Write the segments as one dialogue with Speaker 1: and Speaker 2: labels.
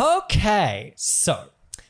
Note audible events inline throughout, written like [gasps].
Speaker 1: Okay, so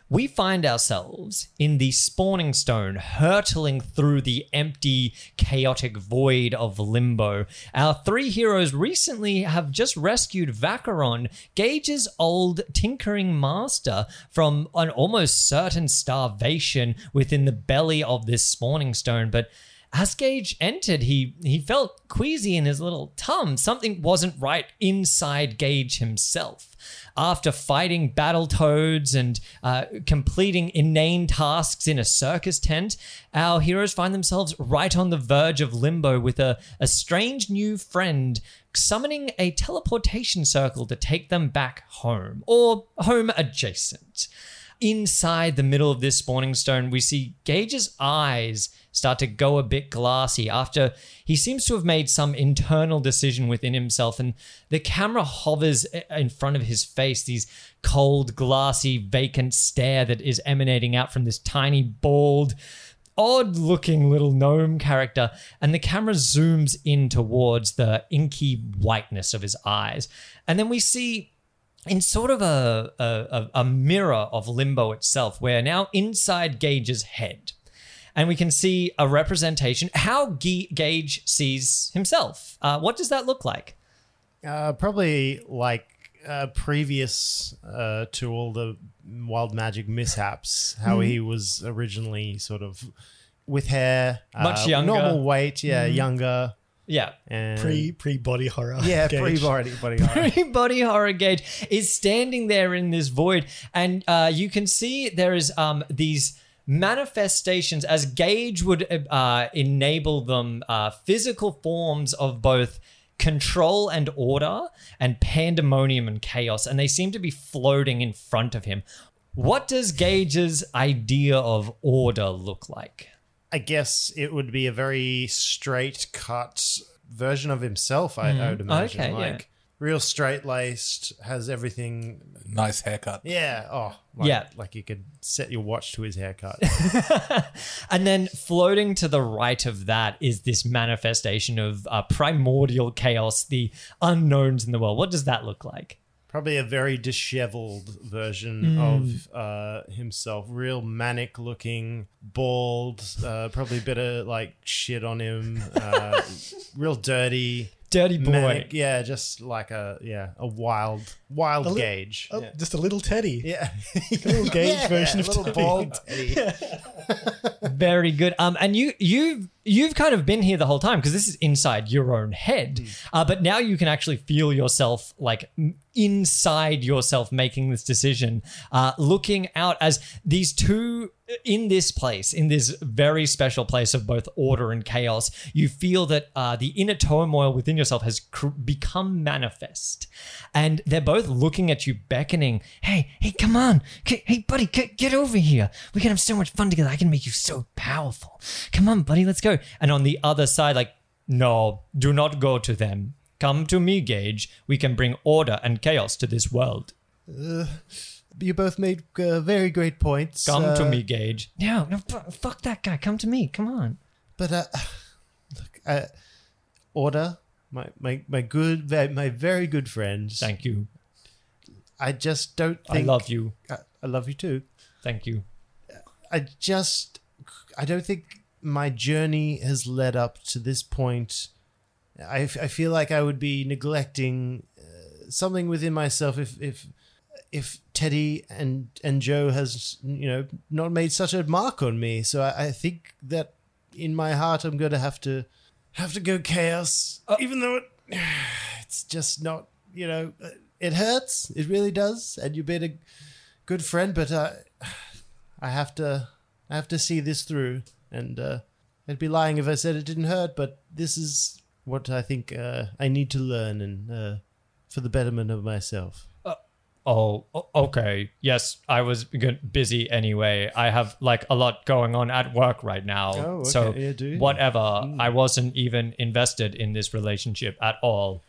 Speaker 1: we find ourselves in the spawning stone, hurtling through the empty, chaotic void of limbo. Our three heroes recently have just rescued Vacheron, Gage's old tinkering master, from an almost certain starvation within the belly of this spawning stone, but as Gage entered, he he felt queasy in his little tum. Something wasn't right inside Gage himself. After fighting battle toads and uh, completing inane tasks in a circus tent, our heroes find themselves right on the verge of limbo with a, a strange new friend summoning a teleportation circle to take them back home or home adjacent inside the middle of this spawning stone, we see Gage's eyes start to go a bit glassy after he seems to have made some internal decision within himself, and the camera hovers in front of his face, these cold, glassy, vacant stare that is emanating out from this tiny, bald, odd looking little gnome character, and the camera zooms in towards the inky whiteness of his eyes. And then we see in sort of a, a, a- a mirror of limbo itself. We're now inside Gage's head, and we can see a representation how Ge- Gage sees himself. Uh, what does that look like?
Speaker 2: Uh, probably like uh, previous uh, to all the wild magic mishaps, how
Speaker 1: Hmm.
Speaker 2: he was originally sort of with hair,
Speaker 1: Much
Speaker 2: uh,
Speaker 1: younger. Hmm.
Speaker 2: normal weight, yeah, younger,
Speaker 1: Yeah.
Speaker 2: and
Speaker 3: Pre pre body horror.
Speaker 2: yeah,
Speaker 3: Gage.
Speaker 2: pre body body. horror.
Speaker 1: Body horror gauge is standing there in this void, and uh, you can see there is um, these manifestations as Gage would uh, enable them uh, physical forms of both control and order, and pandemonium and chaos, and they seem to be floating in front of him. What does Gage's idea of order look like?
Speaker 2: I guess it would be a very straight cut version of himself. I, I would imagine,
Speaker 1: Hmm. Okay, yeah.
Speaker 2: like real straight laced, has everything.
Speaker 4: Nice haircut.
Speaker 2: Yeah. Oh, like,
Speaker 1: Yeah.
Speaker 2: Like you could set your watch to his haircut.
Speaker 1: and then floating to the right of that is this manifestation of uh, primordial chaos, the unknowns in the world. What does that look like?
Speaker 2: probably a very disheveled version of uh, himself real manic looking bald uh, probably a bit of like shit on him [laughs] uh, real dirty
Speaker 1: Dirty boy.
Speaker 2: manic yeah just like a yeah a wild wild
Speaker 3: li-
Speaker 2: gauge
Speaker 3: Oh, Just a little teddy.
Speaker 2: yeah [laughs]
Speaker 3: little gauge
Speaker 2: Yeah,
Speaker 3: version of
Speaker 2: little
Speaker 3: Teddy.
Speaker 2: bald teddy.
Speaker 1: [laughs] Very good. Um, and you you've you've kind of been here the whole time because this is inside your own head. Uh, but now you can actually feel yourself like m- inside yourself making this decision, uh, looking out as these two uh, in this place, in this very special place of both order and chaos. You feel that uh, the inner turmoil within yourself has cr- become manifest, and they're both looking at you, beckoning. Hey, hey, come on, K- hey, buddy, get, get over here. We can have so much fun together. I can make you so powerful. Come on, buddy, let's go. And on the other side, like, no, do not go to them. Come to me, Gage. We can bring order and chaos to this world.
Speaker 2: you both made uh, very great points
Speaker 1: Come to
Speaker 2: uh,
Speaker 1: me, Gage. No, no, fu- fuck that guy. Come to me. Come on.
Speaker 2: but uh, look uh, order my, my my good my very good friends
Speaker 1: Thank you.
Speaker 2: i just don't
Speaker 1: I
Speaker 2: think
Speaker 1: love you.
Speaker 2: I, I love you too
Speaker 1: Thank you.
Speaker 2: I just I don't think my journey has led up to this point. I, f- I feel like I would be neglecting uh, something within myself if if if Teddy and and Joe has you know not made such a mark on me. So I, I think that in my heart I'm going to have to have to go chaos, even though it, [sighs] it's just not you know uh, it hurts. It really does, and you've been a good friend, but uh, I I have to I have to see this through, and uh, I'd be lying if I said it didn't hurt. But this is what I think uh, I need to learn, and uh, for the betterment of myself.
Speaker 1: Oh, o- okay. Yes, I was g- busy anyway. I have like a lot going on at work right now.
Speaker 2: Oh,
Speaker 1: So,
Speaker 2: okay. Yeah, do you? Hmm.
Speaker 1: whatever. I wasn't even invested in this relationship at all.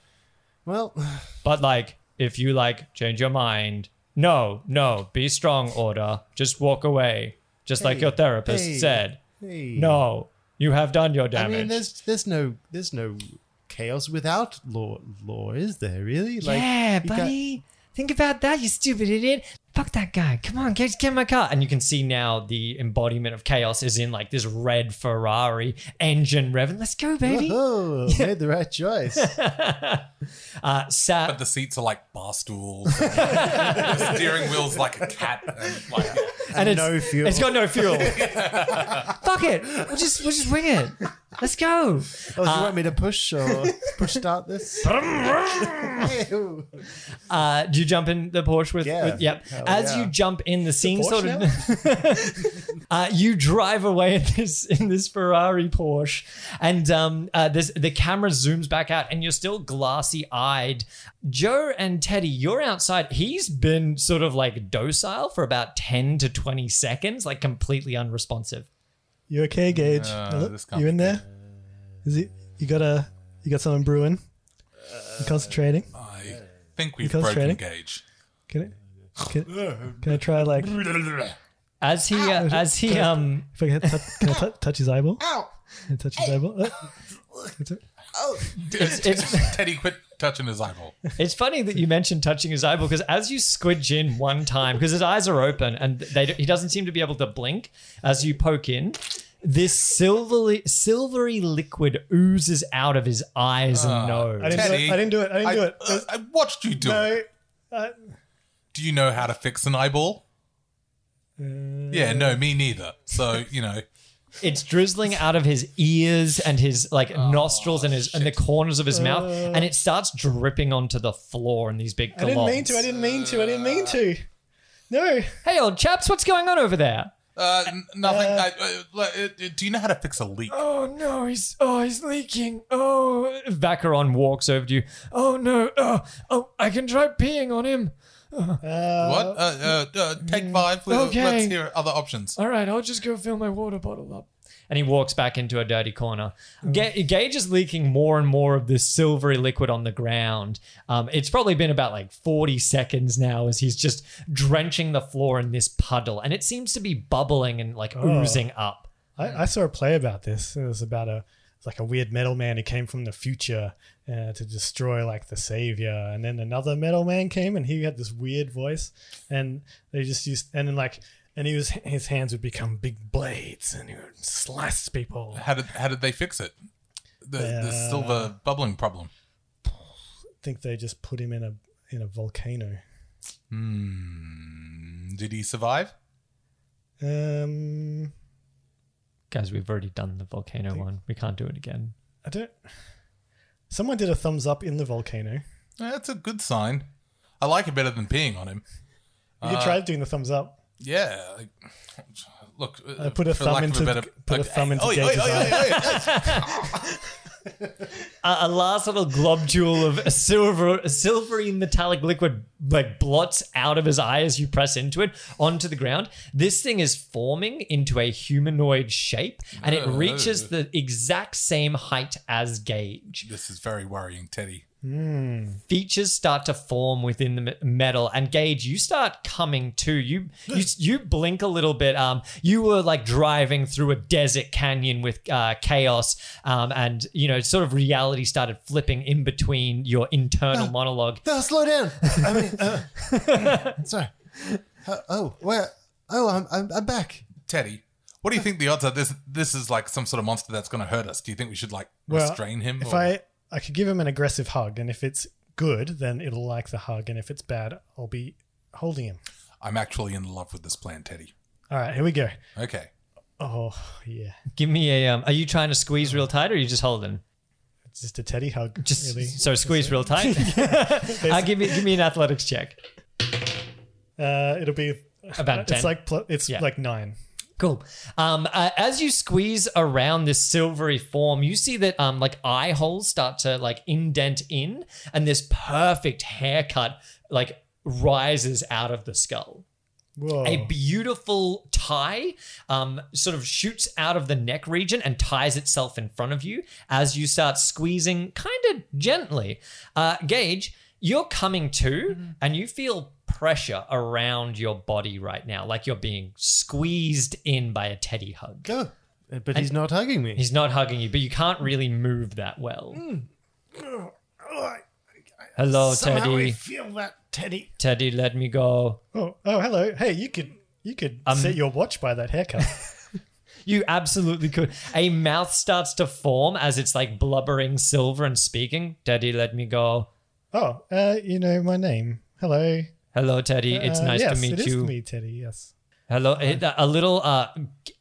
Speaker 2: Well, [sighs]
Speaker 1: But, like, if you like change your mind, no, no, be strong, order. Just walk away, just like
Speaker 2: Hey,
Speaker 1: your therapist
Speaker 2: hey,
Speaker 1: said.
Speaker 2: hey.
Speaker 1: No, you have done your
Speaker 2: I
Speaker 1: damage.
Speaker 2: mean, there's there's no there's no chaos without law law is there really
Speaker 1: yeah,
Speaker 2: you got-
Speaker 1: buddy. Think about that, you stupid idiot. Fuck that guy. Come on, get, get in my car. And you can see now the embodiment of chaos is in like this red Ferrari engine revving. Let's go, baby.
Speaker 2: [laughs] Oh, made the right
Speaker 1: [laughs]
Speaker 2: choice.
Speaker 1: Uh, Sat
Speaker 4: But the seats are like bar stools. and [laughs] the steering wheel's like a cat. And like,
Speaker 1: and it's,
Speaker 2: no fuel.
Speaker 1: It's got no
Speaker 2: [laughs]
Speaker 1: fuel. Fuck it. We'll just we'll just wing it. Let's go.
Speaker 2: Oh, do you
Speaker 1: Ah.
Speaker 2: want me to push or push
Speaker 1: [laughs]
Speaker 2: start this? [laughs] oh. Ew.
Speaker 1: Uh, do you jump in the Porsche with?
Speaker 2: Yeah.
Speaker 1: with- yep.
Speaker 2: Hell
Speaker 1: As
Speaker 2: yeah.
Speaker 1: you jump in, the scene
Speaker 3: Porsche
Speaker 1: sort of. [laughs] uh, you drive away in this in this Ferrari Porsche, and um, uh, this the camera zooms back out, and you're still glassy eyed. Joe and Teddy, you're outside. He's been sort of like docile for about ten to twenty seconds, like completely unresponsive.
Speaker 3: You okay, Gage?
Speaker 4: Uh,
Speaker 3: Hello?
Speaker 4: this can't
Speaker 3: you in
Speaker 4: be
Speaker 3: there? Is it? You got a? You got something brewing? You concentrating?
Speaker 4: I think we've
Speaker 3: Because
Speaker 4: broken
Speaker 3: training?
Speaker 4: gauge.
Speaker 3: Can it? Can, can I try like if
Speaker 1: As he uh, as he um
Speaker 3: I can, touch, can I tou- touch his eyeball? Can I touch his eyeball? Uh, that's it.
Speaker 1: it's-
Speaker 4: [laughs] Teddy, quit touching his eyeball.
Speaker 1: It's funny that you mentioned touching his eyeball because as you squidge in one time, because his eyes are open and they, he doesn't seem to be able to blink as you poke in, this silvery, silvery liquid oozes out of his eyes and nose.
Speaker 3: I didn't do
Speaker 4: Teddy,
Speaker 3: it. I didn't [laughs] do it. I didn't
Speaker 4: I,
Speaker 3: do it.
Speaker 4: uh, I watched you do it.
Speaker 3: No. I-
Speaker 4: Do you know how to fix an eyeball?
Speaker 3: Uh,
Speaker 4: yeah, no, me neither. So, you know,
Speaker 1: It's drizzling out of his ears and his like nostrils and his and the corners of his mouth, and it starts dripping onto the floor in these big.
Speaker 3: Uh. I didn't mean to. I
Speaker 1: globs.
Speaker 3: didn't mean to. I didn't mean
Speaker 4: Uh.
Speaker 3: to. No.
Speaker 1: Hey, old chaps, what's going on over there?
Speaker 4: uh,
Speaker 3: [laughs]
Speaker 4: n- nothing. I, uh, like, uh, uh, do you know how to fix a leak?
Speaker 1: Oh no, he's oh he's leaking. Oh, Vacheron walks over to you. Oh no, oh oh, I can try peeing on him.
Speaker 4: what? Uh, uh, uh, take five. Let,
Speaker 1: okay.
Speaker 4: Let's hear other options.
Speaker 1: All right, I'll just go fill my water bottle up. And he walks back into a dirty corner. Ga- Gage is leaking more and more of this silvery liquid on the ground. Um, it's probably been about like 40 seconds now as he's just drenching the floor in this puddle. And it seems to be bubbling and like oozing up.
Speaker 3: I, I saw a play about this. It was about a it's like a weird metal man who came from the future uh, to destroy like the savior, and then another metal man came and he had this weird voice, and they just used and then like and he was his hands would become big blades and he would slice people.
Speaker 4: How did how did they fix it? The, the
Speaker 3: Uh,
Speaker 4: silver bubbling problem.
Speaker 3: I think they just put him in a in a volcano.
Speaker 4: Hmm. Did he survive?
Speaker 3: Um,
Speaker 1: Guys, we've already done the volcano one. We can't do it again.
Speaker 3: I don't. Someone did a thumbs up in the volcano.
Speaker 4: That's a good sign. I like it better than peeing on him.
Speaker 3: You could try doing the thumbs up.
Speaker 4: Yeah. Like, look. uh,
Speaker 3: I Uh, put a
Speaker 4: for
Speaker 3: thumb
Speaker 4: lack of
Speaker 3: into- put a thumb into
Speaker 4: Oi, oi,
Speaker 3: Gage's
Speaker 4: oi,
Speaker 3: eye.
Speaker 4: oi, oi, oi.
Speaker 1: a, a last little globule of a silver, a silvery metallic liquid like blots out of his eye as you press into it onto the ground. This thing is forming into a humanoid shape, and it
Speaker 4: Oh.
Speaker 1: reaches the exact same height as Gage.
Speaker 4: [laughs] This is very worrying, Teddy.
Speaker 1: Features start to form within the me- metal, and Gage, you start coming to. You you you blink a little bit. Um, you were like driving through a desert canyon with uh, chaos, um, and you know, sort of reality started flipping in between your internal monologue.
Speaker 2: No, slow down. I mean, uh, [laughs] sorry. Uh, oh, where? Oh, I'm, I'm, I'm back.
Speaker 4: Teddy, what do you think the odds are? This this is like some sort of monster that's going to hurt us. Do you think we should like
Speaker 3: Well,
Speaker 4: restrain him?
Speaker 3: If
Speaker 4: or-
Speaker 3: I I could give him an aggressive hug, and if it's good, then it'll like the hug, and if it's bad, I'll be holding him.
Speaker 4: I'm actually in love with this plan, Teddy.
Speaker 3: All right, here we go.
Speaker 4: Okay.
Speaker 3: Oh yeah,
Speaker 1: Give me a. Um, are you trying to squeeze real tight, or are you just holding?
Speaker 3: it's just a teddy hug.
Speaker 1: Just
Speaker 3: really.
Speaker 1: so squeeze real tight. [laughs] uh, give me give me an athletics check.
Speaker 3: Uh, it'll be
Speaker 1: About
Speaker 3: [laughs] It's
Speaker 1: 10.
Speaker 3: like pl- it's
Speaker 1: Yeah.
Speaker 3: like nine.
Speaker 1: Cool. Um, uh, as you squeeze around this silvery form, you see that um, like eye holes start to like indent in, and this perfect haircut like rises out of the skull.
Speaker 3: Whoa.
Speaker 2: Oh.
Speaker 1: A beautiful tie um, sort of shoots out of the neck region and ties itself in front of you as you start squeezing kind of gently. Uh, Gage, you're coming to
Speaker 2: Mm-hmm.
Speaker 1: and you feel pressure around your body right now, like you're being squeezed in by a teddy hug.
Speaker 2: Go. Uh, But he's not hugging me.
Speaker 1: He's not hugging you, but you can't really move that well.
Speaker 2: Oh, I-
Speaker 1: Hello,
Speaker 2: somehow I
Speaker 1: Teddy.
Speaker 2: feel that Teddy.
Speaker 1: Teddy, let me go.
Speaker 3: Oh, oh, hello. Hey, you could you could
Speaker 1: Um,
Speaker 3: set your watch by that haircut.
Speaker 1: [laughs] You absolutely could. A mouth starts to form as it's like blubbering silver and speaking. Teddy, let me go.
Speaker 3: oh, uh, you know my name. Hello.
Speaker 1: Hello, Teddy. It's
Speaker 3: Uh,
Speaker 1: nice
Speaker 3: yes,
Speaker 1: to meet
Speaker 3: It
Speaker 1: you.
Speaker 3: is me, Teddy. Yes.
Speaker 1: Hello. it- A little uh,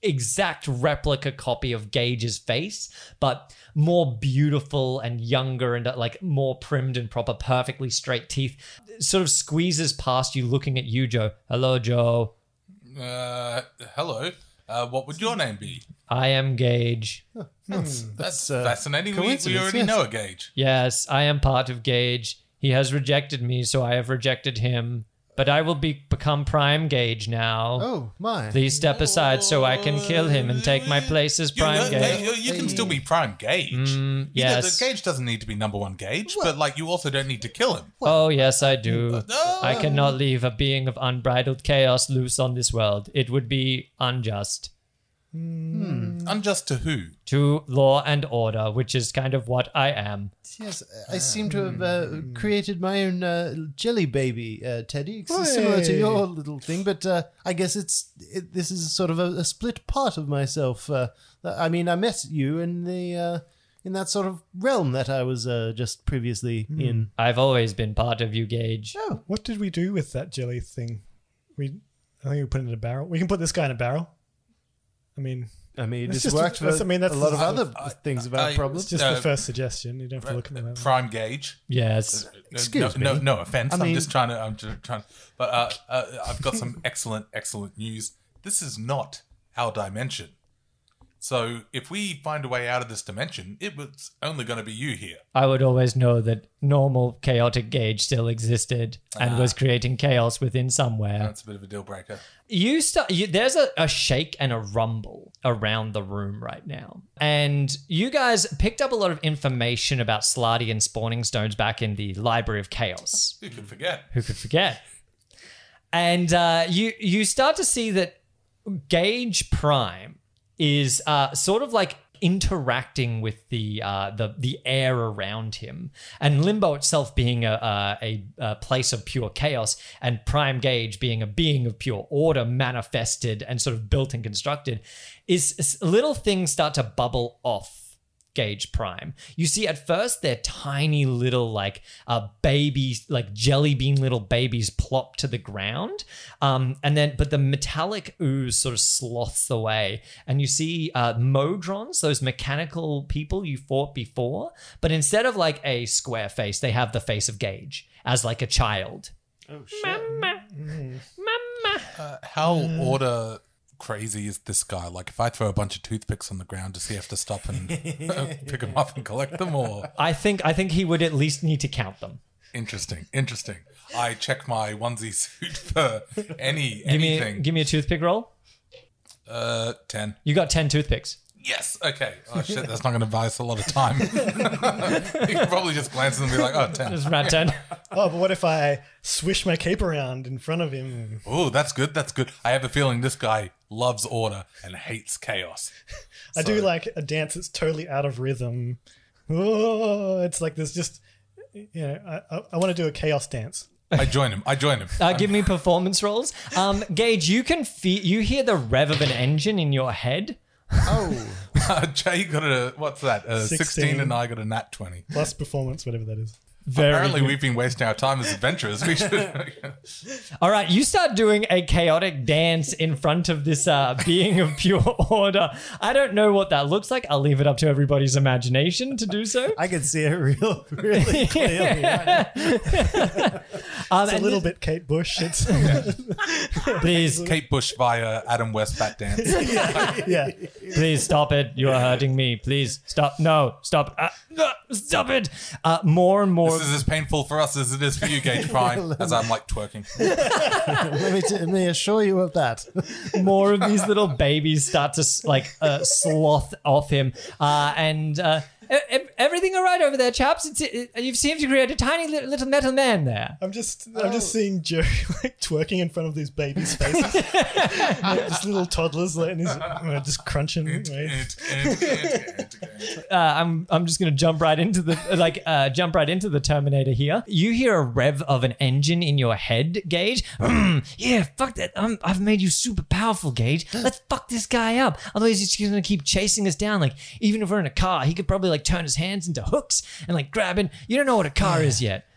Speaker 1: exact replica copy of Gage's face, but more beautiful and younger and uh, like more primmed and proper, perfectly straight teeth. Sort of squeezes past you, looking at you, Joe. Hello, Joe.
Speaker 4: Uh, hello. Uh, what would your name be?
Speaker 1: I am Gage.
Speaker 2: That's,
Speaker 4: That's
Speaker 2: uh,
Speaker 4: fascinating. We, we
Speaker 2: coincidence,
Speaker 4: already
Speaker 2: yes.
Speaker 4: know a gauge.
Speaker 1: Yes, I am part of Gage. He has rejected me, so I have rejected him. But I will be become Prime Gage now.
Speaker 2: Oh my!
Speaker 1: Please step aside so I can kill him and take my place as
Speaker 4: You,
Speaker 1: Prime
Speaker 4: you-
Speaker 1: Gage.
Speaker 4: you- you can still be prime gauge.
Speaker 1: Mm,
Speaker 4: You know,
Speaker 1: yes.
Speaker 4: the gauge doesn't need to be number one gauge, but like you also don't need to kill him.
Speaker 1: Oh, yes, I do.
Speaker 4: No.
Speaker 1: I cannot leave a being of unbridled chaos loose on this world. It would be unjust
Speaker 4: Unjust Mm, to who?
Speaker 1: to law and order, which is kind of what I am.
Speaker 2: Yes, I seem to have uh, created my own uh, jelly baby, uh, Teddy. It's Similar to
Speaker 3: Hey.
Speaker 2: your little thing, but uh, I guess it's it, this is sort of a, a split part of myself. Uh, I mean, I met you in the uh, in that sort of realm that I was uh, just previously in.
Speaker 1: I've always been part of you, Gage.
Speaker 2: Oh,
Speaker 3: What did we do with that jelly thing? We, I think we put it in a barrel. We can put this guy in a barrel. I mean,
Speaker 2: I mean,
Speaker 3: That's
Speaker 2: it's
Speaker 3: just-
Speaker 2: worked for
Speaker 3: that's- I mean, that's
Speaker 2: a lot
Speaker 3: the
Speaker 2: of
Speaker 3: sort
Speaker 2: other things about
Speaker 4: I-
Speaker 3: it's
Speaker 2: problems.
Speaker 3: just
Speaker 4: Uh,
Speaker 3: the first suggestion. You don't have to look at me. like that.
Speaker 4: Prime gauge.
Speaker 1: Yes.
Speaker 2: Excuse
Speaker 4: no,
Speaker 2: me.
Speaker 4: No, no offense.
Speaker 2: I
Speaker 4: I
Speaker 2: mean-
Speaker 4: am just trying to. I'm just trying. But uh, uh, I've got some excellent, excellent news. This is not our dimension. So if we find a way out of this dimension, it was only going to be you here.
Speaker 1: I would always know that normal chaotic Gage still existed and was creating chaos within somewhere.
Speaker 4: That's a bit of a deal breaker.
Speaker 1: You start. You, there's a, a shake and a rumble around the room right now, and you guys picked up a lot of information about Slardy and spawning stones back in the Library of Chaos.
Speaker 4: Who could forget?
Speaker 1: Who could forget? And uh, you you start to see that Gage Prime is uh, sort of like interacting with the uh, the the air around him, and Limbo itself being a, a a place of pure chaos, and Prime Gage being a being of pure order, manifested and sort of built and constructed, is is little things start to bubble off Gage Prime. You see, at first they're tiny little like uh, babies, like jelly bean little babies, plop to the ground, um, and then but the metallic ooze sort of sloths away, and you see uh, Modrons, those mechanical people you fought before, but instead of like a square face, they have the face of Gage as like a child.
Speaker 2: Oh,
Speaker 1: Mama, mama.
Speaker 4: Uh, how
Speaker 1: Mm.
Speaker 4: order crazy is this guy? Like if I throw a bunch of toothpicks on the ground, does he have to stop and uh,
Speaker 1: [laughs]
Speaker 4: pick them up and collect them? Or
Speaker 1: I think I think he would at least need to count them.
Speaker 4: interesting, interesting. I check my onesie suit for any
Speaker 1: [laughs] Give me
Speaker 4: anything.
Speaker 1: give me a toothpick roll.
Speaker 4: uh, ten.
Speaker 1: You got ten toothpicks.
Speaker 4: Yes. Okay. Oh shit, that's not going to buy us a lot of time. [laughs] you can probably just glance at them and be like, "Oh, ten.
Speaker 1: It's around ten.
Speaker 3: Oh, but what if I swish my cape around in front of him?
Speaker 4: Oh, that's good. That's good." I have a feeling this guy loves order and hates chaos.
Speaker 3: I do
Speaker 4: So-
Speaker 3: like a dance that's totally out of rhythm. Oh, it's like there's just, you know, I, I, I want to do a chaos dance.
Speaker 4: I join him. I join him.
Speaker 1: Uh, give me performance rolls. Um, Gage, you can feel you hear the rev of an engine in your head.
Speaker 2: oh,
Speaker 4: [laughs] Jay got a what's that? A 16.
Speaker 3: 16.
Speaker 4: and I got a nat twenty.
Speaker 3: Plus performance, whatever that is.
Speaker 1: Very
Speaker 4: Apparently,
Speaker 1: good.
Speaker 4: we've been wasting our time as adventurers. We should.
Speaker 1: All right, you start doing a chaotic dance in front of this uh, being of pure [laughs] order. I don't know what that looks like. I'll leave it up to everybody's imagination to do
Speaker 3: [laughs]
Speaker 1: so.
Speaker 2: I can see it real, really clearly.
Speaker 1: Um,
Speaker 3: It's a
Speaker 1: and
Speaker 3: little
Speaker 1: this-
Speaker 3: bit Kate Bush. It's
Speaker 1: [laughs]
Speaker 3: [laughs]
Speaker 1: Please,
Speaker 4: Kate Bush via Adam West bat dance.
Speaker 3: yeah.
Speaker 1: please stop it. You are hurting me. Please stop. No, stop. Uh, no, stop it. Uh, more and more.
Speaker 4: This is as painful for us as it is for you, Gage Prime. As I'm like twerking. [laughs]
Speaker 2: let, me t- let me assure you of that.
Speaker 1: more of these little babies start to like uh, sloth off him, uh, and uh, E- e- everything all right over there, chaps? It's, it, you've seemed to create a tiny li- little metal man there.
Speaker 3: I'm just I'm just seeing Joe [laughs] like twerking in front of these babies' faces. Like, just little toddlers like, and he's uh, just crunching. Right?
Speaker 1: uh, I'm I'm just gonna jump right into the like uh, jump right into the Terminator here. You hear a rev of an engine in your head, Gage. Mm, yeah, fuck that. i I've made you super powerful, Gage. Let's fuck this guy up. Otherwise, he's just gonna keep chasing us down. Like even if we're in a car, he could probably like turn his hands into hooks and like grabbing. You don't know what a car is yet.
Speaker 2: [laughs]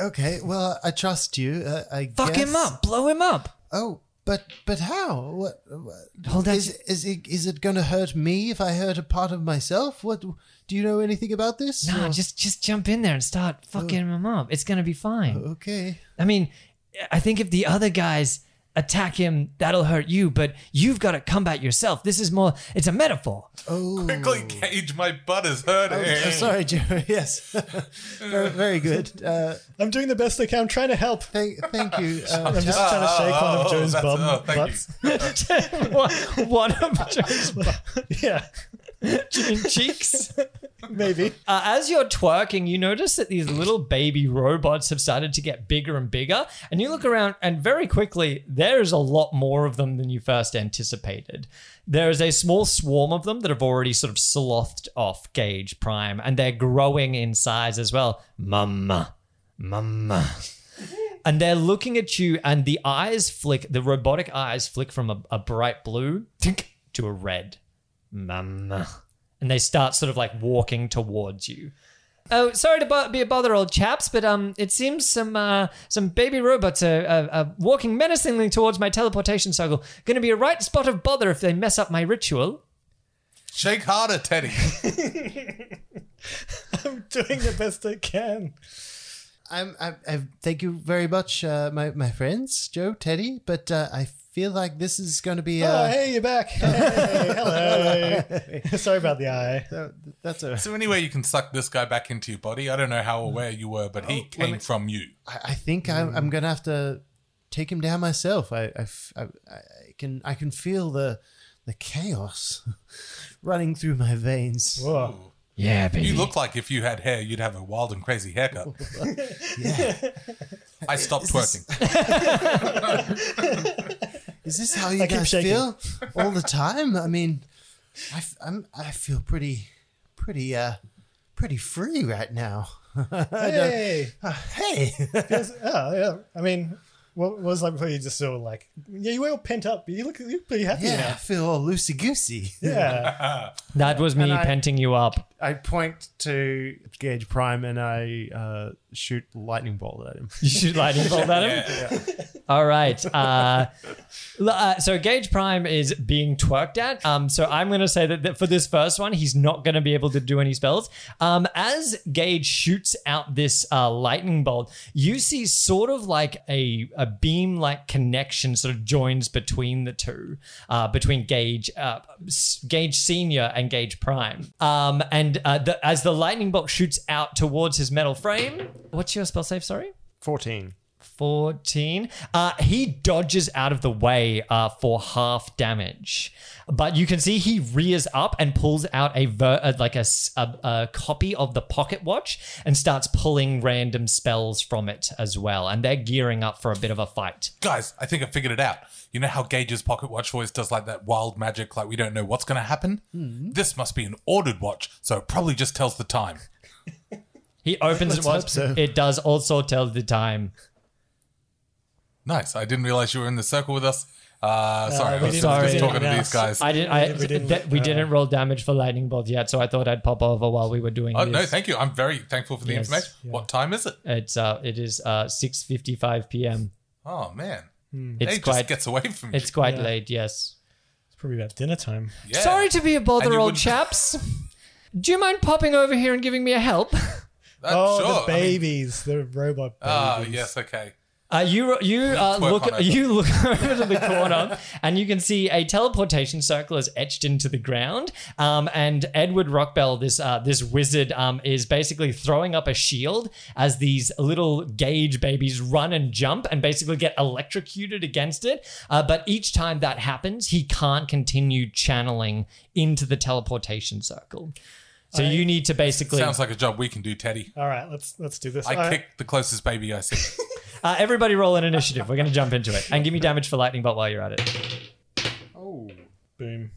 Speaker 2: Okay, well, I trust you. Uh, I
Speaker 1: Fuck
Speaker 2: guess.
Speaker 1: him up. Blow him up.
Speaker 2: Oh, but but how? What? what-
Speaker 1: Hold on
Speaker 2: Is is it is it going to hurt me if I hurt a part of myself? What? Do you know anything about this?
Speaker 1: Nah,
Speaker 2: Or-
Speaker 1: just just jump in there and start fucking him up. It's gonna be fine.
Speaker 2: okay.
Speaker 1: I mean, I think if the other guys attack him, that'll hurt you, but you've got to combat yourself. This is more, it's a [laughs] metaphor.
Speaker 2: Oh,
Speaker 4: Quickly cage my butt is
Speaker 2: Oh,
Speaker 4: hurting.
Speaker 2: I'm sorry, Joe. [laughs] Yes, very, very good. Uh,
Speaker 3: I'm doing the best I can. I'm trying to help. [laughs]
Speaker 2: thank, thank you.
Speaker 3: I'm
Speaker 2: Uh,
Speaker 3: just
Speaker 4: Oh,
Speaker 3: trying to shake
Speaker 4: oh,
Speaker 3: one
Speaker 4: oh,
Speaker 3: of Joe's
Speaker 4: that's-
Speaker 3: bum
Speaker 4: oh, thank you.
Speaker 3: butts.
Speaker 1: one, [laughs] one of [laughs] Joe's
Speaker 3: yeah,
Speaker 1: chin cheeks.
Speaker 3: maybe.
Speaker 1: Uh, as you're twerking, you notice that these little baby robots have started to get bigger and bigger. And you look around, and very quickly, there is a lot more of them than you first anticipated. There is a small swarm of them that have already sort of slothed off Gage Prime, and they're growing in size as well. Mama, mama. And they're looking at you, and the eyes flick, the robotic eyes flick from a, a bright blue tink, to a red. Mama. And they start sort of like walking towards you. Oh, sorry to bo- be a bother, old chaps, but um, it seems some uh, some baby robots are, are, are walking menacingly towards my teleportation circle. Going to be a right spot of bother if they mess up my ritual.
Speaker 4: Shake harder, Teddy. [laughs]
Speaker 3: I'm doing the best I can.
Speaker 2: I'm, I'm, I'm, thank you very much, uh, my my friends, Joe, Teddy. But uh, I feel like this is going to be.
Speaker 3: Oh,
Speaker 2: Uh,
Speaker 3: hey, you're back. Hey, hello. [laughs] Sorry about the eye.
Speaker 2: uh, that's all right.
Speaker 4: Is there any way you can suck this guy back into your body? I don't know how aware you were, but he came from you.
Speaker 2: I, I think I'm, I'm gonna have to take him down myself. I, I f- I- I can I can feel the the chaos [laughs] running through my veins.
Speaker 3: Whoa.
Speaker 1: Yeah, baby.
Speaker 4: You look like if you had hair, you'd have a wild and crazy
Speaker 3: [laughs]
Speaker 4: haircut. I stopped twerking.
Speaker 2: Is this how you
Speaker 3: keep
Speaker 2: guys
Speaker 3: shaking. [laughs]
Speaker 2: feel all the time? I mean, I, f- I'm I feel pretty pretty uh pretty free right now. I don't-
Speaker 3: Hey. [laughs]
Speaker 2: uh, hey,
Speaker 3: Yes, oh, yeah. I mean, what what was it like before you just saw like, yeah, you were all pent up, but you look, you look pretty happy
Speaker 2: yeah, I [laughs] feel all loosey goosey.
Speaker 3: now. Yeah.
Speaker 1: that was me
Speaker 2: And I-
Speaker 1: penting you up. [laughs]
Speaker 2: I point to Gage Prime and I uh, shoot lightning bolt at him.
Speaker 1: You should lightning bolt
Speaker 2: [laughs]
Speaker 1: at him.
Speaker 3: [laughs]
Speaker 1: All right. Uh, l- uh, so Gage Prime is being twerked at. Um, so I'm going to say that, that for this first one, he's not going to be able to do any spells. Um, as Gage shoots out this uh, lightning bolt, you see sort of like a, a beam like connection sort of joins between the two, uh, between Gage, uh, S- Gage Senior and Gage Prime. Um, and uh, the, as the lightning bolt shoots out towards his metal frame, what's your spell save? Sorry.
Speaker 2: 14.
Speaker 1: 14. Uh, he dodges out of the way uh, for half damage. But you can see he rears up and pulls out a ver- uh, like a, s- a- a copy of the pocket watch and starts pulling random spells from it as well. And they're gearing up for a bit of a fight.
Speaker 4: Guys, I think I figured it out. You know how Gage's pocket watch voice does like that wild magic, like we don't know what's going to happen?
Speaker 3: Hmm.
Speaker 4: This must be an ordered watch, so it probably just tells the time.
Speaker 1: He opens
Speaker 2: Let's
Speaker 1: it once.
Speaker 2: hope so.
Speaker 1: It does also tell the time.
Speaker 4: Nice. I didn't realize you were in the circle with us. Uh, sorry, I
Speaker 3: we
Speaker 4: was
Speaker 3: didn't-
Speaker 4: just
Speaker 1: we
Speaker 4: talking to
Speaker 3: didn't
Speaker 4: these guys.
Speaker 1: I didn't. I,
Speaker 3: [laughs] We didn't
Speaker 1: that-
Speaker 3: look,
Speaker 1: we
Speaker 3: uh,
Speaker 1: didn't roll damage for lightning bolt yet, so I thought I'd pop over while we were doing
Speaker 4: Oh,
Speaker 1: this.
Speaker 4: no, thank you. I'm very thankful for the
Speaker 3: Yes,
Speaker 4: information.
Speaker 3: yeah.
Speaker 4: What time is it?
Speaker 1: it's uh, it is uh, six fifty five p.m.
Speaker 4: Oh, man.
Speaker 3: Hmm.
Speaker 1: It's
Speaker 4: Gage
Speaker 1: quite
Speaker 4: just gets away from
Speaker 1: It's
Speaker 4: you.
Speaker 1: quite
Speaker 3: Yeah.
Speaker 1: late, yes.
Speaker 3: It's probably about dinner time.
Speaker 4: Yeah.
Speaker 1: Sorry to be a
Speaker 4: And
Speaker 1: bother,
Speaker 4: you
Speaker 1: old
Speaker 4: wouldn't-
Speaker 1: chaps. Do you mind popping over here and giving me a help?
Speaker 4: That-
Speaker 3: oh,
Speaker 4: Uh, sure.
Speaker 3: the
Speaker 4: I mean-
Speaker 3: babies, the robot babies.
Speaker 4: Ah, yes, okay.
Speaker 1: Uh, you you uh,
Speaker 4: Twerk
Speaker 1: look
Speaker 4: on over.
Speaker 1: you
Speaker 4: [laughs]
Speaker 1: look over to the corner and you can see a teleportation circle is etched into the ground. Um, and Edward Rockbell, this uh, this wizard, um, is basically throwing up a shield as these little gauge babies run and jump and basically get electrocuted against it. Uh, but each time that happens, he can't continue channeling into the teleportation circle. So you need to basically
Speaker 4: Sounds like a job we can do, Teddy.
Speaker 3: All right, let's let's do this.
Speaker 4: I
Speaker 3: All right.
Speaker 4: kicked the closest baby I see.
Speaker 1: uh, everybody roll an initiative. We're going to jump into it and give me damage for lightning bolt while you're at it.
Speaker 2: Oh.
Speaker 3: Boom.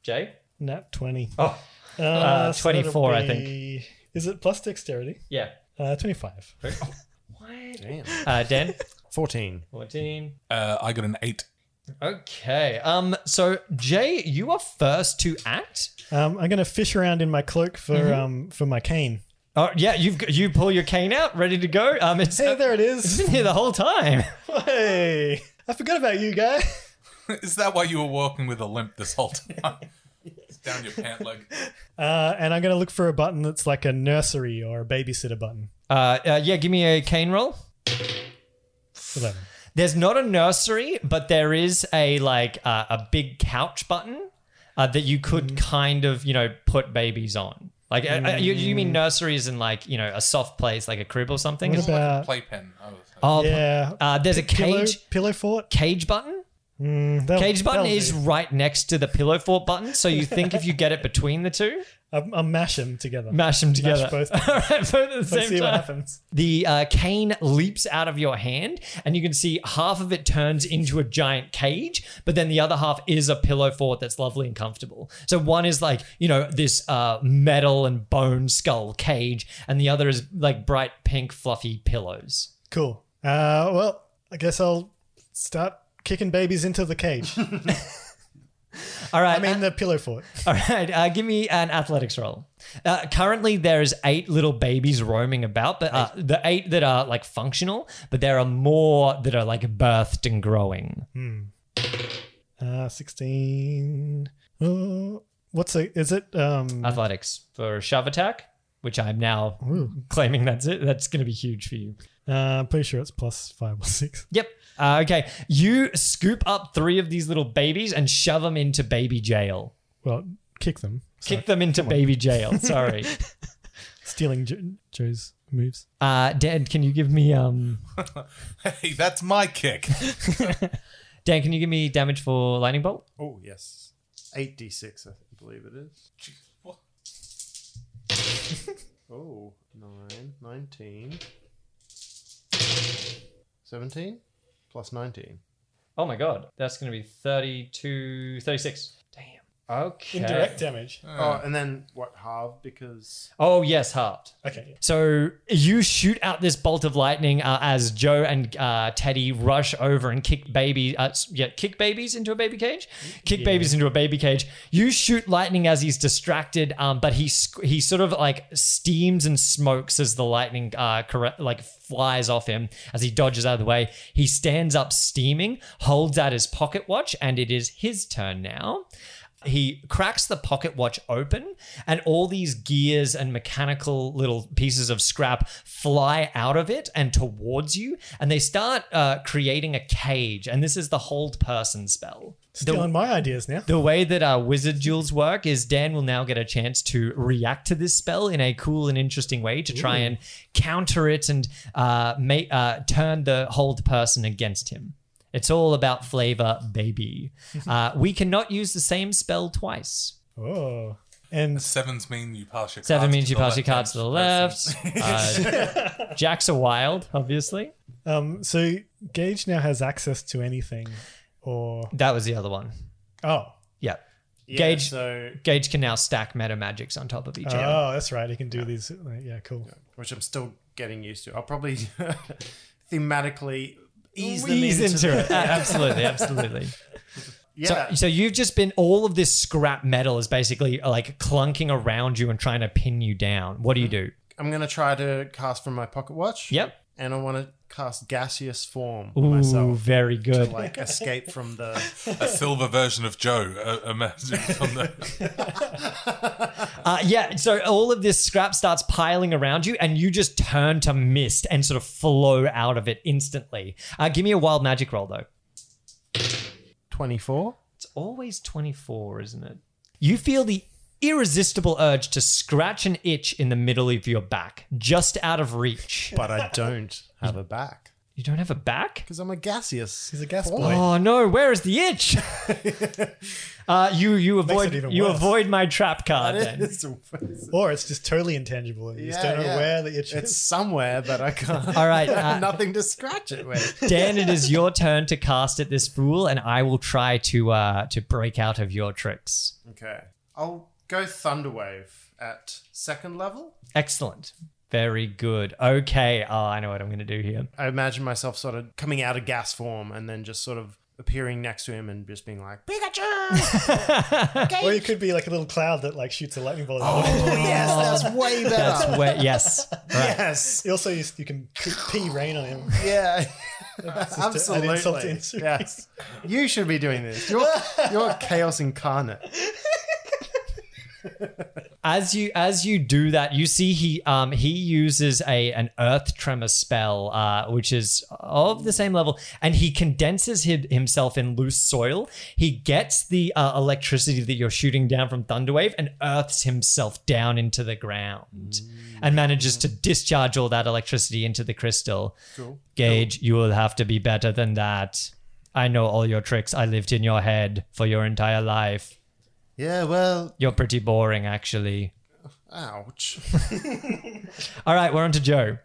Speaker 1: Jay.
Speaker 3: Nat twenty.
Speaker 1: Oh
Speaker 3: Uh,
Speaker 1: Uh,
Speaker 3: so that'll
Speaker 1: 24, I
Speaker 3: be- Is it plus dexterity?
Speaker 1: yeah.
Speaker 3: Uh, twenty-five.
Speaker 2: Damn.
Speaker 1: Uh,
Speaker 3: [laughs]
Speaker 1: Dan.
Speaker 2: 14.
Speaker 1: Fourteen.
Speaker 4: Uh, I got an eight. [laughs]
Speaker 1: Okay. Um. So Jay, you are first to act.
Speaker 3: Um, I'm gonna fish around in my cloak for um for my cane.
Speaker 1: Oh yeah, you've g- you pull your cane out, ready to go. Um, it's
Speaker 3: Hey, there it
Speaker 1: it's
Speaker 3: is.
Speaker 1: been here the whole
Speaker 3: [laughs]
Speaker 1: time.
Speaker 3: hey, I forgot about you, guy.
Speaker 4: Is that why you were walking with a limp this whole
Speaker 1: [laughs]
Speaker 4: time? It's down your pant leg.
Speaker 3: Uh, and I'm gonna look for a button that's like a nursery or a babysitter button.
Speaker 1: Uh, uh, yeah, give me a cane roll.
Speaker 3: Eleven.
Speaker 1: There's not a nursery, but there is a like uh, a big couch button uh, that you could
Speaker 3: Mm-hmm.
Speaker 1: kind of you know put babies on. Like uh, uh, you, you mean nurseries and like you know a soft place like a crib or something?
Speaker 3: Mm. What
Speaker 1: Is-
Speaker 3: about
Speaker 4: Playpen. I was-
Speaker 1: Oh,
Speaker 3: yeah?
Speaker 1: uh, there's a
Speaker 3: Pillow,
Speaker 1: cage
Speaker 3: pillow fort.
Speaker 1: cage button.
Speaker 3: Mm, that'll-
Speaker 1: Cage button
Speaker 3: that'll
Speaker 1: is
Speaker 3: do.
Speaker 1: right next to the pillow fort button, so you think if you get it between the two,
Speaker 3: I'll, I'll mash them together.
Speaker 1: mash them together. [laughs]
Speaker 3: both.
Speaker 1: All right, both at the
Speaker 3: Let's
Speaker 1: same
Speaker 3: see what
Speaker 1: time.
Speaker 3: happens.
Speaker 1: The uh, cane leaps out of your hand, and you can see half of it turns into a giant cage, but then the other half is a pillow fort that's lovely and comfortable. So one is like, you know, this uh, metal and bone skull cage, and the other is like bright pink, fluffy pillows.
Speaker 3: Cool. Uh, well, I guess I'll start kicking babies into the cage.
Speaker 1: All right.
Speaker 3: I mean, the pillow
Speaker 1: [laughs]
Speaker 3: fort.
Speaker 1: All right, uh, give me an athletics roll. Uh, currently, there's eight little babies roaming about, but uh, the eight that are like functional, but there are more that are like birthed and growing.
Speaker 3: Uh, 16. Oh, what's it? Is it? Um,
Speaker 1: Uh, Athletics for shove attack, which I'm now claiming that's it. That's going to be huge for you.
Speaker 3: uh, I'm pretty sure it's plus five or six.
Speaker 1: Yep. Uh, okay, you scoop up three of these little babies and shove them into baby jail.
Speaker 3: Well, kick them. Sorry.
Speaker 1: Kick them into baby jail. Sorry.
Speaker 3: Stealing jo- Joe's moves.
Speaker 1: uh, Dan, can you give me um?
Speaker 4: [laughs] hey, that's
Speaker 1: [laughs]
Speaker 4: my kick.
Speaker 1: Dan, can you give me damage for lightning bolt?
Speaker 2: Oh, yes. 8d6, I th- believe it is.
Speaker 4: What?
Speaker 2: Oh, 9, 19. 17 plus 19.
Speaker 1: Oh my god, that's going to be 32, 36. Damn. Okay.
Speaker 3: Indirect
Speaker 1: Uh,
Speaker 3: damage.
Speaker 4: Uh.
Speaker 2: Oh, and then what, halve? Because.
Speaker 1: Oh yes, halved.
Speaker 3: Okay.
Speaker 1: So you shoot out this bolt of lightning uh, as Joe and uh, Teddy rush over and kick baby, uh, s- yeah, kick babies into a baby cage, kick babies into a baby cage. You shoot lightning as he's distracted, um, but he squ- he sort of like steams and smokes as the lightning uh, corre- like flies off him as he dodges out of the way. He stands up steaming, holds out his pocket watch, and it is his turn now. He cracks the pocket watch open, and all these gears and mechanical little pieces of scrap fly out of it and towards you, and they start uh, creating a cage. And this is the hold person spell.
Speaker 3: Stealing my ideas now.
Speaker 1: The way that our wizard jewels work is Dan will now get a chance to react to this spell in a cool and interesting way to try and counter it and uh, make uh, turn the hold person against him. It's all about flavor, baby. uh, we cannot use the same spell twice.
Speaker 3: Oh. And
Speaker 4: Sevens mean you pass your
Speaker 1: Seven
Speaker 4: cards
Speaker 1: means
Speaker 4: to
Speaker 1: you
Speaker 4: the
Speaker 1: pass your
Speaker 4: left-hand
Speaker 1: cards to the left.
Speaker 4: person.
Speaker 1: Uh, jacks are wild, obviously.
Speaker 3: um, so Gage now has access to anything, or
Speaker 1: That was the other one.
Speaker 3: oh,
Speaker 1: Yeah.
Speaker 2: Yeah,
Speaker 1: Gauge-
Speaker 2: So,
Speaker 1: Gage can now stack meta magics on top of each other.
Speaker 3: oh, that's right. He can do these. uh, Yeah, cool.
Speaker 2: which I'm still getting used to. I'll probably [laughs] thematically ease them
Speaker 1: Ease
Speaker 2: into,
Speaker 1: [laughs] into it. absolutely, absolutely.
Speaker 2: Yeah.
Speaker 1: So, so you've just been all of this scrap metal is basically like clunking around you and trying to pin you down. What do you do?
Speaker 2: I'm going to try to cast from my pocket watch.
Speaker 1: Yep.
Speaker 2: And I want to cast gaseous form
Speaker 1: Ooh,
Speaker 2: myself.
Speaker 1: very
Speaker 2: To,
Speaker 1: good.
Speaker 2: like escape from the
Speaker 4: A silver version of Joe. Uh, imagine from the, [laughs]
Speaker 1: Uh, yeah. So all of this scrap starts piling around you, and you just turn to mist and sort of flow out of it instantly. Uh, give me a wild magic roll though.
Speaker 2: 24.
Speaker 1: It's always 24, isn't it? You feel the irresistible urge to scratch an itch in the middle of your back, just out of reach.
Speaker 2: But I don't have a back.
Speaker 1: You don't have a back?
Speaker 2: Because I'm a gaseous.
Speaker 3: He's a gas
Speaker 2: form. [laughs]
Speaker 3: boy.
Speaker 1: Oh no! Where is the [laughs] itch? uh, you you avoid
Speaker 3: it even
Speaker 1: you
Speaker 3: worse.
Speaker 1: avoid my trap card. Then [laughs]
Speaker 2: It's, it's-
Speaker 3: Or it's just totally intangible. and You just
Speaker 2: Yeah,
Speaker 3: don't know
Speaker 2: yeah.
Speaker 3: where the itch
Speaker 2: it's
Speaker 3: is.
Speaker 2: somewhere, but I can't.
Speaker 1: All right,
Speaker 2: [laughs] I have
Speaker 1: uh,
Speaker 2: nothing to scratch it with.
Speaker 1: Dan, it is your turn to cast at this fool, and I will try to uh, to break out of your tricks.
Speaker 2: Okay. I'll go Thunderwave at second level.
Speaker 1: Excellent. Very good. Okay. Oh, I know what I'm going to do here.
Speaker 2: I imagine myself sort of coming out of gas form and then just sort of appearing next to him and just being like, Pikachu!
Speaker 3: Or you could be like a little cloud that like shoots a lightning bolt. [laughs]
Speaker 2: yes, that's way
Speaker 1: [laughs]
Speaker 2: better.
Speaker 1: That's where. [laughs] Yes. Right.
Speaker 2: yes.
Speaker 3: You also you, you can p- pee rain on him.
Speaker 2: [laughs] Yeah.
Speaker 3: just to add insult to
Speaker 2: Absolutely.
Speaker 3: injury.
Speaker 2: Yes. You should be doing this. You're, you're chaos incarnate.
Speaker 1: As you as you do that, you see he um he uses a an earth tremor spell, uh, which is of the same level, and he condenses him, himself in loose soil. He gets the uh, electricity that you're shooting down from Thunderwave and earths himself down into the ground,
Speaker 2: Mm.
Speaker 1: and manages to discharge all that electricity into the crystal.
Speaker 2: Cool.
Speaker 1: Gage, you will have to be better than that. I know all your tricks. I lived in your head for your entire life.
Speaker 2: Yeah, well,
Speaker 1: You're pretty boring, actually.
Speaker 2: ouch.
Speaker 1: All right, we're on to Joe.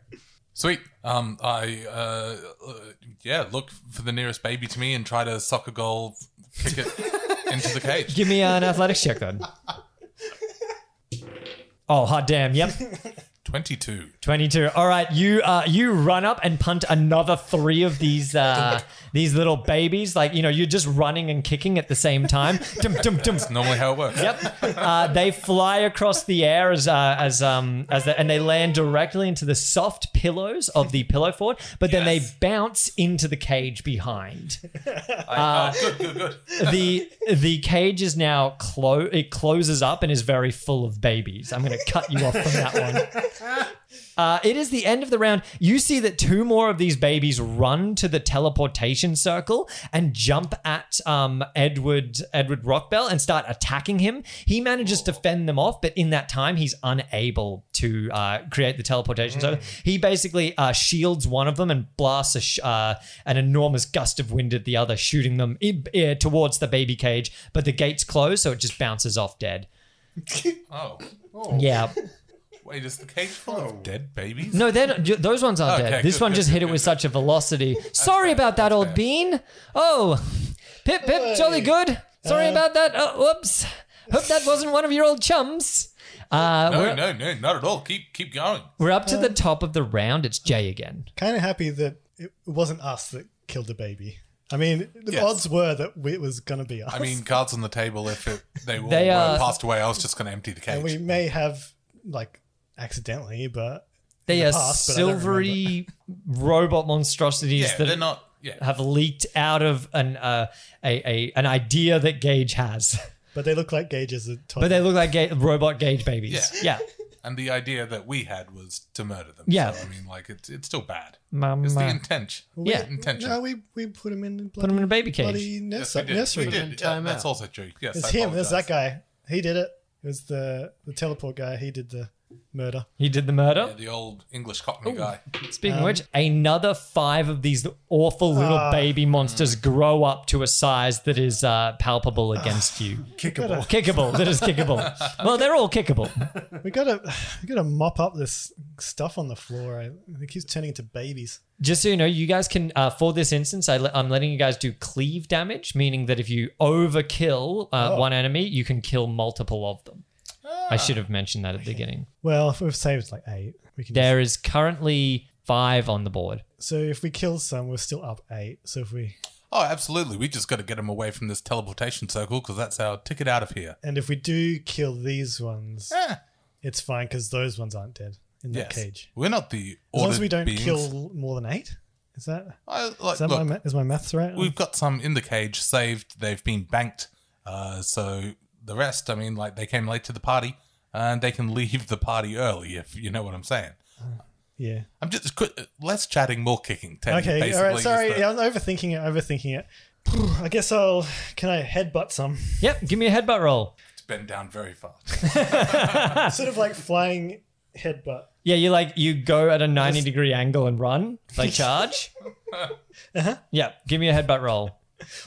Speaker 4: Sweet. Um, I uh, uh, yeah, look for the nearest baby to me and try to suck a goal,
Speaker 1: [laughs]
Speaker 4: kick it into the cage.
Speaker 1: Give me an athletics check then. Oh hot damn! Yep,
Speaker 4: Twenty-two.
Speaker 1: twenty-two. All right, you uh, you run up and punt another three of these uh, these little babies. Like you know, you're just running and kicking at the same time. Dum, dum, dum.
Speaker 4: Normally, how it works.
Speaker 1: Yep. Uh, they fly across the air as uh, as um as the, and they land directly into the soft pillows of the pillow fort, but then
Speaker 4: Yes.
Speaker 1: they bounce into the cage behind. Uh,
Speaker 4: I, oh, good, good, good.
Speaker 1: the the cage is now clo- it closes up and is very full of babies. I'm going to cut you off from that one. Uh, it is the end of the round. You see that two more of these babies run to the teleportation circle and jump at um, Edward Edward Rockbell and start attacking him. He manages to fend them off, but in that time he's unable to uh, create the teleportation circle. He basically uh, shields one of them and blasts a sh- uh, an enormous gust of wind at the other, shooting them i- eh, towards the baby cage. But the gates close, so it just bounces off dead.
Speaker 4: Oh,
Speaker 1: Yeah.
Speaker 4: wait, is the cage full
Speaker 3: Oh.
Speaker 4: of dead babies?
Speaker 1: No, they're not, ju- those ones aren't
Speaker 4: Okay,
Speaker 1: dead. This
Speaker 4: good,
Speaker 1: one
Speaker 4: good,
Speaker 1: just
Speaker 4: good,
Speaker 1: hit it
Speaker 4: good,
Speaker 1: with
Speaker 4: good.
Speaker 1: such a velocity. Sorry
Speaker 4: fair,
Speaker 1: about that,
Speaker 4: that's
Speaker 1: old
Speaker 4: fair.
Speaker 1: bean. Oh, Pip, Pip, jolly good. Sorry
Speaker 3: Uh,
Speaker 1: about that. Oh, whoops. Hope that wasn't one of your old chums. Uh,
Speaker 4: no,
Speaker 1: we're,
Speaker 4: no, no, not at all. Keep, keep going.
Speaker 1: we're up to
Speaker 3: Uh.
Speaker 1: the top of the round. It's Jay again.
Speaker 3: Kind of happy that it wasn't us that killed the baby. I mean, the
Speaker 4: Yes.
Speaker 3: odds were that we- it was gonna be us.
Speaker 4: I mean, cards on the table. If it, they all
Speaker 1: They uh,
Speaker 4: were
Speaker 1: are-
Speaker 4: passed away, I was just going to empty the
Speaker 3: and we
Speaker 4: cage.
Speaker 3: may have like accidentally, but
Speaker 1: They
Speaker 3: the
Speaker 1: are
Speaker 3: past, but I don't remember.
Speaker 1: silvery robot monstrosities
Speaker 4: yeah,
Speaker 1: that
Speaker 4: they're not. Yeah,
Speaker 1: have leaked out of an uh, a, a an idea that Gage has, [laughs]
Speaker 3: but they look like gauges. At
Speaker 1: but they look like ga- robot Gage babies. Yeah,
Speaker 4: and the idea that we had was to murder them.
Speaker 1: Yeah.
Speaker 4: so, I mean, like it's it's still bad.
Speaker 1: Mama.
Speaker 4: It's the intention.
Speaker 1: Yeah.
Speaker 4: intention.
Speaker 3: No, we we put him in the bloody,
Speaker 1: uh, Put him in a baby cage.
Speaker 3: bloody nurs-
Speaker 4: we did.
Speaker 3: nursery.
Speaker 4: We did. Yeah,
Speaker 2: Time
Speaker 4: that's
Speaker 2: out.
Speaker 4: also true. Yes,
Speaker 3: It's
Speaker 4: I
Speaker 3: him. It's
Speaker 4: apologize.
Speaker 3: that guy. He did it. It was the the teleport guy. He did the murder.
Speaker 1: He did the murder.
Speaker 4: Yeah, the old English Cockney guy.
Speaker 1: Speaking of which, another five of these awful little
Speaker 3: Um, Ah.
Speaker 1: baby monsters grow up to a size that is uh, palpable against you.
Speaker 2: Kickable.
Speaker 1: [laughs] Kickable. That is kickable. Well, they're all kickable.
Speaker 3: We gotta [sighs] we gotta mop up this stuff on the floor. I, it keeps turning into babies.
Speaker 1: Just so you know, you guys can, uh, for this instance, I le- I'm letting you guys do cleave damage, meaning that if you overkill uh,
Speaker 3: Oh. Ah.
Speaker 1: one enemy, you can kill multiple of them. I should have mentioned that at the beginning.
Speaker 3: Well, if we've saved like eight, we can.
Speaker 1: There is currently five on the board.
Speaker 3: just, so if we kill some, we're still up eight. So if we
Speaker 4: Oh, absolutely. We just got to get him away from this teleportation circle because that's our ticket out of here.
Speaker 3: and if we do kill these ones,
Speaker 4: Eh,
Speaker 3: it's fine because those ones aren't dead in that
Speaker 4: yes.
Speaker 3: cage.
Speaker 4: We're not the
Speaker 3: As long as
Speaker 4: ordered
Speaker 3: we don't
Speaker 4: beings.
Speaker 3: kill more than eight. Is that
Speaker 4: I,
Speaker 3: is
Speaker 4: like,
Speaker 3: that
Speaker 4: look,
Speaker 3: my ma- is my maths right?
Speaker 4: we've got some in the cage saved. They've been banked. Uh, so the rest, I mean, like they came late to the party and they can [laughs] leave the party early if you know what I'm saying.
Speaker 3: yeah.
Speaker 4: I'm just qu- less chatting, more kicking. Teddy,
Speaker 3: Okay, all
Speaker 4: basically,
Speaker 3: right.
Speaker 4: is
Speaker 3: Sorry,
Speaker 4: the-
Speaker 3: yeah, I'm overthinking it. Overthinking it. [sighs] I guess I'll. Can I headbutt some?
Speaker 1: Yep, give me a headbutt roll.
Speaker 4: Bend down
Speaker 3: [laughs]
Speaker 4: very far.
Speaker 3: sort of like flying headbutt. [laughs]
Speaker 1: Yeah, you like you go at a 90 degree angle and run, like charge.
Speaker 3: Uh-huh.
Speaker 1: Yeah, give me a headbutt roll.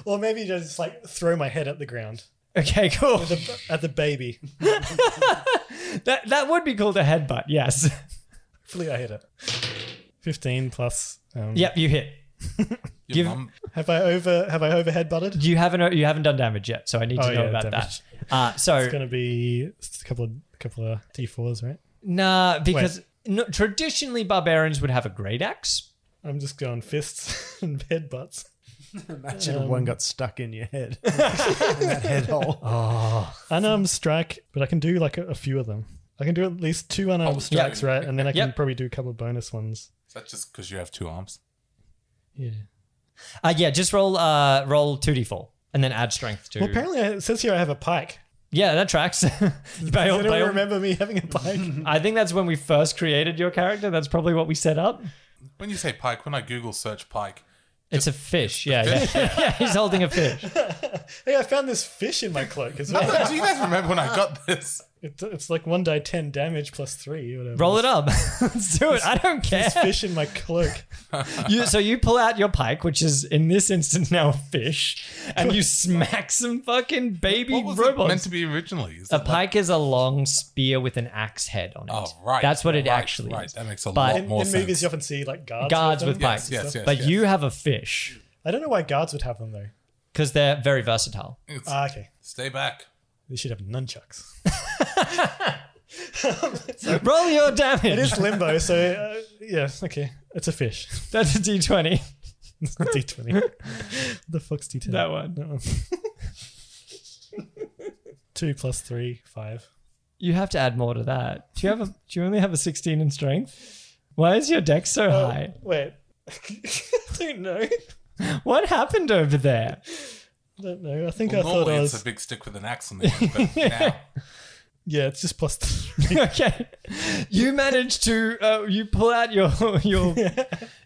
Speaker 3: Or maybe just like throw my head at the ground
Speaker 1: Okay,
Speaker 3: [laughs]
Speaker 1: cool.
Speaker 3: at the, at the baby.
Speaker 1: That that would be called a headbutt.
Speaker 3: [laughs]
Speaker 1: Yes.
Speaker 3: Hopefully, I hit it. Fifteen plus. Um,
Speaker 1: yep, you hit.
Speaker 4: Your
Speaker 1: Give-
Speaker 4: mum-
Speaker 3: Have I over? Have I overhead butted?
Speaker 1: You haven't you haven't done damage yet, so I need to
Speaker 3: Oh,
Speaker 1: know
Speaker 3: yeah,
Speaker 1: about
Speaker 3: damage.
Speaker 1: that. Uh, so
Speaker 3: It's gonna be a couple of couple of D fours, right?
Speaker 1: nah, because no, traditionally barbarians would have a great axe.
Speaker 3: I'm just going fists [laughs] and head butts.
Speaker 2: Imagine if one got stuck in your head. [laughs] Oh. in that head hole.
Speaker 3: Unarmed strike, but I can do like a, a few of them. I can do at least two unarmed
Speaker 4: Oh,
Speaker 3: strikes,
Speaker 4: yeah.
Speaker 3: right? And then I can
Speaker 1: Yep.
Speaker 3: probably do a couple of bonus ones.
Speaker 4: Is that just because you have two arms?
Speaker 3: Yeah.
Speaker 1: Uh, yeah, just roll uh roll two d four and then add strength to.
Speaker 3: Well, apparently I, it says here I have a pike.
Speaker 1: yeah, that tracks. [laughs]
Speaker 3: Does
Speaker 1: Bale,
Speaker 3: anyone
Speaker 1: Bale.
Speaker 3: remember me having a pike?
Speaker 1: [laughs] I think that's when we first created your character. That's probably what we set up.
Speaker 4: When you say pike, when I Google
Speaker 3: [laughs]
Speaker 4: search pike,
Speaker 1: It's a fish. Yeah, yeah,
Speaker 4: [laughs]
Speaker 1: yeah. [laughs] He's holding a fish.
Speaker 3: hey, I found this fish in my cloak as
Speaker 4: do
Speaker 3: well.
Speaker 4: you guys remember when I got this?
Speaker 3: It's, it's like one die ten damage plus three. Whatever.
Speaker 1: Roll it up. [laughs] Let's do it. I don't care.
Speaker 3: This fish in
Speaker 1: [laughs]
Speaker 3: my cloak.
Speaker 1: You, so you pull out your pike, which is in this instance now a fish, and you smack some fucking baby
Speaker 4: What was it meant
Speaker 1: robots.
Speaker 4: to be originally? Is
Speaker 1: A
Speaker 4: it like-
Speaker 1: pike is a long spear with an axe head on it.
Speaker 4: Oh, right.
Speaker 1: That's what it
Speaker 4: right,
Speaker 1: actually
Speaker 4: right.
Speaker 1: is.
Speaker 4: That makes a
Speaker 1: But-
Speaker 4: lot
Speaker 1: In-
Speaker 3: In,
Speaker 4: more
Speaker 3: in
Speaker 4: sense.
Speaker 3: movies, you often see like guards.
Speaker 1: Guards with
Speaker 3: with them.
Speaker 1: pikes.
Speaker 4: yes, yes,
Speaker 1: but
Speaker 4: yes.
Speaker 1: you have a fish
Speaker 3: I don't know why guards would have them though.
Speaker 1: because they're very versatile. [laughs]
Speaker 4: It's-
Speaker 3: Ah, okay.
Speaker 4: Stay back.
Speaker 3: They should have nunchucks.
Speaker 1: [laughs] Roll your damage.
Speaker 3: It is limbo, so uh, yeah, okay. It's a fish. [laughs]
Speaker 1: That's a d20.
Speaker 3: It's
Speaker 1: [laughs]
Speaker 3: not D20. what the fuck's D10?
Speaker 1: That one.
Speaker 3: No. Two plus three, five.
Speaker 1: You have to add more to that. Do you have a? Do you only have a 16 in strength? Why is your deck so
Speaker 4: Uh,
Speaker 1: high?
Speaker 3: Oh, Wait. [laughs] I don't know.
Speaker 1: What happened over [laughs] there?
Speaker 3: I don't know. I think
Speaker 4: Well,
Speaker 3: I thought
Speaker 4: normally
Speaker 3: I
Speaker 4: it's
Speaker 3: was.
Speaker 4: a big stick with an axe on the end,
Speaker 3: [laughs]
Speaker 4: but now
Speaker 3: Yeah, it's just plus three. [laughs]
Speaker 1: okay, you manage to uh, you pull out your [laughs] your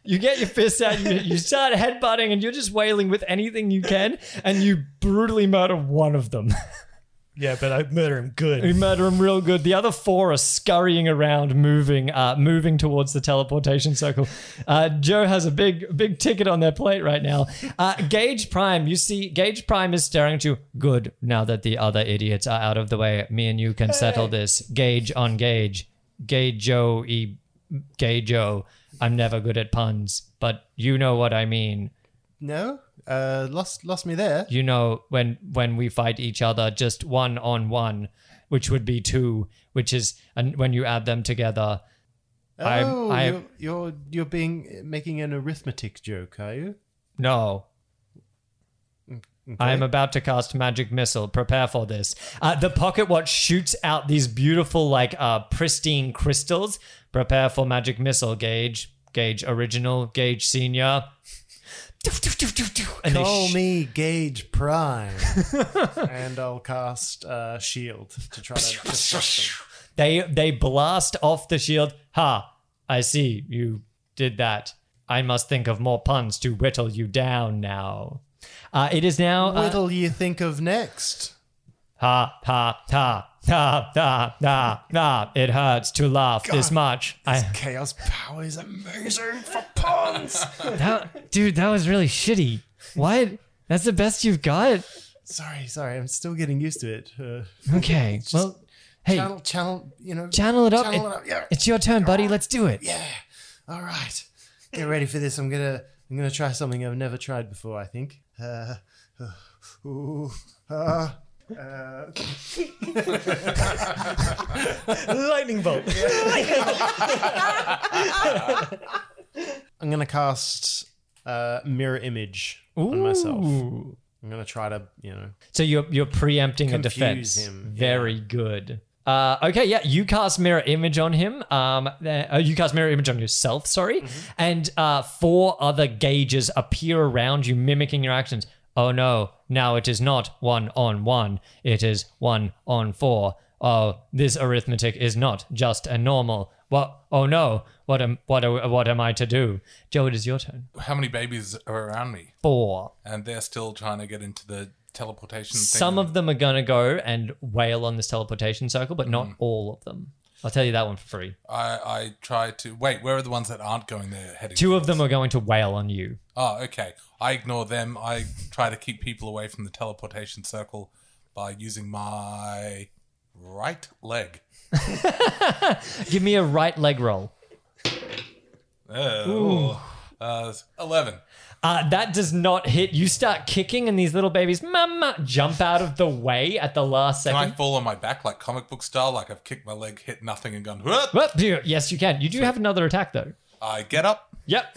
Speaker 1: you get your fist out, you, you start headbutting, and you're just wailing with anything you can, and you brutally murder one of them.
Speaker 3: Yeah, but I murder him
Speaker 1: you [laughs]
Speaker 3: good.
Speaker 1: murder him real good. The other four are scurrying around, moving uh, moving towards the teleportation circle. Uh, Joe has a big big ticket on their plate right now. Uh, Gage Prime, you see, Gage Prime is staring at you. Good. Now that the other idiots are out of the way, me and you can settle this. Gage on Gage. Gage Joe e Gay Joe. I'm never good at puns, but you know what I mean.
Speaker 2: No? Uh, lost lost me there.
Speaker 1: You know when when we fight each other just one on one, which would be two, which is and when you add them together, I'm-
Speaker 2: oh,
Speaker 1: I'm-
Speaker 2: you're, you're you're being making an arithmetic joke, are you?
Speaker 1: no. I am about to cast magic missile. Prepare for this. Uh, the pocket watch shoots out these beautiful, like uh, pristine crystals. Prepare for magic missile, Gage. Gage original, Gage senior. [laughs] And they
Speaker 2: Call
Speaker 1: sh-
Speaker 2: me Gage
Speaker 3: [laughs]
Speaker 2: Prime, and I'll cast uh, Shield to
Speaker 3: [laughs]
Speaker 2: try to. distract them.
Speaker 1: They they blast off the shield. Ha! I see you did that. I must think of more puns to whittle you down now. Uh, it is now. uh,
Speaker 2: What'll you think of next?
Speaker 1: ha ha ha ha ha ha ha. It hurts to laugh this much.
Speaker 2: [laughs]
Speaker 1: I, [laughs]
Speaker 2: Chaos power is amazing for pawns.
Speaker 1: that, dude, that was really shitty. What? That's the best you've got.
Speaker 2: sorry, sorry, I'm still getting used to it. Uh,
Speaker 1: Okay. well, hey,
Speaker 2: channel, channel, you know,
Speaker 1: channel it up.
Speaker 2: channel
Speaker 1: It-
Speaker 2: it up. Yeah.
Speaker 1: It's your turn, buddy. Let's do it.
Speaker 2: Yeah. All right. Get ready for this. I'm gonna I'm gonna try something I've never tried before. I think. Uh, ooh, uh, uh,
Speaker 3: Lightning bolt.
Speaker 2: I'm gonna cast uh, mirror image on myself.
Speaker 1: Ooh.
Speaker 2: I'm gonna try to you know.
Speaker 1: So you're you're preempting a
Speaker 2: Confuse
Speaker 1: defense.
Speaker 2: him, yeah.
Speaker 1: Very good. Uh, okay, yeah, you cast mirror image on him. Um, there- uh, you cast mirror image on yourself. Sorry,
Speaker 2: Mm-hmm.
Speaker 1: and uh, four other gauges appear around you, mimicking your actions. Oh no! Now it is not one on one. It is one on four. Oh, this arithmetic is not just a normal. What? Oh no! What am what am- what am I to do? Joe, it is your turn.
Speaker 4: how many babies are around me?
Speaker 1: Four.
Speaker 4: And they're still trying to get into the teleportation thing. Mm.
Speaker 1: Some of them are gonna go and wail on this teleportation circle, but not all of them. I'll tell you that one for free.
Speaker 4: I, I try to wait. Where are the ones that aren't going there? Heading
Speaker 1: Two of
Speaker 4: towards?
Speaker 1: them are going to wail on you.
Speaker 4: Oh, okay. I ignore them. I try to keep people away from the teleportation circle by using my right leg.
Speaker 1: Give me a right leg roll.
Speaker 4: Oh, uh, eleven.
Speaker 1: Uh, that does not hit. You start kicking, and these little babies, mama, jump out of the way at the last
Speaker 4: Can I
Speaker 1: second.
Speaker 4: fall on my back like comic book style? Like I've kicked my leg, hit nothing, and gone. Whoop!
Speaker 1: Whoop, do- yes, you can. You do have another attack, though.
Speaker 4: I get up. [laughs]
Speaker 1: Yep.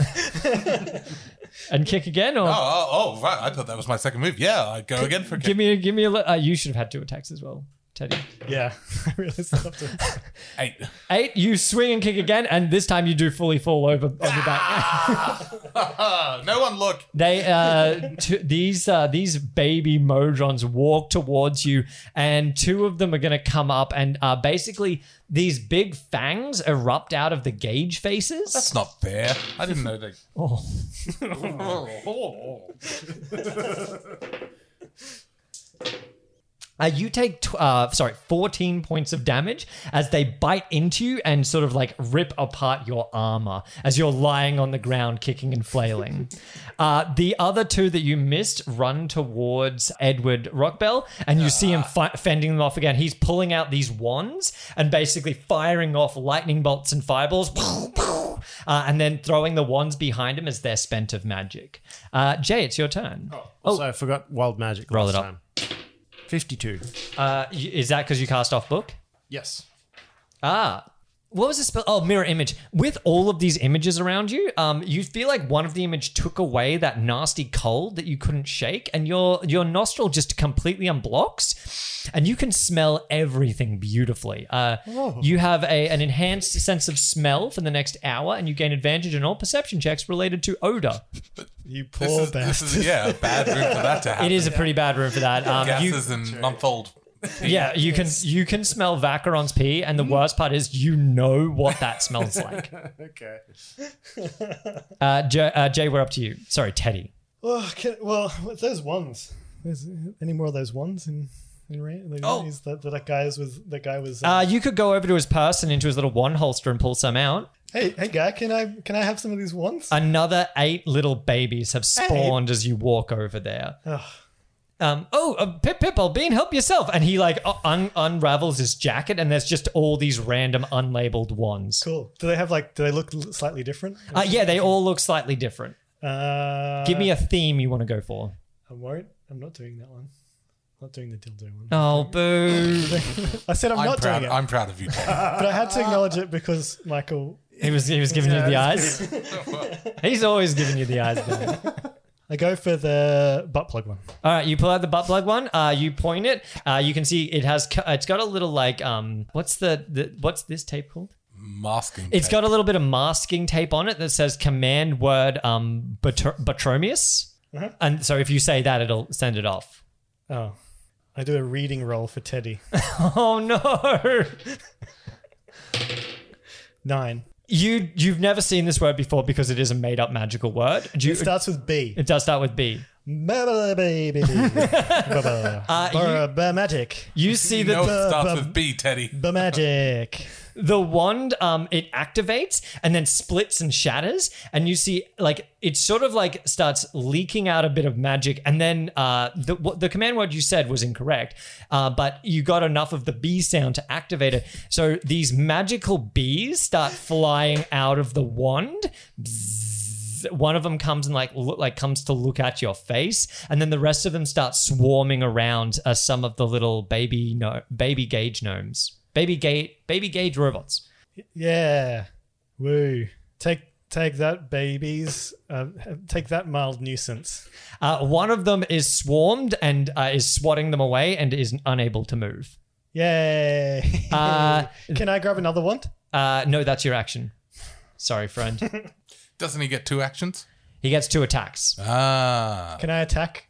Speaker 1: and kick again, or
Speaker 4: Oh, oh, oh, right. I thought that was my second move. Yeah, I go again for a kick.
Speaker 1: give me a give me a. li- Uh, you should have had two attacks as well, Teddy.
Speaker 3: Yeah, [laughs] I really stopped it.
Speaker 4: eight.
Speaker 1: Eight. You swing and kick again, and this time you do fully fall over on your
Speaker 4: Ah!
Speaker 1: back. [laughs]
Speaker 4: Uh, no one look.
Speaker 1: They uh, t- these uh, these baby Modrons walk towards you, and two of them are going to come up, and uh, basically these big fangs erupt out of the gauge faces.
Speaker 4: That's not fair. I didn't
Speaker 3: [laughs]
Speaker 4: know they.
Speaker 1: Oh. Uh, you take tw- uh, sorry, fourteen points of damage as they bite into you and sort of like rip apart your armor as you're lying on the ground, kicking and flailing. uh, the other two that you missed run towards Edward Rockbell, and you see him fi- fending them off again. He's pulling out these wands and basically firing off lightning bolts and fireballs, [laughs] uh, and then throwing the wands behind him as they're spent of magic. Uh, Jay, it's your turn.
Speaker 2: So I forgot wild magic.
Speaker 1: Oh. Roll
Speaker 2: last
Speaker 1: it up.
Speaker 2: Time. Fifty-two.
Speaker 1: Uh, y- is that because you cast off book?
Speaker 2: Yes.
Speaker 1: Ah. What was the spell? Oh, mirror image. With all of these images around you, um, you feel like one of the image took away that nasty cold that you couldn't shake, and your your nostril just completely unblocks, and you can smell everything beautifully. Uh, you have a, an enhanced sense of smell for the next hour, and you gain advantage on all perception checks related to odor.
Speaker 3: You
Speaker 4: This
Speaker 3: poor
Speaker 4: is, this
Speaker 3: bastard.
Speaker 4: is yeah, a bad room for that to
Speaker 1: [laughs]
Speaker 4: happen.
Speaker 1: It is a pretty bad room for that. Um, you,
Speaker 4: gases and month old.
Speaker 1: yeah, you can you can smell Vacheron's pee, and the worst part is you know what that smells like.
Speaker 2: Okay.
Speaker 1: Uh, Jay, uh, Jay, we're up to you. Sorry, Teddy.
Speaker 3: Oh, can, well, with those ones. There's any more of those ones in in rain?
Speaker 4: Oh.
Speaker 3: that, that guy was that guy was. Uh,
Speaker 1: Uh, you could go over to his purse and into his little wand holster and pull some out.
Speaker 3: hey, hey, guy, can I can I have some of these ones?
Speaker 1: Another eight little babies have spawned as you walk over there.
Speaker 3: Ugh.
Speaker 1: Um, oh, uh, Pip, Pip, I'll bean, help yourself. And he like uh, un- unravels his jacket, and there's just all these random unlabeled wands.
Speaker 3: cool. Do they have like? Do they look l- slightly different?
Speaker 1: Uh, yeah, they all look slightly different.
Speaker 3: Uh,
Speaker 1: Give me a theme you want to go for.
Speaker 3: I won't. I'm not doing that one. I'm not doing the dildo
Speaker 1: [laughs]
Speaker 3: one.
Speaker 1: Oh, boo.
Speaker 3: I said I'm,
Speaker 4: I'm
Speaker 3: not
Speaker 4: proud.
Speaker 3: doing it,
Speaker 4: I'm proud of you.
Speaker 3: [laughs]
Speaker 4: Tom.
Speaker 3: but I had to acknowledge it because Michael.
Speaker 1: he was he was giving you the
Speaker 3: [laughs]
Speaker 1: eyes. He's always giving you the eyes. Man.
Speaker 3: I go for the butt plug one.
Speaker 1: All right, you pull out the butt plug one. Uh, you point it. Uh, you can see it has. co- It's got a little like um. What's the, the what's this tape called?
Speaker 4: Masking.
Speaker 1: It's
Speaker 4: tape.
Speaker 1: got a little bit of masking tape on it that says command word um batr- batromius. And so if you say that, it'll send it off. [laughs]
Speaker 3: Oh, I do a reading roll for Teddy.
Speaker 1: Oh no!
Speaker 3: [laughs] Nine.
Speaker 1: You you've never seen this word before because it is a made up magical word. Do you,
Speaker 3: It starts with [laughs] B.
Speaker 1: it does start with B.
Speaker 3: Uh, magic.
Speaker 1: You see that
Speaker 4: No,
Speaker 1: the-
Speaker 4: it starts
Speaker 3: the-
Speaker 4: with B, Teddy.
Speaker 3: The magic.
Speaker 1: the wand um it activates and then splits and shatters and you see like it sort of like starts leaking out a bit of magic and then uh the what the command word you said was incorrect uh but you got enough of the bee sound to activate it so these magical bees start flying out of the wand Bzzz. one of them comes and like look, like comes to look at your face, and then the rest of them start swarming around uh, some of the little baby no baby gauge gnomes baby gate baby gauge robots
Speaker 3: Yeah. Woo. Take take that, babies. Uh, take that, mild nuisance.
Speaker 1: uh, one of them is swarmed and uh, is swatting them away and is unable to move
Speaker 3: Yay.
Speaker 1: Uh,
Speaker 3: [laughs] Can I grab another one?
Speaker 1: uh, no that's your action sorry friend
Speaker 4: Doesn't he get two actions?
Speaker 1: he gets two attacks
Speaker 4: Ah.
Speaker 3: Can I attack?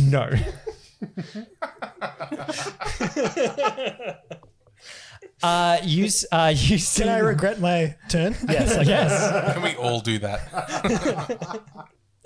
Speaker 1: no uh, you s- uh, you see
Speaker 3: Can I regret my turn? Yes. I
Speaker 1: yes
Speaker 4: Can we all do that? [laughs]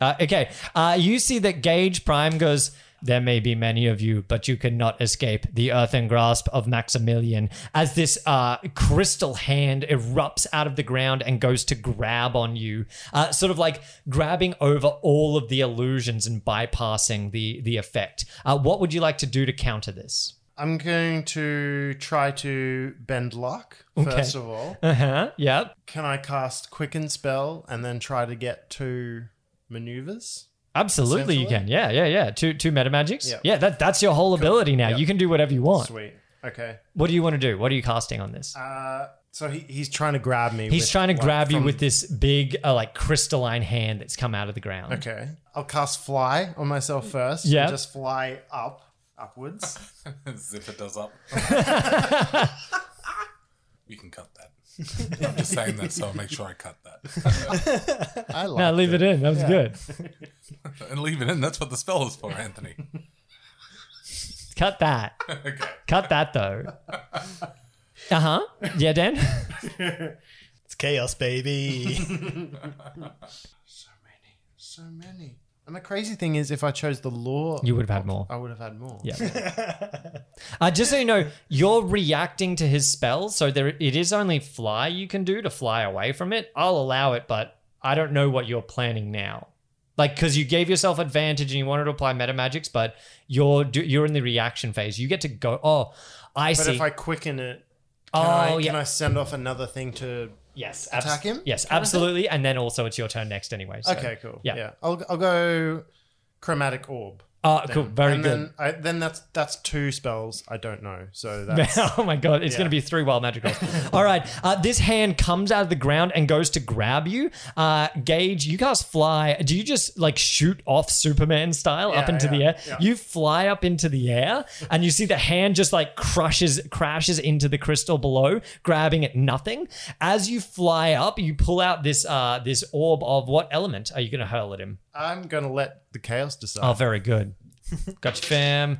Speaker 1: Uh, okay. Uh, you see that Gage Prime goes, There may be many of you, but you cannot escape the earthen grasp of Maximilian as this uh, crystal hand erupts out of the ground and goes to grab on you, uh, sort of like grabbing over all of the illusions and bypassing the, the effect. Uh, what would you like to do to counter this?
Speaker 2: I'm going to try to bend luck, first of all.
Speaker 1: Uh huh. Yep.
Speaker 2: Can I cast Quicken Spell and then try to get two maneuvers?
Speaker 1: Absolutely, you can.
Speaker 2: Essentially.
Speaker 1: Yeah, yeah, yeah. Two two meta magics.
Speaker 2: Yep.
Speaker 1: Yeah, that that's your whole ability now. You can do whatever you want.
Speaker 2: Sweet. Okay.
Speaker 1: What do you want to do? What are you casting on this?
Speaker 2: Uh, so he, he's trying to grab me.
Speaker 1: He's
Speaker 2: with,
Speaker 1: trying to
Speaker 2: like,
Speaker 1: grab you
Speaker 2: from-
Speaker 1: with this big, uh, like crystalline hand that's come out of the ground.
Speaker 2: Okay. I'll cast Fly on myself first.
Speaker 1: Yeah.
Speaker 2: and Just fly up,
Speaker 1: [laughs]
Speaker 2: upwards.
Speaker 4: Zipper does up. we can cut that. I'm just saying that so I'll make sure I cut that.
Speaker 2: I like
Speaker 1: Now leave it in. That was
Speaker 2: [laughs]
Speaker 1: good.
Speaker 4: And leave it in. That's what the spell is for, Anthony.
Speaker 1: Cut that.
Speaker 4: Okay.
Speaker 1: Cut that though. Uh huh. Yeah, Dan.
Speaker 3: [laughs]
Speaker 1: [laughs]
Speaker 3: It's chaos, baby.
Speaker 2: So many. And the crazy thing is, if I chose the law,
Speaker 1: You would have had more.
Speaker 2: I would have had more.
Speaker 1: Yeah. Uh, just so you know, you're reacting to his spell, so there it is only fly you can do to fly away from it. I'll allow it, but I don't know what you're planning now. Like, because you gave yourself advantage and you wanted to apply meta magics, but you're do- you're in the reaction phase. You get to go. Oh, I
Speaker 2: But
Speaker 1: see.
Speaker 2: if I quicken it,
Speaker 1: oh,
Speaker 2: can, I,
Speaker 1: yeah.
Speaker 2: can I send off another thing to?
Speaker 1: yes.
Speaker 2: attack him?
Speaker 1: Yes, absolutely. And then also it's your turn next, anyway. so-
Speaker 2: Okay, cool.
Speaker 1: Yeah.
Speaker 2: I'll I'll go chromatic orb.
Speaker 1: Uh, cool. Very
Speaker 2: and
Speaker 1: good. [laughs]
Speaker 2: Then, I, then that's that's two spells I don't know. So that's
Speaker 1: oh my god, it's
Speaker 2: Yeah.
Speaker 1: going to be three wild magic
Speaker 2: [laughs]
Speaker 1: rolls. All right, uh, this hand comes out of the ground and goes to grab you. Uh, Gage, you cast fly. Do you just like shoot off Superman style up
Speaker 2: Yeah,
Speaker 1: into the
Speaker 2: yeah,
Speaker 1: air?
Speaker 2: yeah.
Speaker 1: You fly up into the air, and you see the hand just like crushes, crashes into the crystal below, grabbing at nothing. As you fly up, you pull out this uh, this orb of what element are you going to hurl at him?
Speaker 2: I'm gonna let the chaos decide.
Speaker 1: Oh, very good. Gotcha, fam.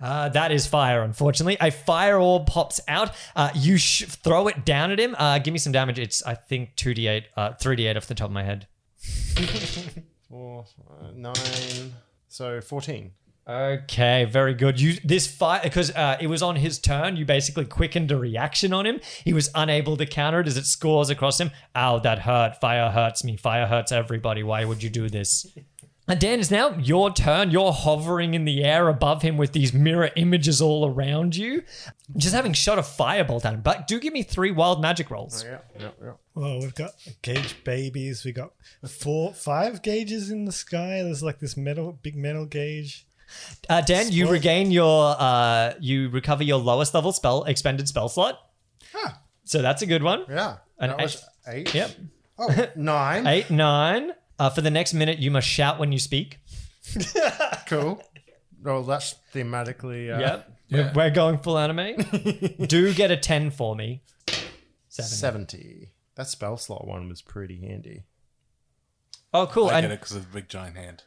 Speaker 1: Uh, that is fire, unfortunately. A fire orb pops out. Uh, you sh- throw it down at him. Uh, give me some damage. It's, I think, 2d8, uh, 3d8 off the top of my head.
Speaker 2: Four, uh, nine, so fourteen.
Speaker 1: Okay, very good. You this fight because uh, it was on his turn. You basically quickened a reaction on him. He was unable to counter it as it scores across him. Ow, that hurt. Fire hurts me. Fire hurts everybody. Why would you do this? And Dan, it's now your turn. You're hovering in the air above him with these mirror images all around you. Just having shot a firebolt at him. But do give me three wild magic rolls.
Speaker 2: Yeah, yeah, yeah.
Speaker 3: Well, we've got gauge babies. We got four, five gauges in the sky. There's like this metal, big metal gauge.
Speaker 1: Uh, Dan, you
Speaker 3: Spoil-
Speaker 1: regain your, uh, you recover your lowest level spell, expended spell slot. So that's a good one.
Speaker 2: Yeah.
Speaker 1: An
Speaker 2: that was eight.
Speaker 1: Yep. [laughs]
Speaker 2: Oh, nine.
Speaker 1: Eight, nine. Uh, for the next minute, you must shout when you speak.
Speaker 2: Cool. Well, that's thematically. Uh,
Speaker 1: We're-
Speaker 4: Yeah.
Speaker 1: We're, going full
Speaker 4: [laughs]
Speaker 1: anime. Do get a 10 for me. Seven.
Speaker 2: Seventy. That spell slot one was pretty handy.
Speaker 1: Oh, cool.
Speaker 4: I get
Speaker 1: And
Speaker 4: it because of the big giant hand.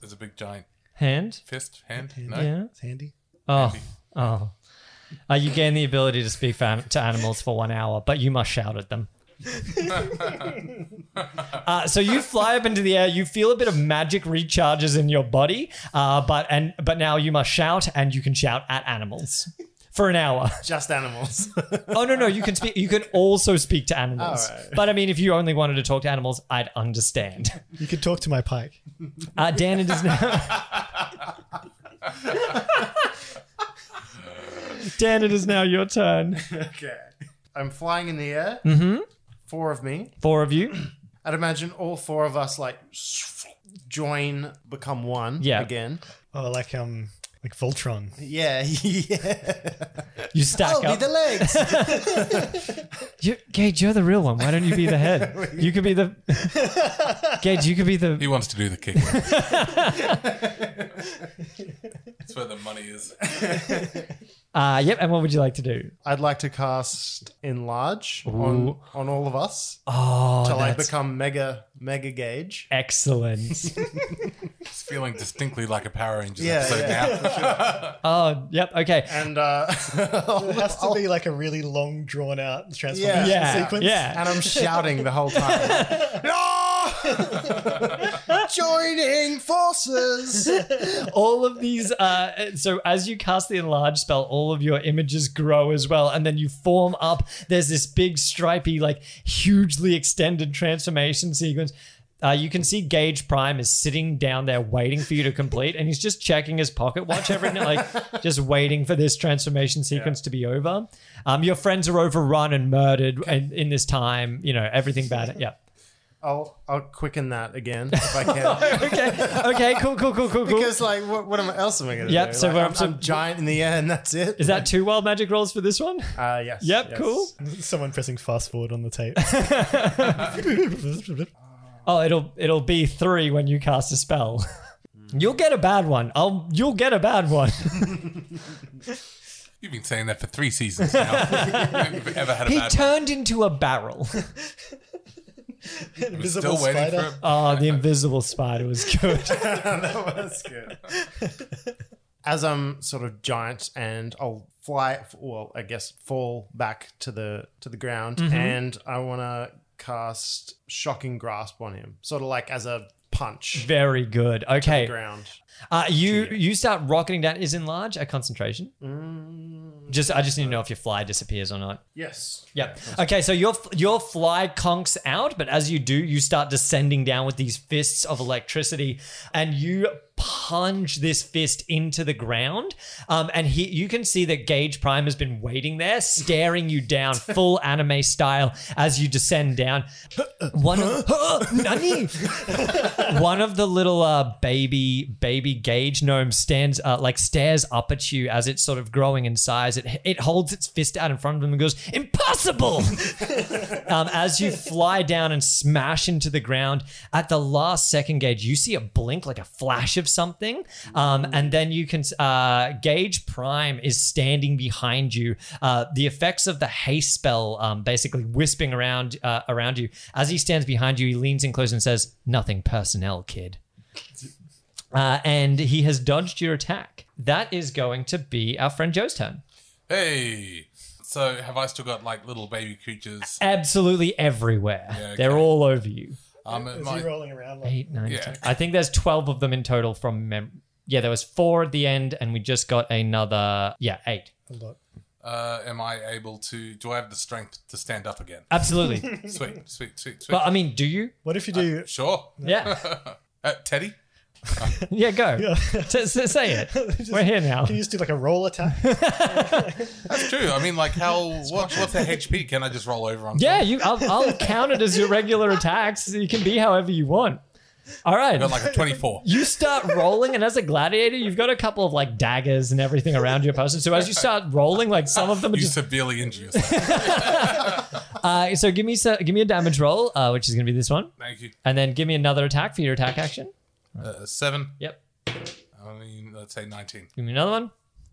Speaker 4: There's a big giant
Speaker 1: hand?
Speaker 4: fist, hand? No?
Speaker 1: Yeah.
Speaker 3: It's handy.
Speaker 1: Oh. Oh. Uh, you gain the ability to speak for, to animals for one hour, but you must shout at
Speaker 4: [laughs]
Speaker 1: them. uh, so you fly up into the air. You feel a bit of magic recharges in your body, uh, but and but now you must shout, and you can shout at animals for an hour.
Speaker 2: Just animals. [laughs]
Speaker 1: Oh no, no, you can speak. You can also speak to animals.
Speaker 2: All right.
Speaker 1: But I mean, if you only wanted to talk to animals, I'd understand.
Speaker 3: You could talk to my pike.
Speaker 1: Uh, Dan, it is
Speaker 2: [laughs]
Speaker 1: now. Dan, it is now your turn.
Speaker 2: okay. I'm flying in the air.
Speaker 1: Mm-hmm.
Speaker 2: Four of me.
Speaker 1: Four of you.
Speaker 2: I'd imagine all four of us like join, become one
Speaker 1: Yeah.
Speaker 2: again.
Speaker 3: Oh, like um, like Voltron.
Speaker 2: Yeah, [laughs] yeah.
Speaker 1: You stack
Speaker 2: I'll
Speaker 1: up.
Speaker 2: be Oh, the
Speaker 1: [laughs]
Speaker 2: legs.
Speaker 1: you, Gage, you're the real one. Why don't you be the
Speaker 2: [laughs]
Speaker 1: head? You could be the. Gage, you could be
Speaker 4: He
Speaker 1: the.
Speaker 4: wants to do the kick. That's where the money is.
Speaker 1: Uh, yep. And what would you like to do?
Speaker 2: I'd like to cast enlarge on, on all of us
Speaker 1: Oh,
Speaker 2: till I
Speaker 1: that's
Speaker 2: become mega mega gauge.
Speaker 1: excellent. [laughs]
Speaker 4: It's feeling distinctly like a Power Rangers
Speaker 2: Yeah,
Speaker 4: episode
Speaker 2: yeah.
Speaker 4: now.
Speaker 1: oh, yep. Okay.
Speaker 2: And uh, [laughs]
Speaker 3: It has to be like a really long, drawn out transformation
Speaker 1: Yeah,
Speaker 3: sequence.
Speaker 1: yeah.
Speaker 2: [laughs] and I'm shouting the whole time. no! Joining forces.
Speaker 1: all of these uh, so as you cast the enlarge spell all of your images grow as well and then you form up there's this big stripy like hugely extended transformation sequence uh, you can see Gage Prime is sitting down there waiting for you to complete, and he's just checking his pocket watch every night, like just waiting for this transformation sequence to be over. Um, your friends are overrun and murdered, and in this time, you know everything bad. Yeah.
Speaker 2: I'll I'll quicken that again if I can.
Speaker 1: [laughs] Okay. Okay. Cool. Cool. Cool. Cool. Cool.
Speaker 2: Because like, what, what am I, else am I gonna
Speaker 1: Yep,
Speaker 2: do?
Speaker 1: so
Speaker 2: Like,
Speaker 1: we're
Speaker 2: I'm,
Speaker 1: up to-
Speaker 2: I'm giant in the air, and that's it.
Speaker 1: is that two wild magic rolls for this one?
Speaker 2: Uh, yes.
Speaker 1: Yep,
Speaker 2: yes.
Speaker 1: cool.
Speaker 3: Someone pressing fast forward on
Speaker 1: [laughs]
Speaker 3: the tape.
Speaker 1: Oh, it'll it'll be three when you cast a spell. [laughs] you'll get a bad one. I'll you'll get a bad one.
Speaker 4: You've been saying that for three seasons now. If you've ever had
Speaker 1: [laughs]
Speaker 4: a
Speaker 1: he
Speaker 4: bad
Speaker 1: turned into a barrel. [laughs]
Speaker 4: one, we're
Speaker 3: Invisible
Speaker 4: still waiting
Speaker 3: spider.
Speaker 4: for
Speaker 1: Oh, the invisible spider was good. [laughs]
Speaker 2: [laughs] that was good. [laughs] As I'm sort of giant, and I'll fly. Well, I guess fall back to the to the ground, and I want to cast shocking grasp on him, sort of like as a punch
Speaker 1: Very good. Okay.
Speaker 2: ground.
Speaker 1: Uh, you you start rocketing down. Is enlarge a concentration? Just I just need to know if your fly disappears or not.
Speaker 2: Yes.
Speaker 1: Yep. Okay, so your your fly conks out, but as you do, you start descending down with these fists of electricity, and you punch this fist into the ground. Um, and he, you can see that Gage Prime has been waiting there, staring you down, full anime style, as you descend down. One of, [gasps] Nani? one of the little uh, baby baby gauge gnome stands uh, like stares up at you as it's sort of growing in size. It it holds its fist out in front of him and goes, "Impossible!" um, as you fly down and smash into the ground. At the last second gauge, you see a blink, like a flash of something, um, and then you can uh, gauge prime is standing behind you. Uh, the effects of the haste spell um, basically wisping around uh, around you. As he stands behind you, he leans in close and says, "Nothing personnel, kid." Uh, and he has dodged your attack. That is going to be our friend Joe's turn.
Speaker 4: Hey, so have I still got like little baby creatures?
Speaker 1: Absolutely everywhere.
Speaker 4: okay.
Speaker 1: They're all over you.
Speaker 4: Um,
Speaker 3: Is
Speaker 4: my-
Speaker 3: he rolling around like
Speaker 1: Eight, nine,
Speaker 4: Yeah.
Speaker 1: ten. I think there's 12 of them in total from mem- Yeah, there was four at the end, and we just got another, yeah, eight.
Speaker 3: a lot?
Speaker 4: uh, am I able to? Do I have the strength to stand up again? [laughs]
Speaker 1: Absolutely.
Speaker 4: Sweet, sweet, sweet, sweet.
Speaker 1: but I mean, do you?
Speaker 3: What if you do?
Speaker 4: sure. [laughs]
Speaker 1: Yeah.
Speaker 4: Uh, Teddy,
Speaker 1: Yeah, go. [laughs]
Speaker 3: Yeah.
Speaker 1: S- s- say it.
Speaker 3: [laughs] Just-
Speaker 1: We're here now.
Speaker 3: Can you just do like a roll
Speaker 1: [laughs]
Speaker 3: attack?
Speaker 4: that's true. I mean, like, how? What, what's their HP? Can I just roll over on?
Speaker 1: Yeah, you. I'll, I'll count it as your regular attacks. You can be however you want. All right.
Speaker 4: I [laughs] got like a twenty-four.
Speaker 1: [laughs] you start rolling, and as a gladiator, you've got a couple of like daggers and everything around your person. So as you start rolling, like some of them are
Speaker 4: You
Speaker 1: just.
Speaker 4: severely injure yourself. [laughs]
Speaker 1: Uh, so give me so, give me a damage roll, uh, which is going to be this one,
Speaker 4: Thank you.
Speaker 1: and then give me another attack for your attack action.
Speaker 4: Uh, seven.
Speaker 1: Yep.
Speaker 4: I mean, let's say nineteen.
Speaker 1: Give me another one.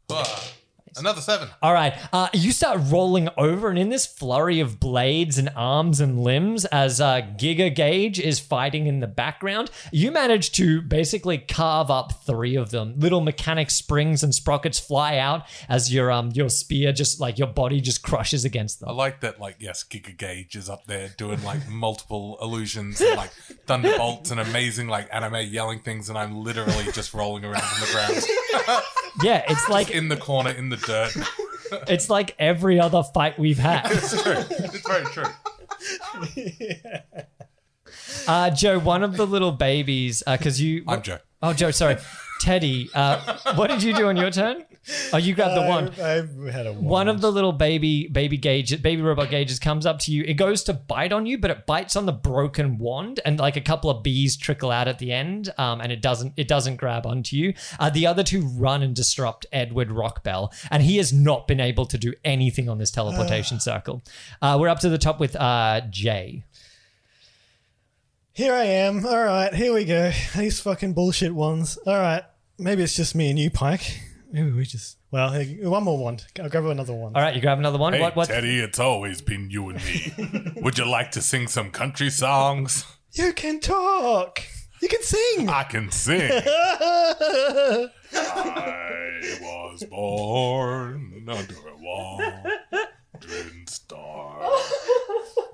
Speaker 4: Ah, another seven.
Speaker 1: All right. Uh, you start rolling over, and in this flurry of blades and arms and limbs, as uh, Giga Gage is fighting in the background, you manage to basically carve up three of them. Little mechanic springs and sprockets fly out as your um your spear just like your body just crushes against
Speaker 4: I [laughs]
Speaker 1: them.
Speaker 4: like that, like, yes, Giga Gage is up there doing
Speaker 1: [laughs]
Speaker 4: like multiple illusions and like thunderbolts and amazing like anime yelling things, and I'm literally just rolling around on the ground
Speaker 1: [laughs] Yeah, it's like
Speaker 4: in the corner in
Speaker 1: [laughs]
Speaker 4: the dirt.
Speaker 1: it's like every other fight we've had.
Speaker 4: It's true. It's very true.
Speaker 1: Uh, Joe, one of the little babies, because you.
Speaker 4: I'm Joe.
Speaker 1: Oh, Joe, sorry, Teddy. Uh, what did you do on your turn? Oh, you grabbed
Speaker 3: Uh,
Speaker 1: the one.
Speaker 3: I, I had a one.
Speaker 1: One of the little baby baby gauge baby robot gauges comes up to you. It goes to bite on you, but it bites on the broken wand, and like a couple of bees trickle out at the end. Um, and it doesn't it doesn't grab onto you. Uh, the other two run and disrupt Edward Rockbell, and he has not been able to do anything on this teleportation circle. Uh, we're up to the top with uh, Jay.
Speaker 3: Here I am. All right, here we go. These fucking bullshit ones. All right, maybe it's just me and you, Pike. Maybe we just. Well, hey, one more wand. I'll grab another one.
Speaker 1: All right, you grab another one.
Speaker 4: Hey,
Speaker 1: what what?
Speaker 4: Teddy, it's always been you and
Speaker 1: [laughs]
Speaker 4: me. Would you like to sing some country songs?
Speaker 3: You can talk. You can sing. [laughs]
Speaker 4: I can sing. I was born under a wall. Didn't star.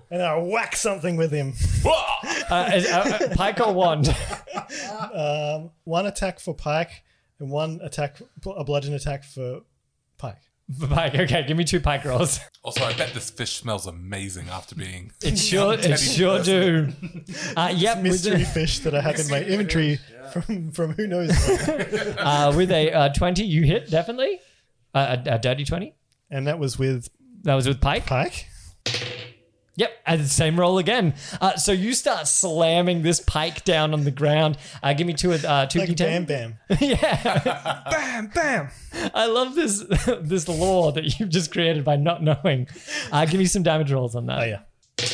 Speaker 3: and I whack something with him.
Speaker 1: Uh, uh, uh, Pyco wand. [laughs]
Speaker 3: One attack for Pike and one attack, a bludgeon attack for Pike.
Speaker 1: Pike. Okay, give me two pike rolls.
Speaker 4: Also, I bet this fish smells amazing after being.
Speaker 1: It sure, it sure do. Uh, yep, with
Speaker 3: Mystery
Speaker 1: a,
Speaker 3: fish that I have in my inventory from, from who knows. where.
Speaker 1: uh, with a uh, twenty, you hit definitely. Uh, a, a dirty twenty.
Speaker 3: and that was with
Speaker 1: That was with Pike.
Speaker 3: Pike.
Speaker 1: Yep, and the same roll again. Uh, so you start slamming this pike down on the ground. Uh, give me two, uh, two
Speaker 3: Like
Speaker 1: d10.
Speaker 3: Bam Bam.
Speaker 1: [laughs] yeah,
Speaker 3: bam, bam.
Speaker 1: I love this [laughs] this lore that you've just created by not knowing. Uh, give me some damage rolls on that.
Speaker 3: Oh, yeah.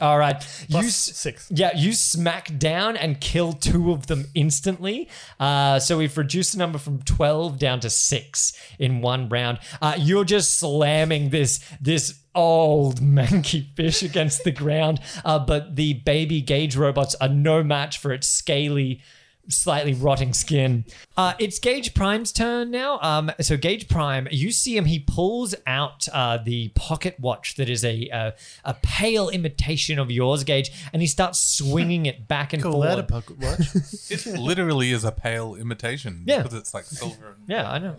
Speaker 1: All right,
Speaker 3: Plus
Speaker 1: you s-
Speaker 3: six.
Speaker 1: Yeah, you smack down and kill two of them instantly. Uh, so we've reduced the number from twelve down to six in one round. Uh, you're just slamming this this old [laughs] manky fish against the ground, uh, but the baby gauge robots are no match for its scaly. Slightly rotting skin. Uh, it's Gage Prime's turn now. Um, so Gage Prime, you see him. He pulls out uh, the pocket watch that is a, a a pale imitation of yours, Gage, and he starts swinging it back and
Speaker 2: Cool.
Speaker 1: forth.
Speaker 2: That a pocket watch.
Speaker 4: It literally is a pale imitation.
Speaker 1: Yeah.
Speaker 4: Because it's like silver and.
Speaker 1: Yeah, I know.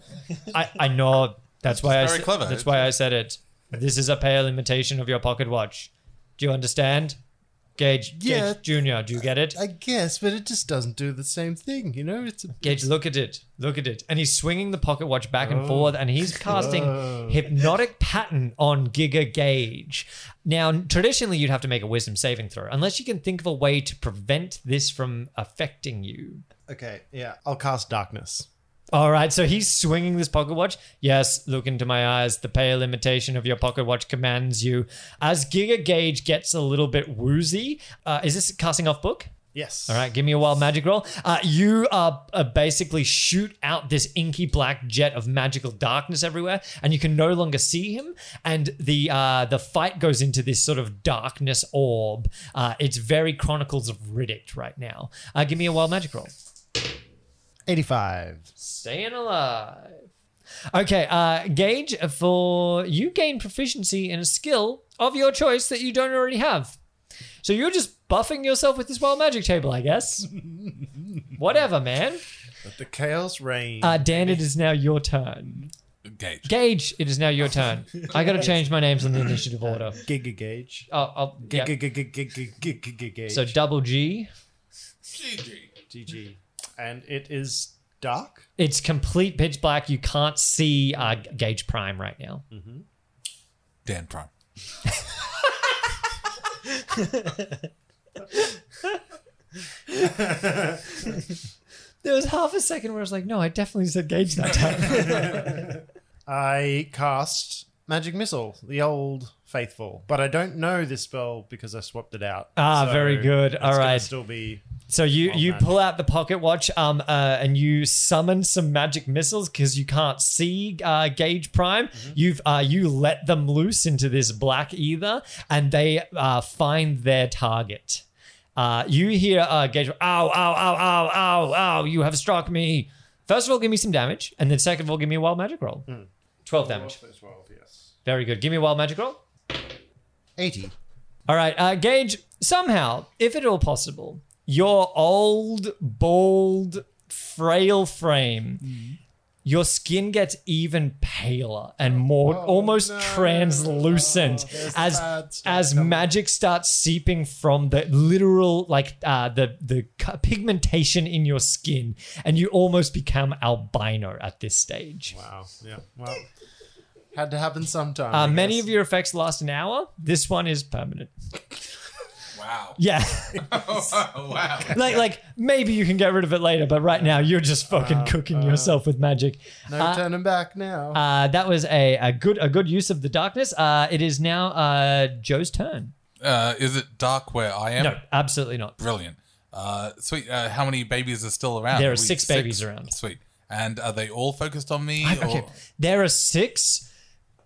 Speaker 1: I, I know. That's why I.
Speaker 4: very
Speaker 1: sa-
Speaker 4: clever.
Speaker 1: That's why I said it. This is a pale imitation of your pocket watch. Do you understand, Gage?
Speaker 2: Yeah.
Speaker 1: Gage Junior, do you get it?
Speaker 2: [laughs] I guess, but it just doesn't do the same thing, you know? It's a,
Speaker 1: Gage, look at it. Look at it. And he's swinging the pocket watch back and forth, and he's casting hypnotic pattern on Giga Gage. Now, traditionally, you'd have to make a wisdom saving throw, unless you can think of a way to prevent this from affecting you.
Speaker 2: okay, yeah. I'll cast darkness.
Speaker 1: All right, so he's swinging this pocket watch. Yes, look into my eyes. The pale imitation of your pocket watch commands you. As Giga Gage gets a little bit woozy, uh, is this casting off book?
Speaker 2: Yes.
Speaker 1: All right, give me a wild magic roll. Uh, you uh, uh, basically shoot out this inky black jet of magical darkness everywhere, and you can no longer see him. And the uh, the fight goes into this sort of darkness orb. Uh, it's very Chronicles of Riddick right now. Uh, give me a wild magic roll.
Speaker 2: 85.
Speaker 1: Staying alive. Okay, uh, Gage, for you gain proficiency in a skill of your choice that you don't already have. So you're just buffing yourself with this wild magic table, I [laughs] guess. Whatever, man.
Speaker 2: But the chaos reign.
Speaker 1: Uh, Dan, it is now your turn.
Speaker 4: Gauge.
Speaker 1: Gage, it is now your turn. I [laughs] got to change my names in the initiative order.
Speaker 2: Giga gauge.
Speaker 1: Oh, I'll, yeah.
Speaker 2: Giga gauge.
Speaker 1: So double G.
Speaker 4: GG.
Speaker 2: GG. And it is dark?
Speaker 1: It's complete pitch black. You can't see uh, Gage Prime right now.
Speaker 4: Dan Prime.
Speaker 1: There was half a second where I was like, no, I definitely said Gage that time.
Speaker 2: I cast Magic Missile, the old faithful. But I don't know this spell because I swapped it out.
Speaker 1: Ah,
Speaker 2: So
Speaker 1: very good.
Speaker 2: it's
Speaker 1: All
Speaker 2: gonna
Speaker 1: right.
Speaker 2: still be.
Speaker 1: So you
Speaker 2: Wild
Speaker 1: you
Speaker 2: magic.
Speaker 1: pull out the pocket watch, um, uh, and you summon some magic missiles because you can't see uh, Gage Prime. You've uh, you let them loose into this black ether, and they uh, find their target. Uh, you hear uh, Gage, ow, ow, ow, ow, ow, ow! You have struck me. First of all, give me some damage, and then second of all, give me a wild magic roll. Twelve damage.
Speaker 2: 12, yes.
Speaker 1: Very good. Give me a wild magic roll.
Speaker 2: 80.
Speaker 1: All right, uh, Gage, somehow, if at all possible, your old, bald, frail frame, your skin gets even paler and more almost translucent as as magic starts seeping from the literal like uh, the the c- pigmentation in your skin, and you almost become albino at this stage.
Speaker 2: Wow. Yeah. Well, had to happen sometime.
Speaker 1: Uh, many of your effects last an hour. This one is permanent.
Speaker 4: Wow.
Speaker 1: Yeah. [laughs]
Speaker 4: [laughs] wow.
Speaker 1: like like maybe you can get rid of it later, but right now you're just fucking cooking yourself with magic.
Speaker 2: No turning back now.
Speaker 1: Uh, that was a, a good a good use of the darkness. Uh, it is now uh, Joe's turn.
Speaker 4: Uh, is it dark where I am?
Speaker 1: No, absolutely not.
Speaker 4: Brilliant. Uh, sweet. Uh, how many babies are still around?
Speaker 1: There are
Speaker 4: We-
Speaker 1: six babies around.
Speaker 4: Sweet. And are they all focused on me?
Speaker 1: Okay,
Speaker 4: or-
Speaker 1: there are six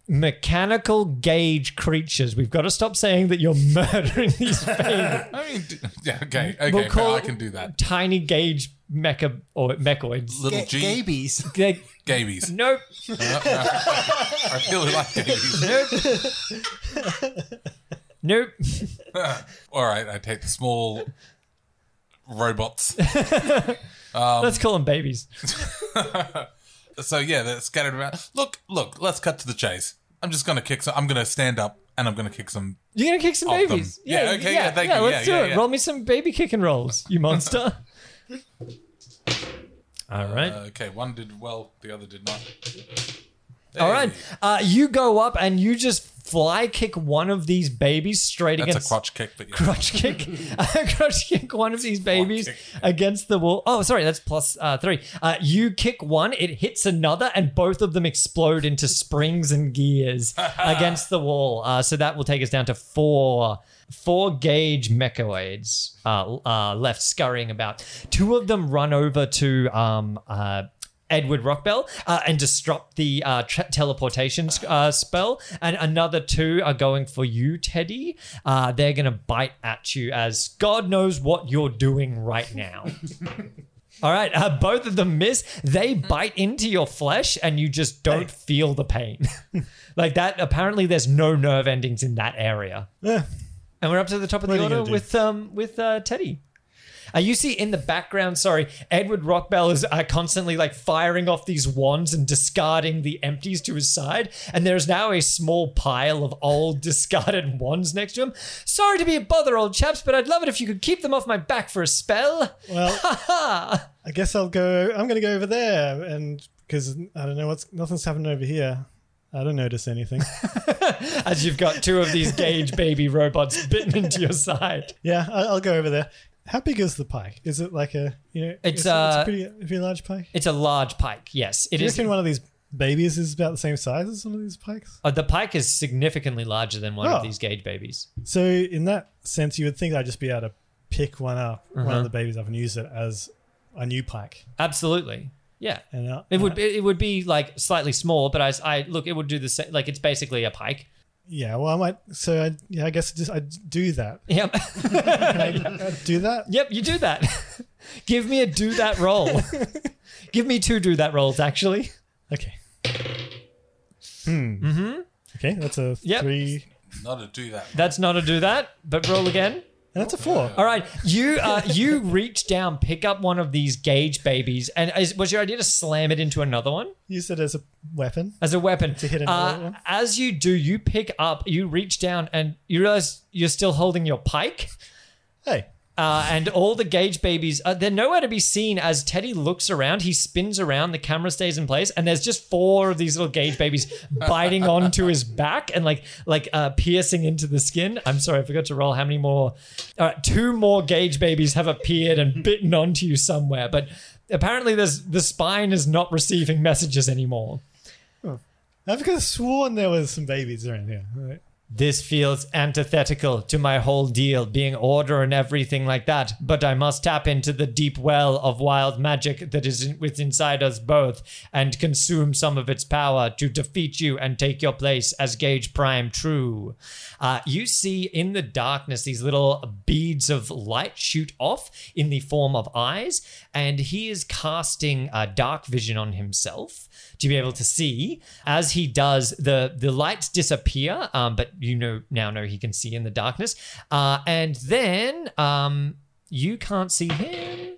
Speaker 1: mechanical gauge creatures. We've got to stop saying that you're [laughs] murdering these babies.
Speaker 4: I mean, d- [laughs] yeah, okay, okay,
Speaker 1: We'll
Speaker 4: fair,
Speaker 1: call
Speaker 4: I
Speaker 1: it
Speaker 4: can do that.
Speaker 1: Tiny gauge mecha or mechoids.
Speaker 4: Little G,
Speaker 2: Gabies.
Speaker 1: They-
Speaker 4: gabies.
Speaker 1: nope.
Speaker 4: [laughs] I really like gabies.
Speaker 1: Nope.
Speaker 4: All right, I take the small robots.
Speaker 1: Let's call them babies.
Speaker 4: So yeah, they're scattered around. Look, look. Let's cut to the chase. I'm just gonna kick some. I'm gonna stand up and I'm gonna kick some.
Speaker 1: You're gonna kick some
Speaker 4: Of them.
Speaker 1: babies.
Speaker 4: Yeah, okay, yeah, thank you.
Speaker 1: Let's
Speaker 4: Yeah,
Speaker 1: do
Speaker 4: yeah,
Speaker 1: it.
Speaker 4: yeah.
Speaker 1: Roll me some baby kick and rolls, you
Speaker 4: [laughs]
Speaker 1: monster. All right.
Speaker 4: Uh, okay, one did well, the other did not.
Speaker 1: All
Speaker 4: Hey,
Speaker 1: right. Uh, you go up and you just fly kick one of these babies straight
Speaker 4: That's
Speaker 1: against
Speaker 4: a crotch kick, but yeah.
Speaker 1: crotch kick, [laughs] crotch kick one of these babies
Speaker 4: kick.
Speaker 1: against the wall. Oh, sorry, that's plus uh, three. Uh, you kick one, it hits another, and both of them explode into springs and gears against the wall. Uh, so that will take us down to four four gauge mechoids uh, uh, left scurrying about. Two of them run over to. Um, uh, Edward Rockbell uh, and disrupt the uh, tra- teleportation uh, spell. And another two are going for you, Teddy. Uh, they're going to bite at you as God knows what you're doing right now. All right, uh, both of them miss. They bite into your flesh, and you just don't feel the pain. [laughs] like that. Apparently, there's no nerve endings in that area.
Speaker 3: Eh,
Speaker 1: And we're up to the top of
Speaker 3: What
Speaker 1: the
Speaker 3: are
Speaker 1: order
Speaker 3: you gonna do?
Speaker 1: with um with uh, Teddy. Uh, you see in the background, sorry, Edward Rockbell is uh, constantly like firing off these wands and discarding the empties to his side, and there is now a small pile of old [laughs] discarded wands next to him. Sorry to be a bother, old chaps, but I'd love it if you could keep them off my back for a spell. [laughs]
Speaker 3: well,
Speaker 1: Ha!
Speaker 3: I guess I'll go. I'm going to go over there, and because I don't know what's nothing's happening over here. I don't notice anything.
Speaker 1: As you've got two of these gauge baby robots [laughs] bitten into your side.
Speaker 3: yeah, I, I'll go over there. How big is the pike? Is it like a you know?
Speaker 1: It's,
Speaker 3: it-
Speaker 1: uh,
Speaker 3: a pretty, a pretty large pike.
Speaker 1: It's a large pike, yes. It
Speaker 3: Do you
Speaker 1: is.
Speaker 3: reckon one of these babies is about the same size as some of these pikes?
Speaker 1: Uh, the pike is significantly larger than one of
Speaker 3: Oh.
Speaker 1: these gauge babies.
Speaker 3: So in that sense, you would think I'd just be able to pick one up, one
Speaker 1: Uh-huh.
Speaker 3: of the babies up, and use it as a new pike.
Speaker 1: Absolutely. Yeah.
Speaker 3: And uh,
Speaker 1: It would be, it would be like slightly small, but I, I look it would do the same. Like it's basically a pike. [laughs]
Speaker 3: yeah. Well, I might. So I, yeah, I guess just I do that.
Speaker 1: Yep. [laughs]
Speaker 3: I'd do that.
Speaker 1: yep. You do that. [laughs] Give me a do that roll.
Speaker 3: [laughs]
Speaker 1: Give me two do that rolls actually.
Speaker 3: Okay. Hmm. Mm-hmm. Okay, that's a
Speaker 1: Yep.
Speaker 3: three,
Speaker 4: Not to do that.
Speaker 1: That's not a do that, but roll again.
Speaker 3: and that's a four.
Speaker 1: All right. You uh, you reach down, pick up one of these gauge babies, and is, was your idea to slam it into another one?
Speaker 3: Use it as a weapon.
Speaker 1: as a weapon.
Speaker 3: To hit another
Speaker 1: uh,
Speaker 3: one?
Speaker 1: as you do, you pick up, you reach down, and you realize you're still holding your pike.
Speaker 3: Hey,
Speaker 1: Uh, and all the gauge babies, uh, they're nowhere to be seen as Teddy looks around. He spins around, the camera stays in place, and there's just four of these little gauge babies biting onto his back and like like uh, piercing into the skin. I'm sorry, I forgot to roll how many more. All right, two more gauge babies have appeared and bitten onto you somewhere, but apparently there's the spine is not receiving messages anymore.
Speaker 3: I could have sworn there was some babies around here. All right.
Speaker 1: This feels antithetical to my whole deal, being order and everything like that, but I must tap into the deep well of wild magic that is in- with inside us both and consume some of its power to defeat you and take your place as Gage Prime True. Uh, you see in the darkness these little beads of light shoot off in the form of eyes, and he is casting uh, dark vision on himself to be able to see. As he does, the the lights disappear, um, but you know now know he can see in the darkness. Uh, and then um, you can't see him.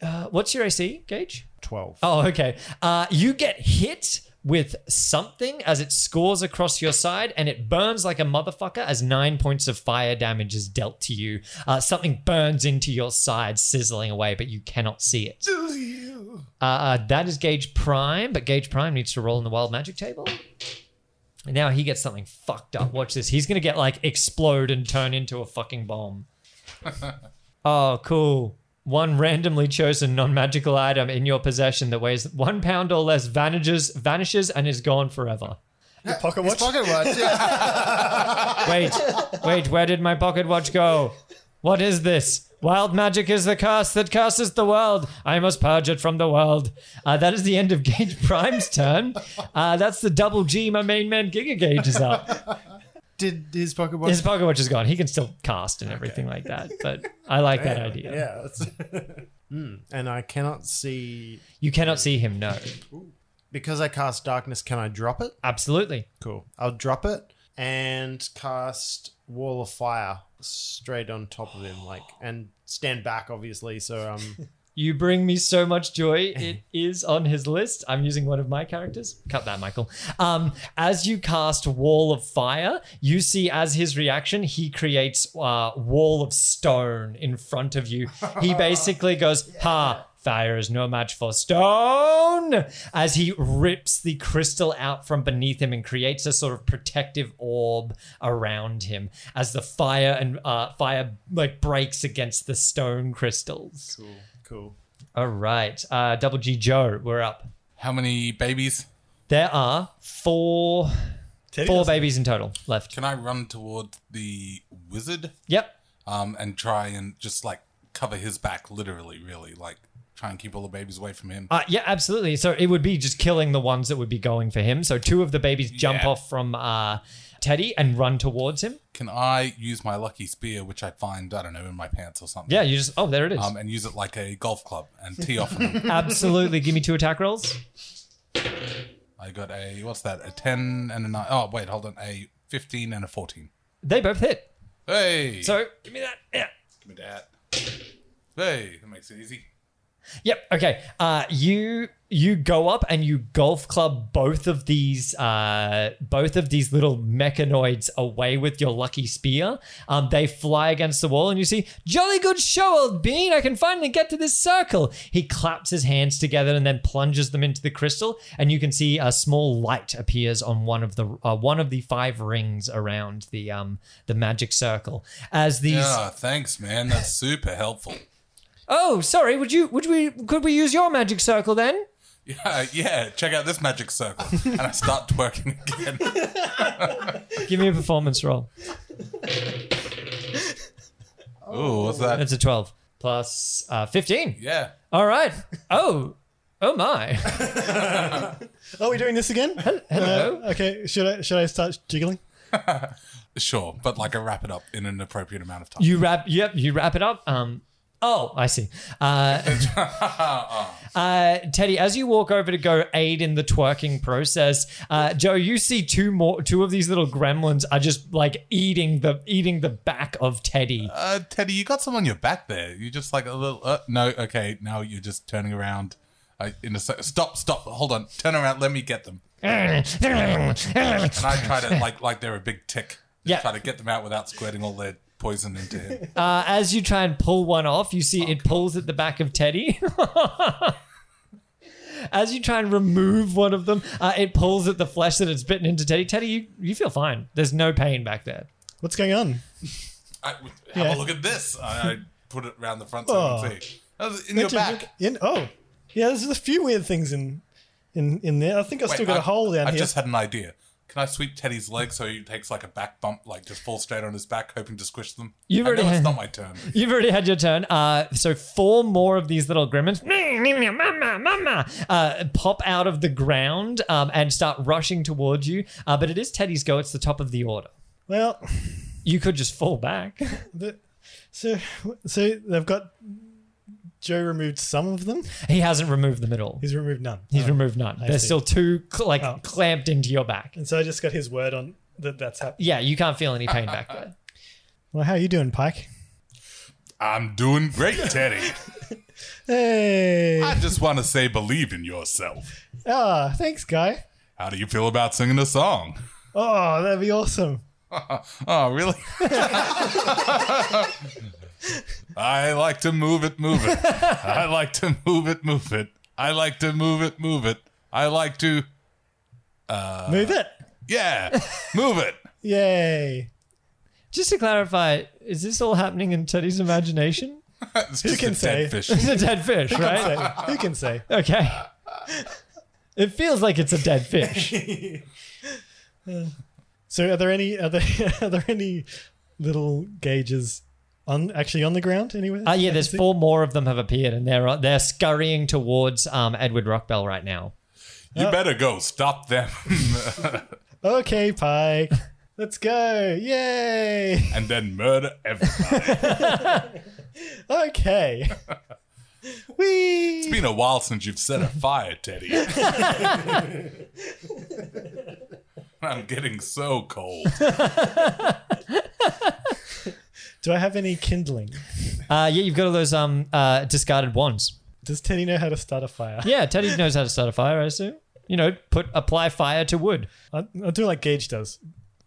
Speaker 1: Uh, what's your AC, Gage?
Speaker 2: 12.
Speaker 1: Oh, okay. Uh, you get hit with something as it scores across your side and it burns like a motherfucker as nine points of fire damage is dealt to you. Uh, something burns into your side, sizzling away, but you cannot see it. Uh, uh, that is Gage Prime, but Gage Prime needs to roll in the wild magic table. And now he gets something fucked up. Watch this. He's going to get like explode and turn into a fucking bomb. oh, cool. One randomly chosen non-magical item in your possession that weighs one pound or less vanishes, vanishes and is gone forever.
Speaker 3: Your pocket
Speaker 2: His
Speaker 3: watch.
Speaker 2: pocket watch. yeah.
Speaker 1: Wait, wait, where did my pocket watch go? What is this? Wild magic is the curse that curses the world. I must purge it from the world. Uh, that is the end of [laughs] Gage Prime's turn. Uh, that's the double G my main man Giga Gage is up.
Speaker 2: [laughs] Did his pocket watch?
Speaker 1: His pocket watch is gone. He can still cast and everything like that. But I like that idea.
Speaker 2: yeah. that's- [laughs] Hmm. And I cannot see.
Speaker 1: You cannot see him, no.
Speaker 2: Because I cast darkness, can I drop it?
Speaker 1: Absolutely.
Speaker 2: Cool. I'll drop it and cast wall of fire straight on top
Speaker 1: [gasps]
Speaker 2: of him, like, and stand back, obviously.
Speaker 1: [laughs]
Speaker 2: So um,
Speaker 1: You bring me so much joy. It is on his list. I'm using one of my characters. Cut that, Michael. Um, as you cast Wall of Fire, you see as his reaction, he creates uh, Wall of Stone in front of you. He basically goes, Ha, fire is no match for stone, as he rips the crystal out from beneath him and creates a sort of protective orb around him as the fire and uh, fire like breaks against the stone crystals.
Speaker 2: cool, cool.
Speaker 1: All right. Uh, Double G Joe, we're up.
Speaker 4: How many babies?
Speaker 1: There are four
Speaker 3: Teddy
Speaker 1: four
Speaker 3: doesn't-
Speaker 1: babies in total left.
Speaker 4: Can I run toward the wizard
Speaker 1: Yep.
Speaker 4: um, and try and just like cover his back, literally, really, like try and keep all the babies away from him?
Speaker 1: Uh, yeah, absolutely. So it would be just killing the ones that would be going for him. So two of the babies jump
Speaker 4: Yeah.
Speaker 1: off from uh, Teddy and run towards him.
Speaker 4: Can I use my lucky spear, which I find I don't know in my pants or something?
Speaker 1: Yeah, you just oh there it is.
Speaker 4: Um, and use it like a golf club and tee off.
Speaker 1: [laughs]
Speaker 4: on him.
Speaker 1: absolutely. Give me two attack rolls.
Speaker 4: I got a what's that? A ten and a nine. Oh wait, hold on. A fifteen and a fourteen.
Speaker 1: They both hit.
Speaker 4: Hey.
Speaker 1: So give me that. Yeah.
Speaker 4: Give me that. Hey, that makes it easy.
Speaker 1: Yep. Okay. Uh, you you go up and you golf club both of these uh, both of these little mechanoids away with your lucky spear. Um, they fly against the wall, and you see, "Jolly good show, old bean! I can finally get to this circle." He claps his hands together and then plunges them into the crystal, and you can see a small light appears on one of the uh, one of the five rings around the um, the magic circle. As these,
Speaker 4: Yeah, thanks, man. That's super helpful.
Speaker 1: oh, sorry, would you would we could we use your magic circle then?
Speaker 4: Yeah, yeah. Check out this magic circle, and I start twerking
Speaker 1: [laughs]
Speaker 4: again.
Speaker 1: Give me a performance roll. Oh.
Speaker 4: Ooh, what's that?
Speaker 1: That's a 12 plus uh, 15.
Speaker 4: Yeah.
Speaker 1: All right. Oh, oh my. [laughs]
Speaker 3: Are we doing this again?
Speaker 1: Hello.
Speaker 3: Uh, okay, should I should I start jiggling?
Speaker 4: Sure, but like I wrap it up in an appropriate amount of time.
Speaker 1: You wrap, yep, you wrap it up. Um, oh, I see. Uh, uh, Teddy, as you walk over to go aid in the twerking process, uh, Joe, you see two more, two of these little gremlins are just like eating the, eating the back of Teddy.
Speaker 4: Uh, Teddy, you got some on your back there. You just like a little. Uh, no, okay. Now you're just turning around. Uh, in a se- stop, stop. Hold on. Turn around. Let me get them.
Speaker 1: [laughs]
Speaker 4: And I try to like like they're a big tick. Just
Speaker 1: Yeah.
Speaker 4: Try to get them out without squirting all their poison
Speaker 3: [laughs]
Speaker 4: into him.
Speaker 1: Uh, as you try and pull one off, you see it pulls at the back of Teddy. [laughs] as you try and remove one of them, uh, it pulls at the flesh that it's bitten into Teddy. Teddy, you, you feel fine. There's no pain back there.
Speaker 3: What's going on?
Speaker 4: I, have a
Speaker 3: Yeah.
Speaker 4: look at this. I, I put it around the front so you
Speaker 3: Oh.
Speaker 4: can see. That was in your
Speaker 3: Mentioned-
Speaker 4: back.
Speaker 3: In, oh, yeah. There's a few weird things in in in there. I think I have
Speaker 4: Wait,
Speaker 3: still got a
Speaker 4: I-
Speaker 3: hole down
Speaker 4: I've
Speaker 3: here.
Speaker 4: just had an idea. Can I sweep Teddy's leg so he takes like a back bump, like just falls straight on his back, hoping to squish them?
Speaker 1: You've
Speaker 4: I
Speaker 1: already
Speaker 4: know
Speaker 1: had-
Speaker 4: it's not my turn.
Speaker 1: You've already had your turn. Uh, so four more of these little gremlins [laughs] mama, mama, uh, pop out of the ground um, and start rushing towards you. Uh, but it is Teddy's go. It's the top of the order.
Speaker 3: well,
Speaker 1: You could just fall back. [laughs]
Speaker 3: the, so so they've got Joe removed some of them.
Speaker 1: he hasn't removed them at all.
Speaker 3: He's removed none.
Speaker 1: He's
Speaker 3: Oh.
Speaker 1: removed none.
Speaker 3: I
Speaker 1: There's
Speaker 3: see.
Speaker 1: still two cl- like
Speaker 3: Oh.
Speaker 1: clamped into your back.
Speaker 3: and so I just got his word on that that's happened.
Speaker 1: Yeah, you can't feel any pain back there.
Speaker 3: Well, how are you doing, Pike?
Speaker 4: I'm doing great, Teddy.
Speaker 3: Hey.
Speaker 4: I just want to say, believe in yourself.
Speaker 3: Ah, thanks, guy.
Speaker 4: How do you feel about singing a song?
Speaker 3: Oh, that'd be awesome.
Speaker 4: Oh, really? [laughs] I like to move it, move it. I like to move it, move it. I like to move it, move it. I like to,
Speaker 3: Move it.
Speaker 4: yeah, move it.
Speaker 3: Yay.
Speaker 1: Just to clarify, is this all happening in Teddy's imagination?
Speaker 4: It's just
Speaker 3: can
Speaker 4: a dead
Speaker 3: say?
Speaker 4: fish.
Speaker 1: It's a dead fish, right?
Speaker 3: Say, who can say?
Speaker 1: Okay. It feels like it's a dead fish.
Speaker 3: So, are there any are there, [laughs] are there any little gauges on actually on the ground anywhere?
Speaker 1: Uh,
Speaker 3: I
Speaker 1: yeah,
Speaker 3: can
Speaker 1: there's
Speaker 3: see?
Speaker 1: four more of them have appeared, and they're uh, they're scurrying towards um, Edward Rockbell right now.
Speaker 4: You better go. Stop them. [laughs]
Speaker 3: Okay, Pike. Let's go. Yay.
Speaker 4: and then murder everybody.
Speaker 1: [laughs]
Speaker 3: Okay. Whee.
Speaker 4: It's been a while since you've set a fire, Teddy. [laughs] I'm getting so cold.
Speaker 3: Do I have any kindling?
Speaker 1: Uh, yeah, you've got all those um uh, discarded wands.
Speaker 3: Does Teddy know how to start a fire?
Speaker 1: Yeah, Teddy knows how to start a fire, I assume. You know, put apply fire to wood.
Speaker 3: I'll, I'll do like Gage does.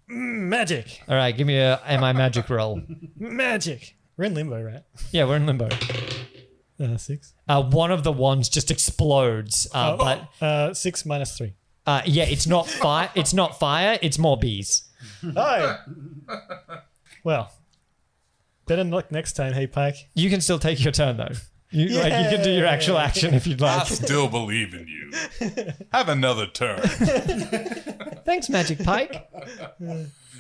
Speaker 3: Mm, Magic,
Speaker 1: All right, give me a am I magic roll?
Speaker 3: magic. We're in limbo, right?
Speaker 1: Yeah, we're in limbo.
Speaker 3: Uh, six.
Speaker 1: Uh, one of the wands just explodes, uh, but
Speaker 3: Uh, six minus three.
Speaker 1: uh, yeah, it's not fire. It's not fire. It's more bees.
Speaker 3: Oh. [laughs] well, better luck next time. Hey, Pike.
Speaker 1: You can still take your turn though. You, like, you can do your actual action if you'd
Speaker 4: I
Speaker 1: like.
Speaker 4: still believe in you. Have another turn.
Speaker 1: Thanks, Magic Pike.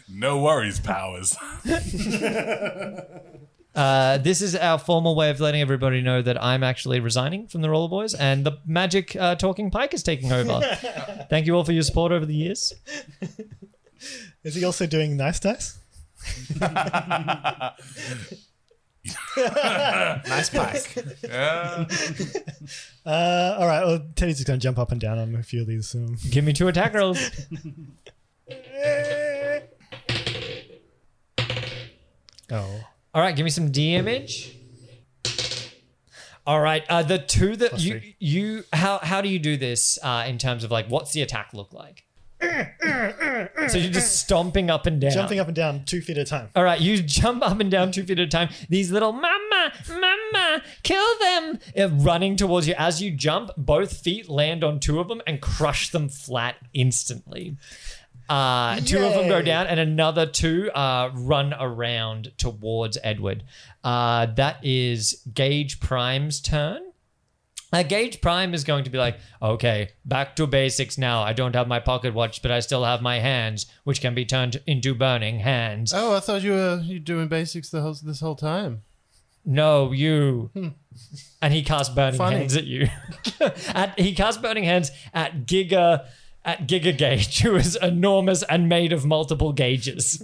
Speaker 4: No worries, powers.
Speaker 1: [laughs]
Speaker 4: [laughs]
Speaker 1: Uh, this is our formal way of letting everybody know that I'm actually resigning from the Roller Boys, and the Magic uh, Talking Pike is taking [laughs] over. Thank you all for your support over the years.
Speaker 3: Is he also doing nice dice?
Speaker 2: Nice bike.
Speaker 1: [laughs]
Speaker 4: Yeah.
Speaker 3: Uh, all right. Well, Teddy's just gonna jump up and down on a few of these. Um,
Speaker 1: Give me two attack rolls.
Speaker 3: oh,
Speaker 1: All right, give me some damage. All right, uh, the two that you
Speaker 3: three.
Speaker 1: you how how do you do this uh, in terms of like what's the attack look like? so you're just stomping up and down.
Speaker 3: jumping up and down two feet at a time.
Speaker 1: All right, you jump up and down two feet at a time. These little mama, mama, kill them, are running towards you. As you jump, both feet land on two of them and crush them flat instantly. Uh, two of them go
Speaker 3: Yay.
Speaker 1: down, and another two uh, run around towards Edward. Uh, that is Gage Prime's turn. Uh, Gage Prime is going to be like, okay, back to basics now. I don't have my pocket watch, but I still have my hands, which can be turned into burning hands.
Speaker 2: Oh, I thought you were you doing basics the whole this whole time.
Speaker 1: No, you. And he casts burning
Speaker 2: Hmm. Funny.
Speaker 1: hands at you. [laughs] at, he casts burning hands at Giga at Giga Gauge, who is enormous and made of multiple gauges.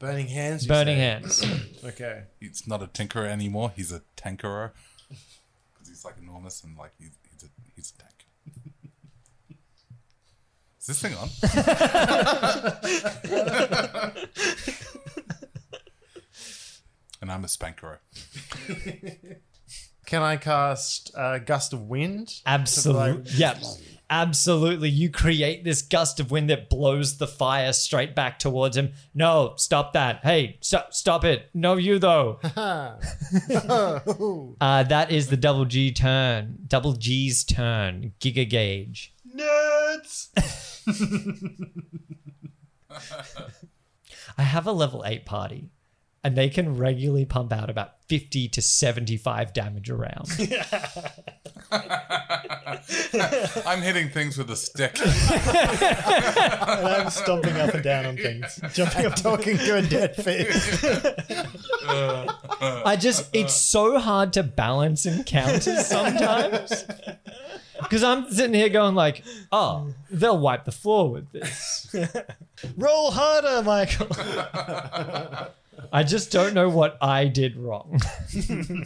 Speaker 2: Burning hands. you
Speaker 1: burning
Speaker 2: say?
Speaker 1: hands.
Speaker 2: Okay.
Speaker 4: He's not a tinkerer anymore. He's a tankerer. Because he's like enormous and like he's, he's, a, he's a tank. Is this thing on? and I'm a spankerer.
Speaker 2: Can I cast uh, gust of wind? [laughs]
Speaker 1: Absolutely. Yep. Absolutely. You create this gust of wind that blows the fire straight back towards him. No, stop that. Hey, stop stop it. No you
Speaker 2: [laughs]
Speaker 1: though. uh, that is the double G turn. Double G's turn. Giga gauge.
Speaker 3: Nerds.
Speaker 1: I have a level eight party, and they can regularly pump out about fifty to seventy-five damage around.
Speaker 4: I'm hitting things with a stick.
Speaker 3: And [laughs] I'm stomping up and down on things. [laughs] Jumping up.
Speaker 2: Talking to a dead fish.
Speaker 1: I just—it's so hard to balance encounters sometimes. Because I'm sitting here going like, "Oh, they'll wipe the floor with this."
Speaker 3: Roll harder, Michael.
Speaker 1: I just don't know what I did wrong.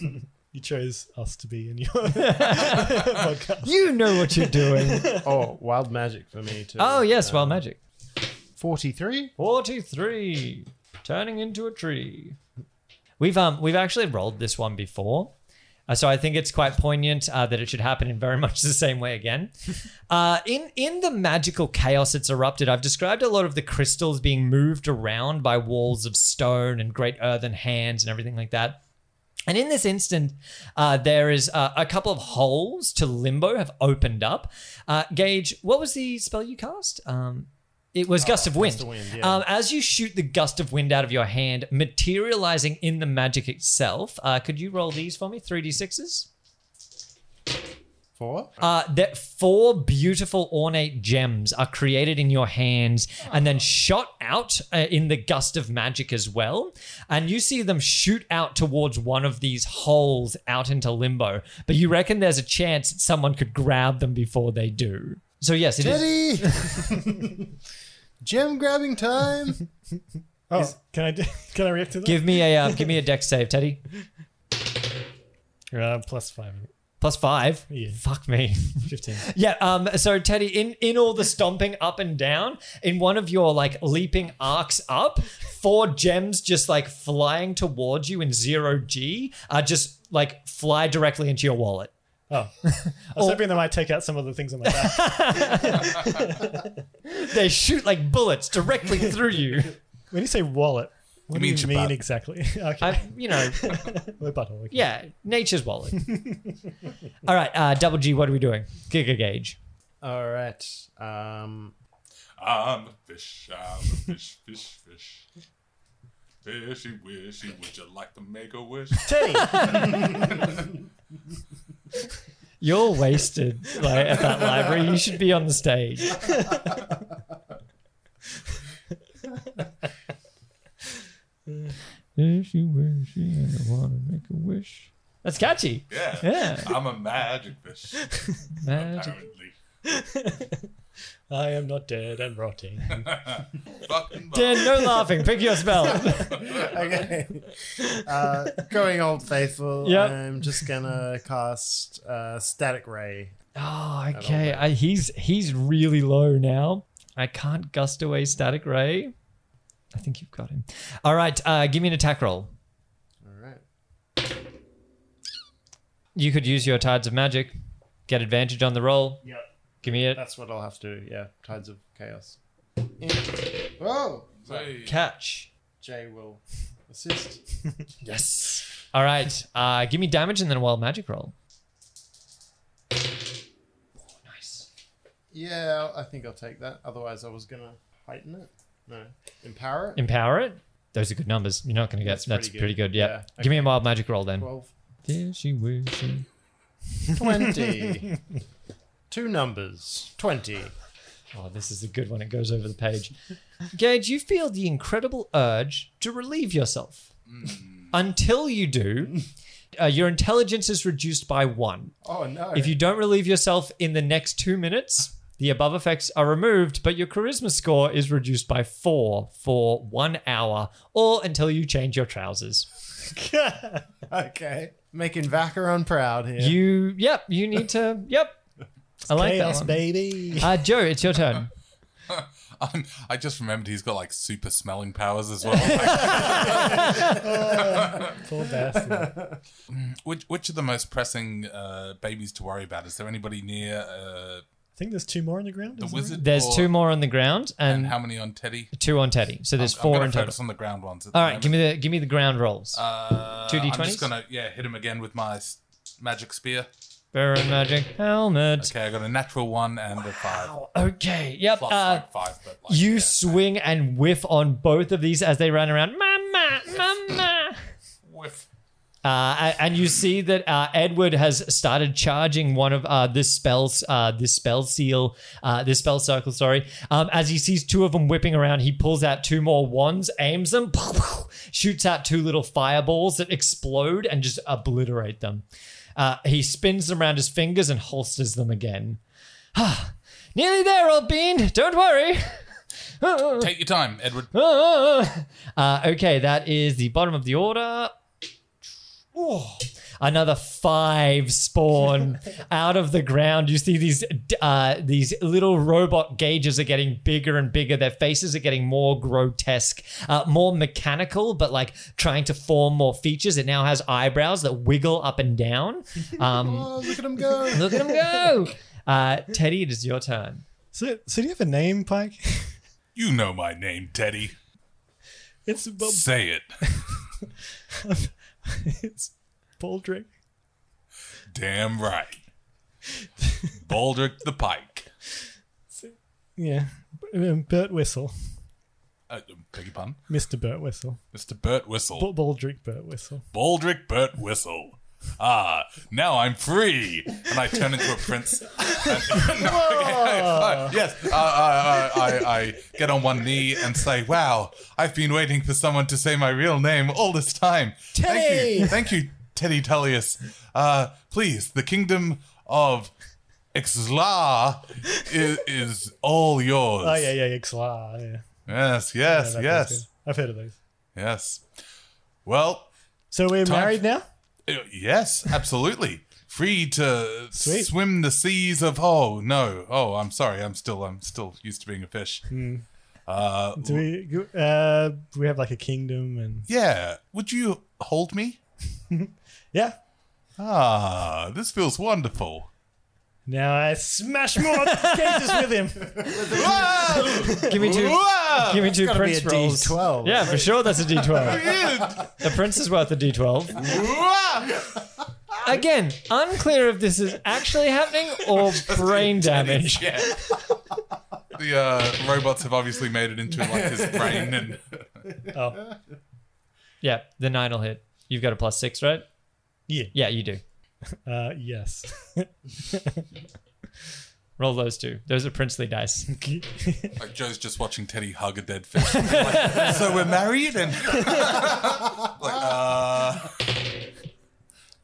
Speaker 3: [laughs] You chose us to be in your [laughs] podcast.
Speaker 1: You know what you're doing.
Speaker 2: oh, wild magic for me too. Uh,
Speaker 1: Oh yes, well, magic.
Speaker 2: Forty-three.
Speaker 1: Forty-three, turning into a tree. We've um we've actually rolled this one before, uh, so I think it's quite poignant uh, that it should happen in very [laughs] much the same way again. uh, in in the magical chaos that's erupted, I've described a lot of the crystals being moved around by walls of stone and great earthen hands and everything like that. And in this instant, uh, there is uh, a couple of holes to limbo have opened up. Uh, Gage, what was the spell you cast? Um, it was gust of wind.
Speaker 2: Oh, of wind, yeah.
Speaker 1: um, as you shoot the gust of wind out of your hand, materializing in the magic itself, uh, could you roll these for me? Three d sixes.
Speaker 2: Four.
Speaker 1: Uh, that four beautiful ornate gems are created in your hands and then shot out uh, in the gust of magic as well. And you see them shoot out towards one of these holes out into limbo. But you reckon there's a chance that someone could grab them before they do. So, yes, it is. [laughs]
Speaker 2: [laughs] Teddy. Gem grabbing time.
Speaker 3: Oh, can I do, [laughs] can I
Speaker 1: um,
Speaker 3: react to that?
Speaker 1: Give me a uh, give me a deck save, Teddy.
Speaker 3: Uh, plus five.
Speaker 1: Plus five.
Speaker 3: Yeah.
Speaker 1: Fuck me. [laughs]
Speaker 3: 15.
Speaker 1: Yeah. Um. So Teddy, in in all the stomping up and down, in one of your like leaping arcs up, four gems just like flying towards you in zero g, uh, just like fly directly into your wallet.
Speaker 3: Oh. I was hoping they might take out some of the things on my
Speaker 1: [laughs]
Speaker 3: back.
Speaker 1: They shoot like bullets directly through you.
Speaker 3: when you say wallet, what do
Speaker 4: mean
Speaker 3: you
Speaker 4: your
Speaker 3: mean
Speaker 4: butt.
Speaker 3: exactly? [laughs] okay.
Speaker 1: I, you know,
Speaker 3: My butthole. okay.
Speaker 1: yeah, nature's wallet. All right, uh, double G. What are we doing? Giga gauge.
Speaker 2: All right. Um,
Speaker 4: I'm a fish. I'm a fish, fish, fish. Fishy, wishy, would you like to make a wish?
Speaker 3: Teddy!
Speaker 1: You're wasted like, at that library. You should be on the stage. Wishy, wishy, I wanna make a wish. That's catchy.
Speaker 4: Yeah.
Speaker 1: Yeah.
Speaker 4: I'm a magic fish,
Speaker 1: Magic.
Speaker 4: apparently.
Speaker 3: I am not dead and
Speaker 4: [laughs]
Speaker 3: rotting. [laughs]
Speaker 4: Fucking
Speaker 1: Dan, [laughs] no laughing. Pick your spell.
Speaker 2: [laughs] okay. Uh, going old faithful.
Speaker 1: Yep.
Speaker 2: I'm just gonna cast uh, static ray.
Speaker 1: Oh, okay. I, he's he's really low now. I can't gust away static ray. I think you've got him. All right, uh, give me an attack roll.
Speaker 2: All right.
Speaker 1: You could use your tides of magic, get advantage on the roll.
Speaker 2: Yep.
Speaker 1: Give me a
Speaker 2: That's what I'll have to do. Yeah. Tides of chaos. Whoa.
Speaker 4: Hey.
Speaker 1: catch.
Speaker 2: Jay will assist.
Speaker 1: Yes. All right. Uh, give me damage and then a wild magic roll. Oh, nice.
Speaker 2: Yeah, I think I'll take that. Otherwise, I was gonna heighten it. No, empower it.
Speaker 1: Empower it. Those are good numbers. You're not going to get. That's,
Speaker 2: That's pretty
Speaker 1: pretty,
Speaker 2: good.
Speaker 1: good. Yeah.
Speaker 2: Yeah,
Speaker 1: Give me a wild magic roll then.
Speaker 2: 12,
Speaker 1: There she wishes.
Speaker 2: 20. [laughs] Two numbers. 20.
Speaker 1: Oh, this is a good one. It goes over the page. [laughs] Gage, you feel the incredible urge to relieve yourself.
Speaker 4: Mm.
Speaker 1: Until you do, uh, your intelligence is reduced by one.
Speaker 2: Oh no.
Speaker 1: If you don't relieve yourself in the next two minutes, the above effects are removed, but your charisma score is reduced by four for one hour or until you change your trousers.
Speaker 2: Okay. Making Vacheron proud here.
Speaker 1: You, yep, you need
Speaker 4: [laughs]
Speaker 1: to, yep. I like that
Speaker 3: Chaos,
Speaker 1: one. [laughs]
Speaker 3: baby.
Speaker 1: Uh, Joe, it's your turn.
Speaker 4: I'm, I just remembered he's got like super smelling
Speaker 1: [laughs]
Speaker 4: powers as well.
Speaker 3: Poor bastard.
Speaker 4: which which are the most pressing uh, babies to worry about? Is there anybody near uh,
Speaker 3: I think there's two more in the ground.
Speaker 4: the
Speaker 3: isn't
Speaker 4: wizard?
Speaker 1: There's
Speaker 4: or-
Speaker 1: two more on the ground and,
Speaker 4: And how many on Teddy?
Speaker 1: two on Teddy. So there's
Speaker 4: I'm- I'm
Speaker 1: four
Speaker 4: gonna
Speaker 1: in total.
Speaker 4: Focus on the ground ones.
Speaker 1: All right, give me the give me the ground rolls.
Speaker 4: Uh,
Speaker 1: Two
Speaker 4: I'm
Speaker 1: D20s?
Speaker 4: just gonna yeah hit him again with my s- magic spear.
Speaker 1: Baron magic helmet.
Speaker 4: Okay, I got a natural one and a five.
Speaker 1: Wow. Okay. Yep.
Speaker 4: Plus
Speaker 1: Uh,
Speaker 4: like five, but like
Speaker 1: you
Speaker 4: yeah.
Speaker 1: swing and whiff on both of these as they run around. Mama, mama.
Speaker 4: Whiff.
Speaker 1: Uh, a- and you see that uh, Edward has started charging one of uh, this spell's uh, this spell seal, uh, this spell circle. Sorry, um, as he sees two of them whipping around, he pulls out two more wands, aims them, [laughs] shoots out two little fireballs that explode and just obliterate them. Uh, he spins them around his fingers and holsters them again. [sighs] Nearly there, old bean. Don't worry.
Speaker 4: Take your time, Edward.
Speaker 1: Ah. [laughs] Uh, okay, that is the bottom of the order. Ooh. Another five spawn out of the ground. You see these uh, these little robot gauges are getting bigger and bigger. Their faces are getting more grotesque, uh, more mechanical, but like trying to form more features. It now has eyebrows that wiggle up and down.
Speaker 2: [laughs]
Speaker 1: Um,
Speaker 2: Oh, look at him go.
Speaker 1: look at them go! Uh, Teddy, it is your turn.
Speaker 3: So, so do you have a name, Pike?
Speaker 4: [laughs] You know my name, Teddy.
Speaker 3: It's Bob.
Speaker 4: Say it,
Speaker 3: it's Baldrick.
Speaker 4: damn right.
Speaker 1: [laughs]
Speaker 4: Baldric the Pike.
Speaker 3: Yeah. Um, Bert Whistle.
Speaker 4: Uh, beg your pardon,
Speaker 3: Mr. Bert Whistle.
Speaker 4: Mr. Bert Whistle.
Speaker 3: Ba- Baldrick Bert Whistle.
Speaker 4: Baldric Burt Whistle. Ah, now I'm free, and I turn into a prince. [laughs] No, okay. [laughs] Uh, yes, uh, I, I, I, I get on one knee and say, "Wow, I've been waiting for someone to say my real name all this time." Thank
Speaker 1: Teddy!
Speaker 4: you, thank you, Teddy Tullius. Uh, please, the kingdom of Ixla is, is all yours.
Speaker 3: Oh, yeah, yeah, Ixla. Yeah.
Speaker 4: Yes,
Speaker 3: Yeah,
Speaker 4: yes,
Speaker 3: that place,
Speaker 4: yes,
Speaker 3: yeah. I've heard of those.
Speaker 4: yes. Well,
Speaker 3: So we're
Speaker 4: Time
Speaker 3: married now?
Speaker 4: Uh, Yes, absolutely. free to
Speaker 3: Sweet.
Speaker 4: swim the seas of oh no oh I'm sorry I'm still I'm still used to being a fish. Uh,
Speaker 3: Do we? Uh, we have like a kingdom and
Speaker 4: yeah, would you hold me?
Speaker 3: yeah.
Speaker 4: Ah, this feels wonderful.
Speaker 3: Now I smash
Speaker 4: [laughs]
Speaker 3: more cages with him.
Speaker 4: Whoa!
Speaker 1: Give me two.
Speaker 4: Whoa!
Speaker 1: Give me two
Speaker 2: gotta be
Speaker 1: prince
Speaker 2: a
Speaker 1: rolls.
Speaker 2: D12.
Speaker 1: Yeah, for sure. That's a
Speaker 4: [laughs]
Speaker 1: D12.
Speaker 4: Dude!
Speaker 1: a prince is worth a D12.
Speaker 4: Whoa!
Speaker 1: Again, unclear if this is actually happening or brain damage.
Speaker 4: Yeah. the uh, robots have obviously made it into like his brain, and
Speaker 3: Oh
Speaker 1: Yeah, the nine will hit. You've got a plus six, right?
Speaker 3: yeah.
Speaker 1: Yeah, you do.
Speaker 3: Uh, yes. [laughs]
Speaker 1: Roll those two. Those are princely dice.
Speaker 4: like Joe's just watching Teddy hug a dead fish. Like, so we're married, and [laughs] like uh,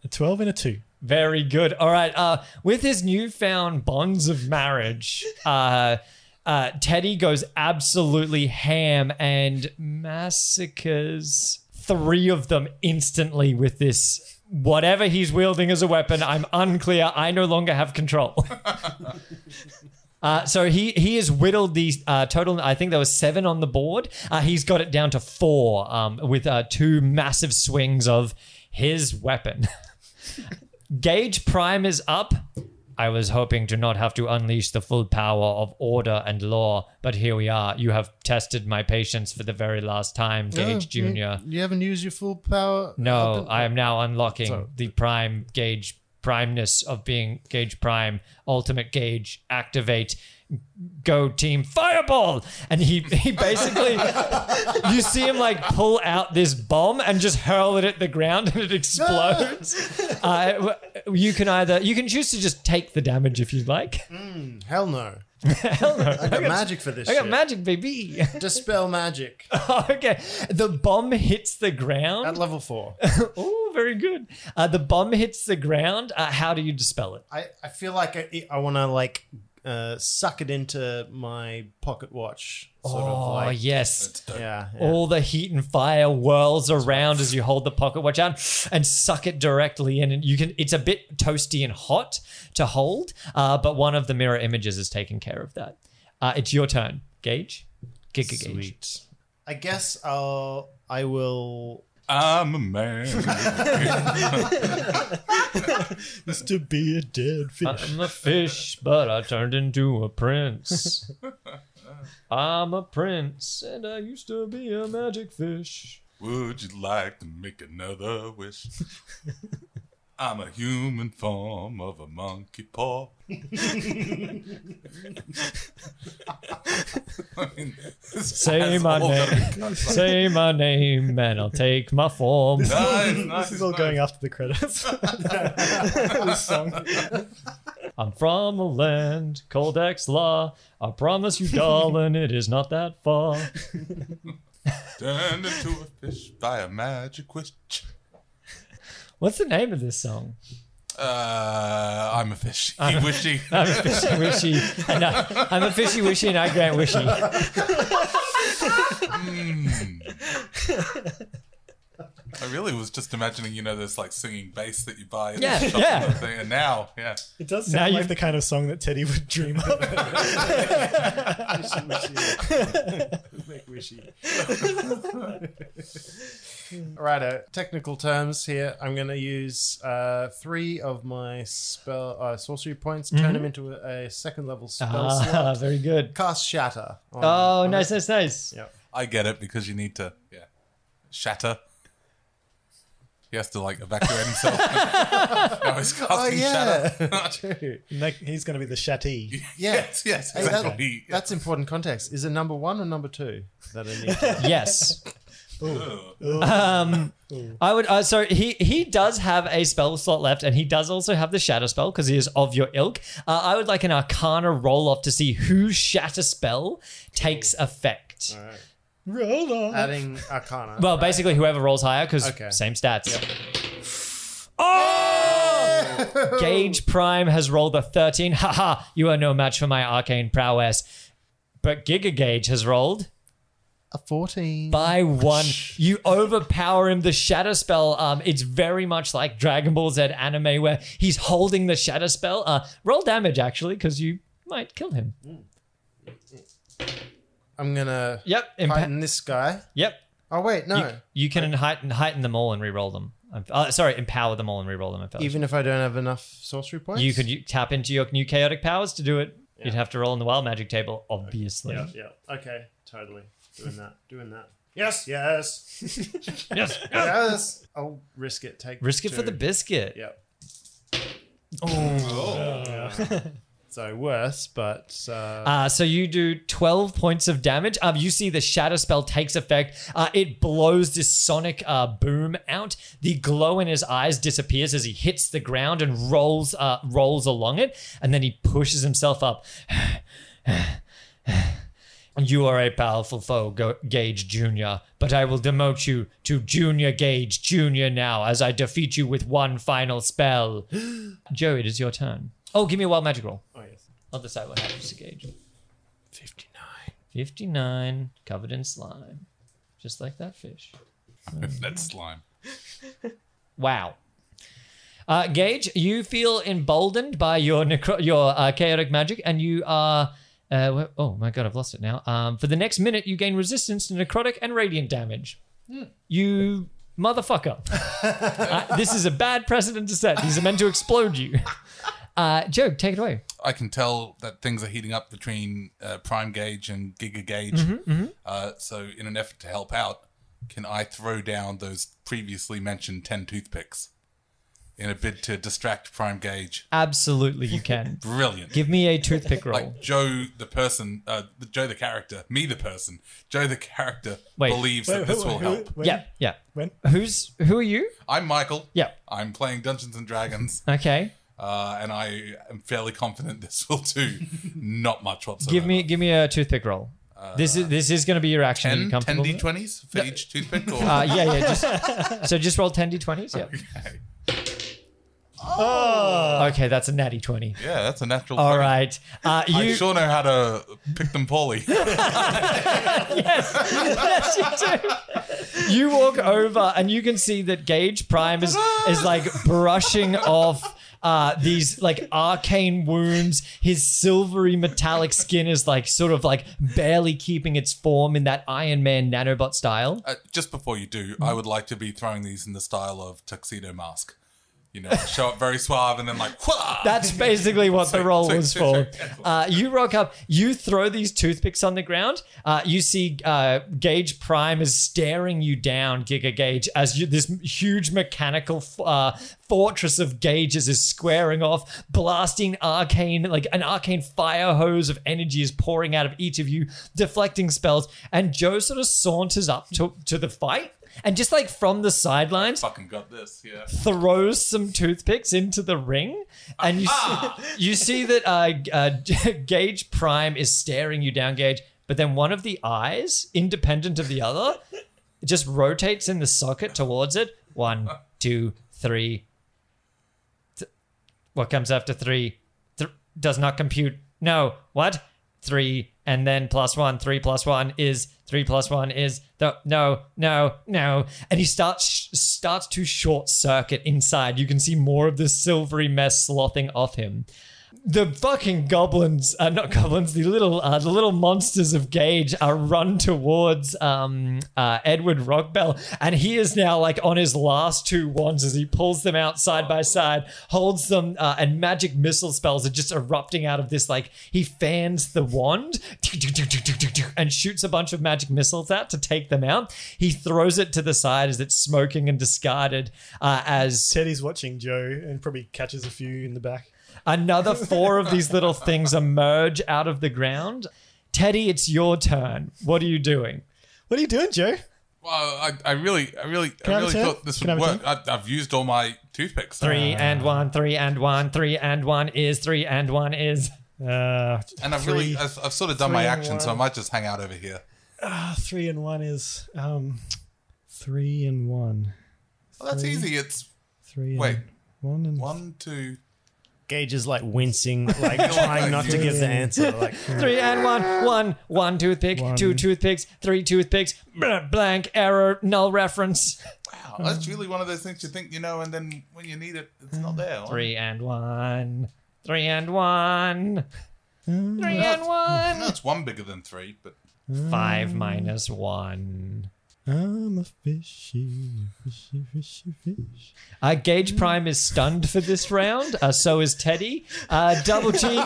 Speaker 3: a twelve and a two.
Speaker 1: Very good. All right. Uh, with his newfound bonds of marriage, uh, uh, Teddy goes absolutely ham and massacres three of them instantly with this. Whatever he's wielding as a weapon, I'm unclear. I no longer have control. [laughs] Uh, so he he has whittled the uh, total. I think there was seven on the board. Uh, he's got it down to four um, with uh, two massive swings of his weapon. [laughs] Gage Prime is up. I was hoping to not have to unleash the full power of order and law, but here we are. You have tested my patience for the very last time, Gage
Speaker 2: Oh,
Speaker 1: Jr.
Speaker 2: You, you haven't used your full power. up
Speaker 1: No,
Speaker 2: and-
Speaker 1: I am now unlocking
Speaker 2: Sorry.
Speaker 1: the prime gauge primeness of being gauge prime, ultimate gauge, activate, go team, fireball! And he he basically you see him like pull out this bomb and just hurl it at the ground and it
Speaker 2: [laughs]
Speaker 1: explodes. uh, you can either you can choose to just take the damage if you'd like.
Speaker 2: Mm, Hell no. Hell no. I got magic for this
Speaker 1: I got
Speaker 2: shit.
Speaker 1: magic, baby. [laughs]
Speaker 2: Dispel magic
Speaker 1: okay. The bomb hits the ground.
Speaker 2: at level four.
Speaker 1: Oh, very good. Uh, the bomb hits the ground. Uh, how do you dispel it?
Speaker 2: I, I feel like I, I want to like uh, suck it into my pocket watch. Sort
Speaker 1: oh,
Speaker 2: of like.
Speaker 1: yes.
Speaker 2: Yeah. yeah.
Speaker 1: All the heat and fire whirls around as you hold the pocket watch out and suck it directly in. And you can, it's a bit toasty and hot to hold, uh, but one of the mirror images is taking care of that. Uh, it's your turn, Gage. Giga Gage.
Speaker 2: Sweet. I guess I'll. I will.
Speaker 4: I'm a man.
Speaker 3: It's to be a dead fish.
Speaker 1: I'm a fish, but I turned into a
Speaker 2: [laughs]
Speaker 1: prince. I'm a prince, and I used to be a magic fish.
Speaker 4: Would you like to make another wish?
Speaker 1: [laughs]
Speaker 4: I'm a human form of a
Speaker 1: [laughs]
Speaker 4: monkey paw. I mean, this
Speaker 1: [laughs] Say
Speaker 4: has
Speaker 1: my
Speaker 4: all
Speaker 1: name.
Speaker 2: [laughs]
Speaker 4: gotta be cut.
Speaker 1: Say my name and I'll take my form.
Speaker 4: [laughs] Uh, Nice,
Speaker 3: [laughs]
Speaker 4: nice,
Speaker 3: this is all
Speaker 4: nice.
Speaker 3: going after the
Speaker 4: [laughs]
Speaker 3: credits. this song.
Speaker 1: I'm from a land called Law. I promise you, darling, it is not that far.
Speaker 4: Turned into a fish by a magic wish.
Speaker 1: What's the name of this song?
Speaker 4: Uh, I'm a fish. He wishy.
Speaker 1: [laughs] I'm a fishy wishy, and I, I'm a fishy wishy, and I grant wishy.
Speaker 4: Hmm. I really was just imagining, you know, this like singing bass that you buy. At
Speaker 1: Yeah,
Speaker 4: the shop
Speaker 1: yeah.
Speaker 4: and everything, And now, yeah.
Speaker 3: It does
Speaker 1: Now
Speaker 3: sound
Speaker 1: you-
Speaker 3: like the kind of song that Teddy would dream up.
Speaker 2: Make wishy. Righto. Technical terms here. I'm going to use uh, three of my spell uh, sorcery points, turn them into a, a second level spell slot,
Speaker 1: Mm-hmm. Ah, very good.
Speaker 2: cast shatter. on-
Speaker 1: Oh,
Speaker 2: on
Speaker 1: nice,
Speaker 2: it.
Speaker 1: nice, nice.
Speaker 2: Yeah.
Speaker 4: I get it because you need to, yeah, shatter. He has to like evacuate
Speaker 2: [laughs]
Speaker 4: himself. now he's casting
Speaker 2: Oh yeah.
Speaker 4: shatter.
Speaker 2: True.
Speaker 3: Like, He's going to be the shatty.
Speaker 4: [laughs] Yes, yes,
Speaker 2: Hey, that-
Speaker 4: exactly. [laughs]
Speaker 2: That's important context. Is it number one or number two that I need?
Speaker 1: [laughs]
Speaker 2: To
Speaker 1: Yes.
Speaker 4: Ugh.
Speaker 1: [laughs] Um, I would. Uh, so he he does have a spell slot left, and he does also have the shatter spell because he is of your ilk. Uh, I would like an Arcana roll off to see whose shatter spell takes effect.
Speaker 3: Roll on.
Speaker 2: adding Arcana.
Speaker 1: Well, basically, whoever rolls higher because
Speaker 2: Okay.
Speaker 1: same stats. Oh! [laughs] Gage Prime has rolled a 13. Haha, you are no match for my arcane prowess. But Giga Gage has rolled
Speaker 2: a 14.
Speaker 1: by one. You overpower him. The shatter spell. Um, it's very much like Dragon Ball Z anime where he's holding the shatter spell. Uh, roll damage actually because you might kill him.
Speaker 2: I'm going to
Speaker 1: Yep. impa-
Speaker 2: heighten this guy.
Speaker 1: Yep.
Speaker 2: Oh, wait, no.
Speaker 1: You, you can heighten heighten them all and re-roll them. Um, Uh, sorry, empower them all and re-roll them. I felt.
Speaker 2: Even if I don't have enough sorcery points?
Speaker 1: you could u- tap into your new chaotic powers to do it. You'd have to roll on the wild magic table, obviously.
Speaker 5: Yeah, yeah. Okay, totally. Doing that. Doing that. Yes,
Speaker 1: [laughs]
Speaker 5: yes.
Speaker 1: Yes.
Speaker 2: Yes.
Speaker 5: I'll risk it. Take
Speaker 1: Risk it for
Speaker 5: two.
Speaker 1: the biscuit.
Speaker 5: Yeah.
Speaker 4: Oh.
Speaker 5: So worse, but uh,
Speaker 1: Uh, so you do 12 points of damage. Um, you see the shatter spell takes effect. Uh, it blows this sonic uh, boom out. The glow in his eyes disappears as he hits the ground and rolls uh, rolls along it, and then he pushes himself up. [sighs] You are a powerful foe, Go- Gage Jr., but I will demote you to Junior Gage Jr. now as I defeat you with one final spell. [gasps] Joey, it is your turn. Oh, give me a wild magic roll.
Speaker 5: oh yes.
Speaker 1: I'll decide what happens to Gage. 59. 59, covered in slime. Just like that fish.
Speaker 4: That's slime.
Speaker 1: Wow. Uh, Gage, you feel emboldened by your necro- your uh, chaotic magic, and you are. Uh, wh- oh my god, I've lost it now. Um, for the next minute, you gain resistance to necrotic and radiant damage. You motherfucker. [laughs] Uh, this is a bad precedent to set. These are meant to explode you. Uh, Joe, take it away.
Speaker 4: I can tell that things are heating up between uh, Prime Gauge and Giga Gauge.
Speaker 2: Mm-hmm,
Speaker 4: Uh, so, in an effort to help out, can I throw down those previously mentioned 10 toothpicks in a bid to distract Prime Gauge?
Speaker 1: Absolutely, you can.
Speaker 4: Brilliant.
Speaker 1: Give me a toothpick roll.
Speaker 4: like Joe, the person, uh, the- Joe the character, me the person, Joe the character
Speaker 1: Wait.
Speaker 4: believes that
Speaker 3: Wait,
Speaker 4: this
Speaker 3: who-
Speaker 4: will
Speaker 3: who-
Speaker 4: help.
Speaker 3: when-
Speaker 1: Yeah, yeah.
Speaker 3: When?
Speaker 1: Who's who are you?
Speaker 4: I'm Michael.
Speaker 1: Yeah.
Speaker 4: I'm playing Dungeons and Dragons,
Speaker 1: Okay.
Speaker 4: uh, and I am fairly confident this will do not much whatsoever.
Speaker 1: Give me give me a toothpick roll. this is this is going to be your action. Are you
Speaker 4: 10, 10
Speaker 1: comfortable with it?
Speaker 4: d20s for each toothpick. Or,
Speaker 1: [laughs] Uh, yeah, yeah. Just, so just roll ten d20s. Yeah.
Speaker 4: Okay.
Speaker 1: Okay, that's a natty twenty.
Speaker 4: Yeah, that's a natural.
Speaker 1: All
Speaker 4: 20.
Speaker 1: right. Uh,
Speaker 4: I
Speaker 1: you
Speaker 4: sure know how to pick them poorly. [laughs]
Speaker 1: yes, you do. You walk over and you can see that Gage Prime is is like brushing off. Uh, these like arcane wounds. His silvery metallic skin is like sort of like barely keeping its form in that Iron Man nanobot style.
Speaker 4: uh, just before you do, I would like to be throwing these in the style of tuxedo mask. You know, show up very suave and then like, Wah!
Speaker 1: That's basically what the
Speaker 4: Sweet,
Speaker 1: roll
Speaker 4: sweet,
Speaker 1: was
Speaker 4: sweet,
Speaker 1: for.
Speaker 4: sweet.
Speaker 1: Uh, you rock up, you throw these toothpicks on the ground. Uh, you see uh, Gage Prime is staring you down, Giga Gage, as you, this huge mechanical f- uh, fortress of gauges is squaring off, blasting arcane, like an arcane fire hose of energy is pouring out of each of you, deflecting spells. And Joe sort of saunters up to, to the fight. And just like from the sidelines,
Speaker 4: fucking got this. Yeah.
Speaker 1: throws some toothpicks into the ring, and you see, [laughs] you see that uh, uh, [laughs] Gage Prime is staring you down, Gage. But then one of the eyes, independent of the other, just rotates in the socket towards it. One, two, three. Th- what comes after three? Th- does not compute. No, what? Three and then plus one. Three plus one is three plus one is the no, no, no. And he starts starts to short circuit inside. You can see more of this silvery mess slothing off him the fucking goblins, uh, not goblins, the little uh, the little monsters of Gage are run towards um, uh, Edward Rockbell, and he is now like on his last two wands as he pulls them out side by side, holds them, uh, and magic missile spells are just erupting out of this. Like he fans the wand and shoots a bunch of magic missiles out to take them out. He throws it to the side as it's smoking and discarded uh, as
Speaker 3: Teddy's watching Joe and probably catches a few in the back.
Speaker 1: Another four of these little things emerge out of the ground. Teddy, it's your turn. What are you doing?
Speaker 3: What are you doing, Joe?
Speaker 4: Well, I, I really, I really,
Speaker 3: I
Speaker 4: I
Speaker 3: have a
Speaker 4: really
Speaker 3: turn?
Speaker 4: thought this
Speaker 3: Can I
Speaker 4: would
Speaker 3: have a
Speaker 4: work. I, I've used all my toothpicks.
Speaker 1: Three and one, three and one, three and one is, three and one is.
Speaker 3: Uh,
Speaker 4: and I've really, I've, I've sort of done
Speaker 3: three
Speaker 4: my
Speaker 3: and
Speaker 4: action, so I
Speaker 3: one.
Speaker 4: might just hang out over here.
Speaker 3: ah, three and one is um, three and one.
Speaker 4: Well, that's
Speaker 3: Three.
Speaker 4: easy. It's
Speaker 3: Three.
Speaker 4: Wait.
Speaker 3: And one and
Speaker 4: one, two,
Speaker 2: Gage is
Speaker 5: [laughs]
Speaker 2: like wincing, like trying not to give the answer. Like,
Speaker 1: Three and one, one, one toothpick, two
Speaker 3: One.
Speaker 1: toothpicks, three toothpicks, bl- blank, error, null reference.
Speaker 4: Wow, that's really one of those things you think you know, and then when you need it, it's not there.
Speaker 1: Three and one, three and one, three and
Speaker 4: I know
Speaker 1: one.
Speaker 4: it's one bigger than three, but
Speaker 1: Five minus one.
Speaker 3: I'm a fishy, fishy, fishy, fish.
Speaker 1: Uh, Gage Prime is stunned for this round. Uh, so is Teddy. Uh, Double G.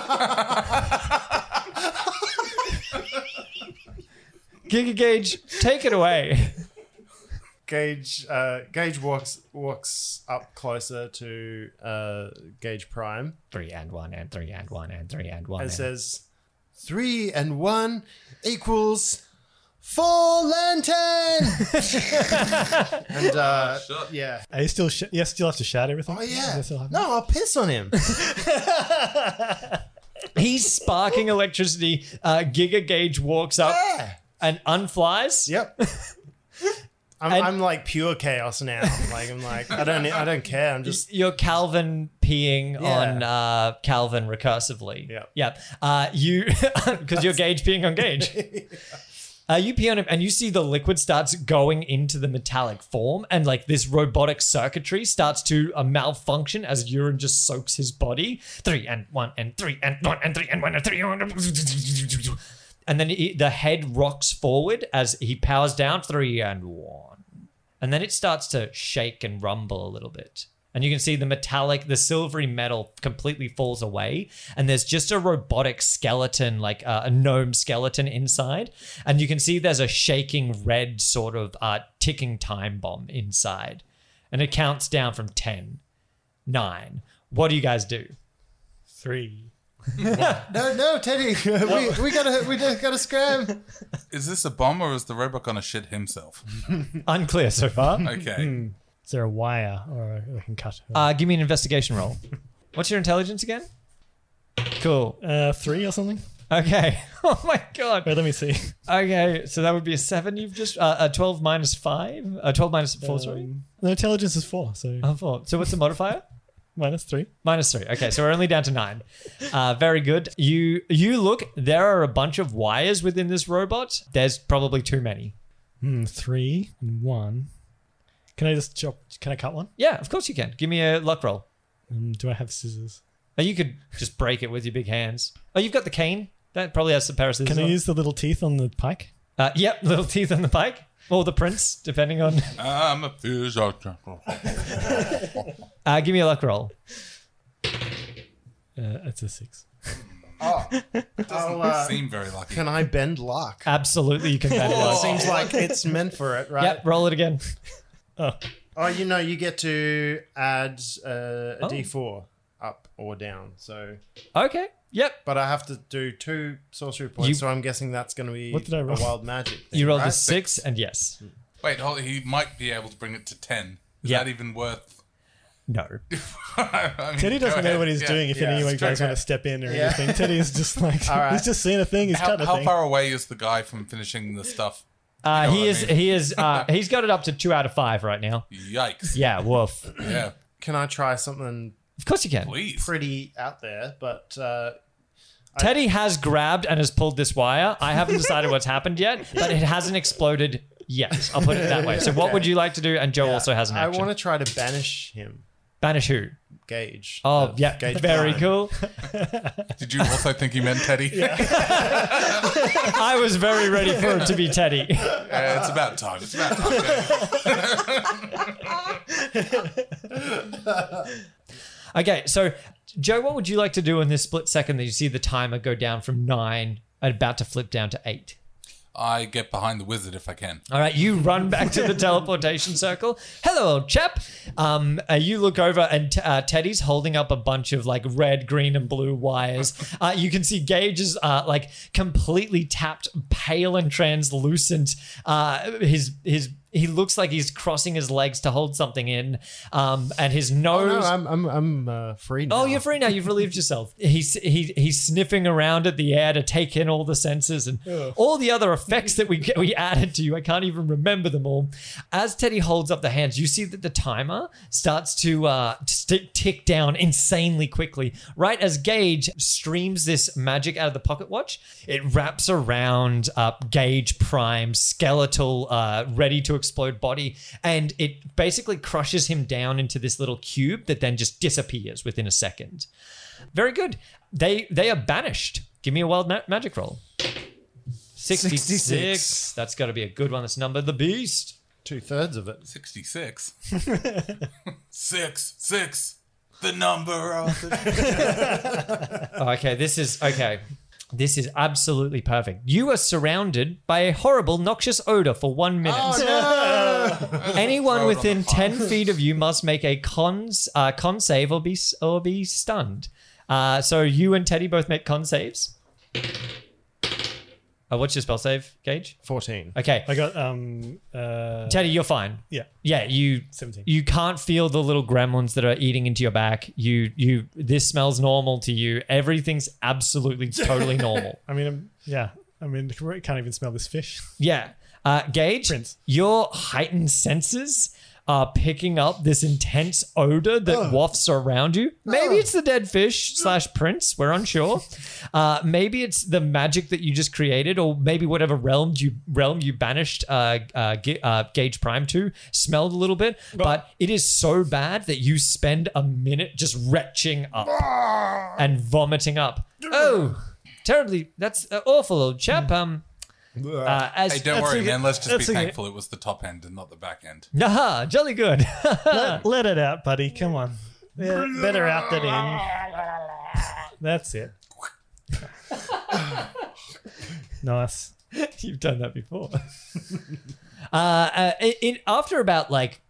Speaker 1: Giga Gage, take it away.
Speaker 5: Gage uh, Gage walks walks up closer to uh, Gage Prime
Speaker 1: Three and one, and three and one, and three and one.
Speaker 5: and
Speaker 1: and-
Speaker 5: says,
Speaker 2: Three and one equals four lantern.
Speaker 5: and uh,
Speaker 4: shut.
Speaker 5: yeah,
Speaker 3: Are you still? Sh- you still have to shout everything.
Speaker 2: Oh yeah.
Speaker 3: You still have-
Speaker 2: No, I'll piss on him.
Speaker 1: He's sparking electricity. Uh, Giga Gage walks up
Speaker 2: Yeah.
Speaker 1: and unflies.
Speaker 5: yep.
Speaker 2: I'm,
Speaker 1: And-
Speaker 2: I'm like pure chaos now. Like I'm like I don't I don't care. I'm just
Speaker 1: You're Calvin peeing on uh, Calvin recursively.
Speaker 5: Yep.
Speaker 1: Yep. Uh, you, [laughs] because you're Gage peeing on
Speaker 2: [laughs]
Speaker 1: Gage. Uh, you pee on him, and you see the liquid starts going into the metallic form, and like this robotic circuitry starts to uh, malfunction as urine just soaks his body. Three and one and three and one and three and one and three and one. And then he, the head rocks forward as he powers down. Three and one. And then it starts to shake and rumble a little bit. And you can see the metallic, the silvery metal completely falls away. And there's just a robotic skeleton, like uh, a gnome skeleton inside. And you can see there's a shaking red sort of uh, ticking time bomb inside. And it counts down from 10, 9. What do you guys do?
Speaker 3: Three.
Speaker 2: no no Teddy. We, we gotta we just gotta scram.
Speaker 4: Is this a bomb or is the robot gonna shit himself?
Speaker 1: Unclear so far.
Speaker 4: Okay,
Speaker 3: Is there a wire or a, I can cut?
Speaker 1: Uh, give me an investigation roll. What's your intelligence again? Cool.
Speaker 3: Uh, three or something.
Speaker 1: Okay. [laughs] Oh my god.
Speaker 3: Wait, let me [laughs] see.
Speaker 1: Okay, so that would be a seven. You've just uh, a twelve minus five, a twelve minus four. sorry,
Speaker 3: Um, no, intelligence is four, so
Speaker 1: uh, four. So what's the modifier?
Speaker 3: minus three.
Speaker 1: minus three. Okay, so we're only down to nine. Uh, very good. You you look. There are a bunch of wires within this robot. There's probably too many.
Speaker 3: Hmm, three and one. Can I just chop? Can I cut one?
Speaker 1: Yeah, of course you can. Give me a luck roll.
Speaker 3: Um, do I have scissors?
Speaker 1: Or you could just break it with your big hands. Oh, you've got the cane. That probably has some parasitism.
Speaker 3: Can I use the little teeth on the pike?
Speaker 1: Uh, yep, little teeth on the pike. Or the prince, depending on.
Speaker 4: I'm a fish. Wow,
Speaker 1: Uh, give me a luck roll.
Speaker 3: Uh, it's a six.
Speaker 2: I'll, uh,
Speaker 4: seem very lucky.
Speaker 2: can I
Speaker 1: [laughs]
Speaker 2: bend lock?
Speaker 1: Absolutely,
Speaker 3: [laughs]
Speaker 1: you can bend
Speaker 2: It
Speaker 1: it.
Speaker 2: seems like it's meant for it, right?
Speaker 1: Oh. Yep, roll it again.
Speaker 5: Oh, you know, you get to add uh, a
Speaker 1: Oh.
Speaker 5: 4 up or down. So,
Speaker 1: Okay. Yep,
Speaker 5: but I have to do two sorcery points.
Speaker 1: You-
Speaker 5: so I'm guessing that's going to be
Speaker 3: What did I
Speaker 5: a
Speaker 3: roll?
Speaker 5: wild magic. Thing,
Speaker 1: You rolled a
Speaker 5: right?
Speaker 1: six, and yes.
Speaker 4: Wait, hold, he might be able to bring it to ten. Is
Speaker 1: Yeah.
Speaker 4: that even worth? [laughs]
Speaker 1: No.
Speaker 4: I mean,
Speaker 3: Teddy
Speaker 4: go
Speaker 3: doesn't
Speaker 4: ahead.
Speaker 3: know what he's
Speaker 4: Yeah.
Speaker 3: doing. If
Speaker 5: Yeah,
Speaker 3: anyone
Speaker 5: it's true,
Speaker 3: guys
Speaker 5: yeah.
Speaker 3: want to step in or
Speaker 5: Yeah.
Speaker 3: anything, Teddy is
Speaker 4: [laughs]
Speaker 3: just like he's
Speaker 5: right.
Speaker 3: just seen a thing. He's
Speaker 4: How,
Speaker 3: cut a
Speaker 4: how
Speaker 3: thing.
Speaker 4: far away is the guy from finishing the stuff?
Speaker 1: Uh,
Speaker 4: know
Speaker 1: he,
Speaker 4: what I
Speaker 1: is,
Speaker 4: mean.
Speaker 1: he is. uh, He's got it up to two out of five right now.
Speaker 4: Yikes!
Speaker 1: Yeah, woof.
Speaker 4: Yeah,
Speaker 5: Can I try something
Speaker 1: Of course you can.
Speaker 4: please.
Speaker 5: pretty out there? But uh,
Speaker 1: Teddy has grabbed and has pulled this wire. I haven't decided what's happened yet, but it hasn't exploded yet. I'll put it that way. So, what would you like to do? And Joe also has an
Speaker 5: I
Speaker 1: action.
Speaker 5: want to try to banish him,
Speaker 1: Banish who?
Speaker 5: Gage.
Speaker 1: Oh,
Speaker 5: Uh,
Speaker 1: yeah.
Speaker 5: Gage
Speaker 1: Very
Speaker 5: Prime.
Speaker 1: [laughs] cool.
Speaker 4: Did you also think he meant
Speaker 3: [laughs]
Speaker 4: Teddy? Yeah, [laughs]
Speaker 1: I was very ready for it to be Teddy. [laughs]
Speaker 4: it's about time. It's about time.
Speaker 1: Okay, so Joe, what would you like to do in this split second that you see the timer go down from nine and about to flip down to eight?
Speaker 4: I get behind the wizard if I can.
Speaker 1: All right, you run back to the teleportation circle. Hello, old chap. Um, uh, you look over, and t- uh, Teddy's holding up a bunch of like red, green, and blue
Speaker 2: [laughs]
Speaker 1: wires. Uh, you can see Gage is uh, like completely tapped, pale and translucent. Uh, his his he looks like he's crossing his legs to hold something in, um, and his
Speaker 2: Oh,
Speaker 1: nose.
Speaker 2: no, I'm I'm I'm uh, free now.
Speaker 1: Oh, you're free now. You've relieved yourself. He's he, he's sniffing around at the air to take in all the senses and
Speaker 3: Ugh.
Speaker 1: all the other effects that we get, we added to you. I can't even remember them all. As Teddy holds up the hands, you see that the timer starts to uh, st- tick down insanely quickly. Right as Gage streams this magic out of the pocket watch, it wraps around up Gage Prime's skeletal, uh, ready to explode body, and it basically crushes him down into this little cube that then just disappears within a second. Very good. They they are banished. Give me a wild ma- magic roll. 66.
Speaker 2: 66.
Speaker 1: That's got to be a good one. That's number the beast.
Speaker 2: Two thirds of it.
Speaker 3: [laughs]
Speaker 4: 66. six, six, the number of the.
Speaker 1: Okay, this is okay. This is absolutely perfect. You are surrounded by a horrible noxious odor for one minute. [laughs] Anyone
Speaker 4: Throw it on
Speaker 1: within
Speaker 4: the fire.
Speaker 1: ten feet of you must make a cons uh, con save or be s- or be stunned. Uh, so you and Teddy both make con saves. Uh, what's your spell save, Gage?
Speaker 2: Fourteen.
Speaker 1: Okay,
Speaker 3: I got um uh
Speaker 1: Teddy, you're fine.
Speaker 3: yeah
Speaker 1: Yeah, you
Speaker 3: 17.
Speaker 1: you can't feel the little gremlins that are eating into your back. You you this smells normal to you. Everything's absolutely totally normal.
Speaker 3: I mean um, yeah I mean I can't even smell this fish.
Speaker 1: Yeah. Uh, Gage,
Speaker 3: Prince.
Speaker 1: your heightened senses are picking up this intense odor that wafts around you. Maybe it's the dead fish slash prince. We're unsure. Uh, maybe it's the magic that you just created, or maybe whatever realm you realm you banished uh, uh, Ga- uh, Gage Prime to smelled a little bit. But it is so bad that you spend a minute just retching up and vomiting up. Oh, terribly! That's uh, awful, old chap. Um. Uh, as
Speaker 4: Hey, don't
Speaker 3: That's
Speaker 4: worry,
Speaker 3: okay.
Speaker 4: man. Let's just
Speaker 3: That's
Speaker 4: be
Speaker 3: okay.
Speaker 4: thankful it was the top end and not the back end.
Speaker 1: Aha, jolly good.
Speaker 3: [laughs]
Speaker 1: [laughs]
Speaker 3: let, let it out, buddy. Come on. Yeah, better out than in. That's it. [laughs] nice.
Speaker 1: You've done that before. uh, uh, it, it- after about like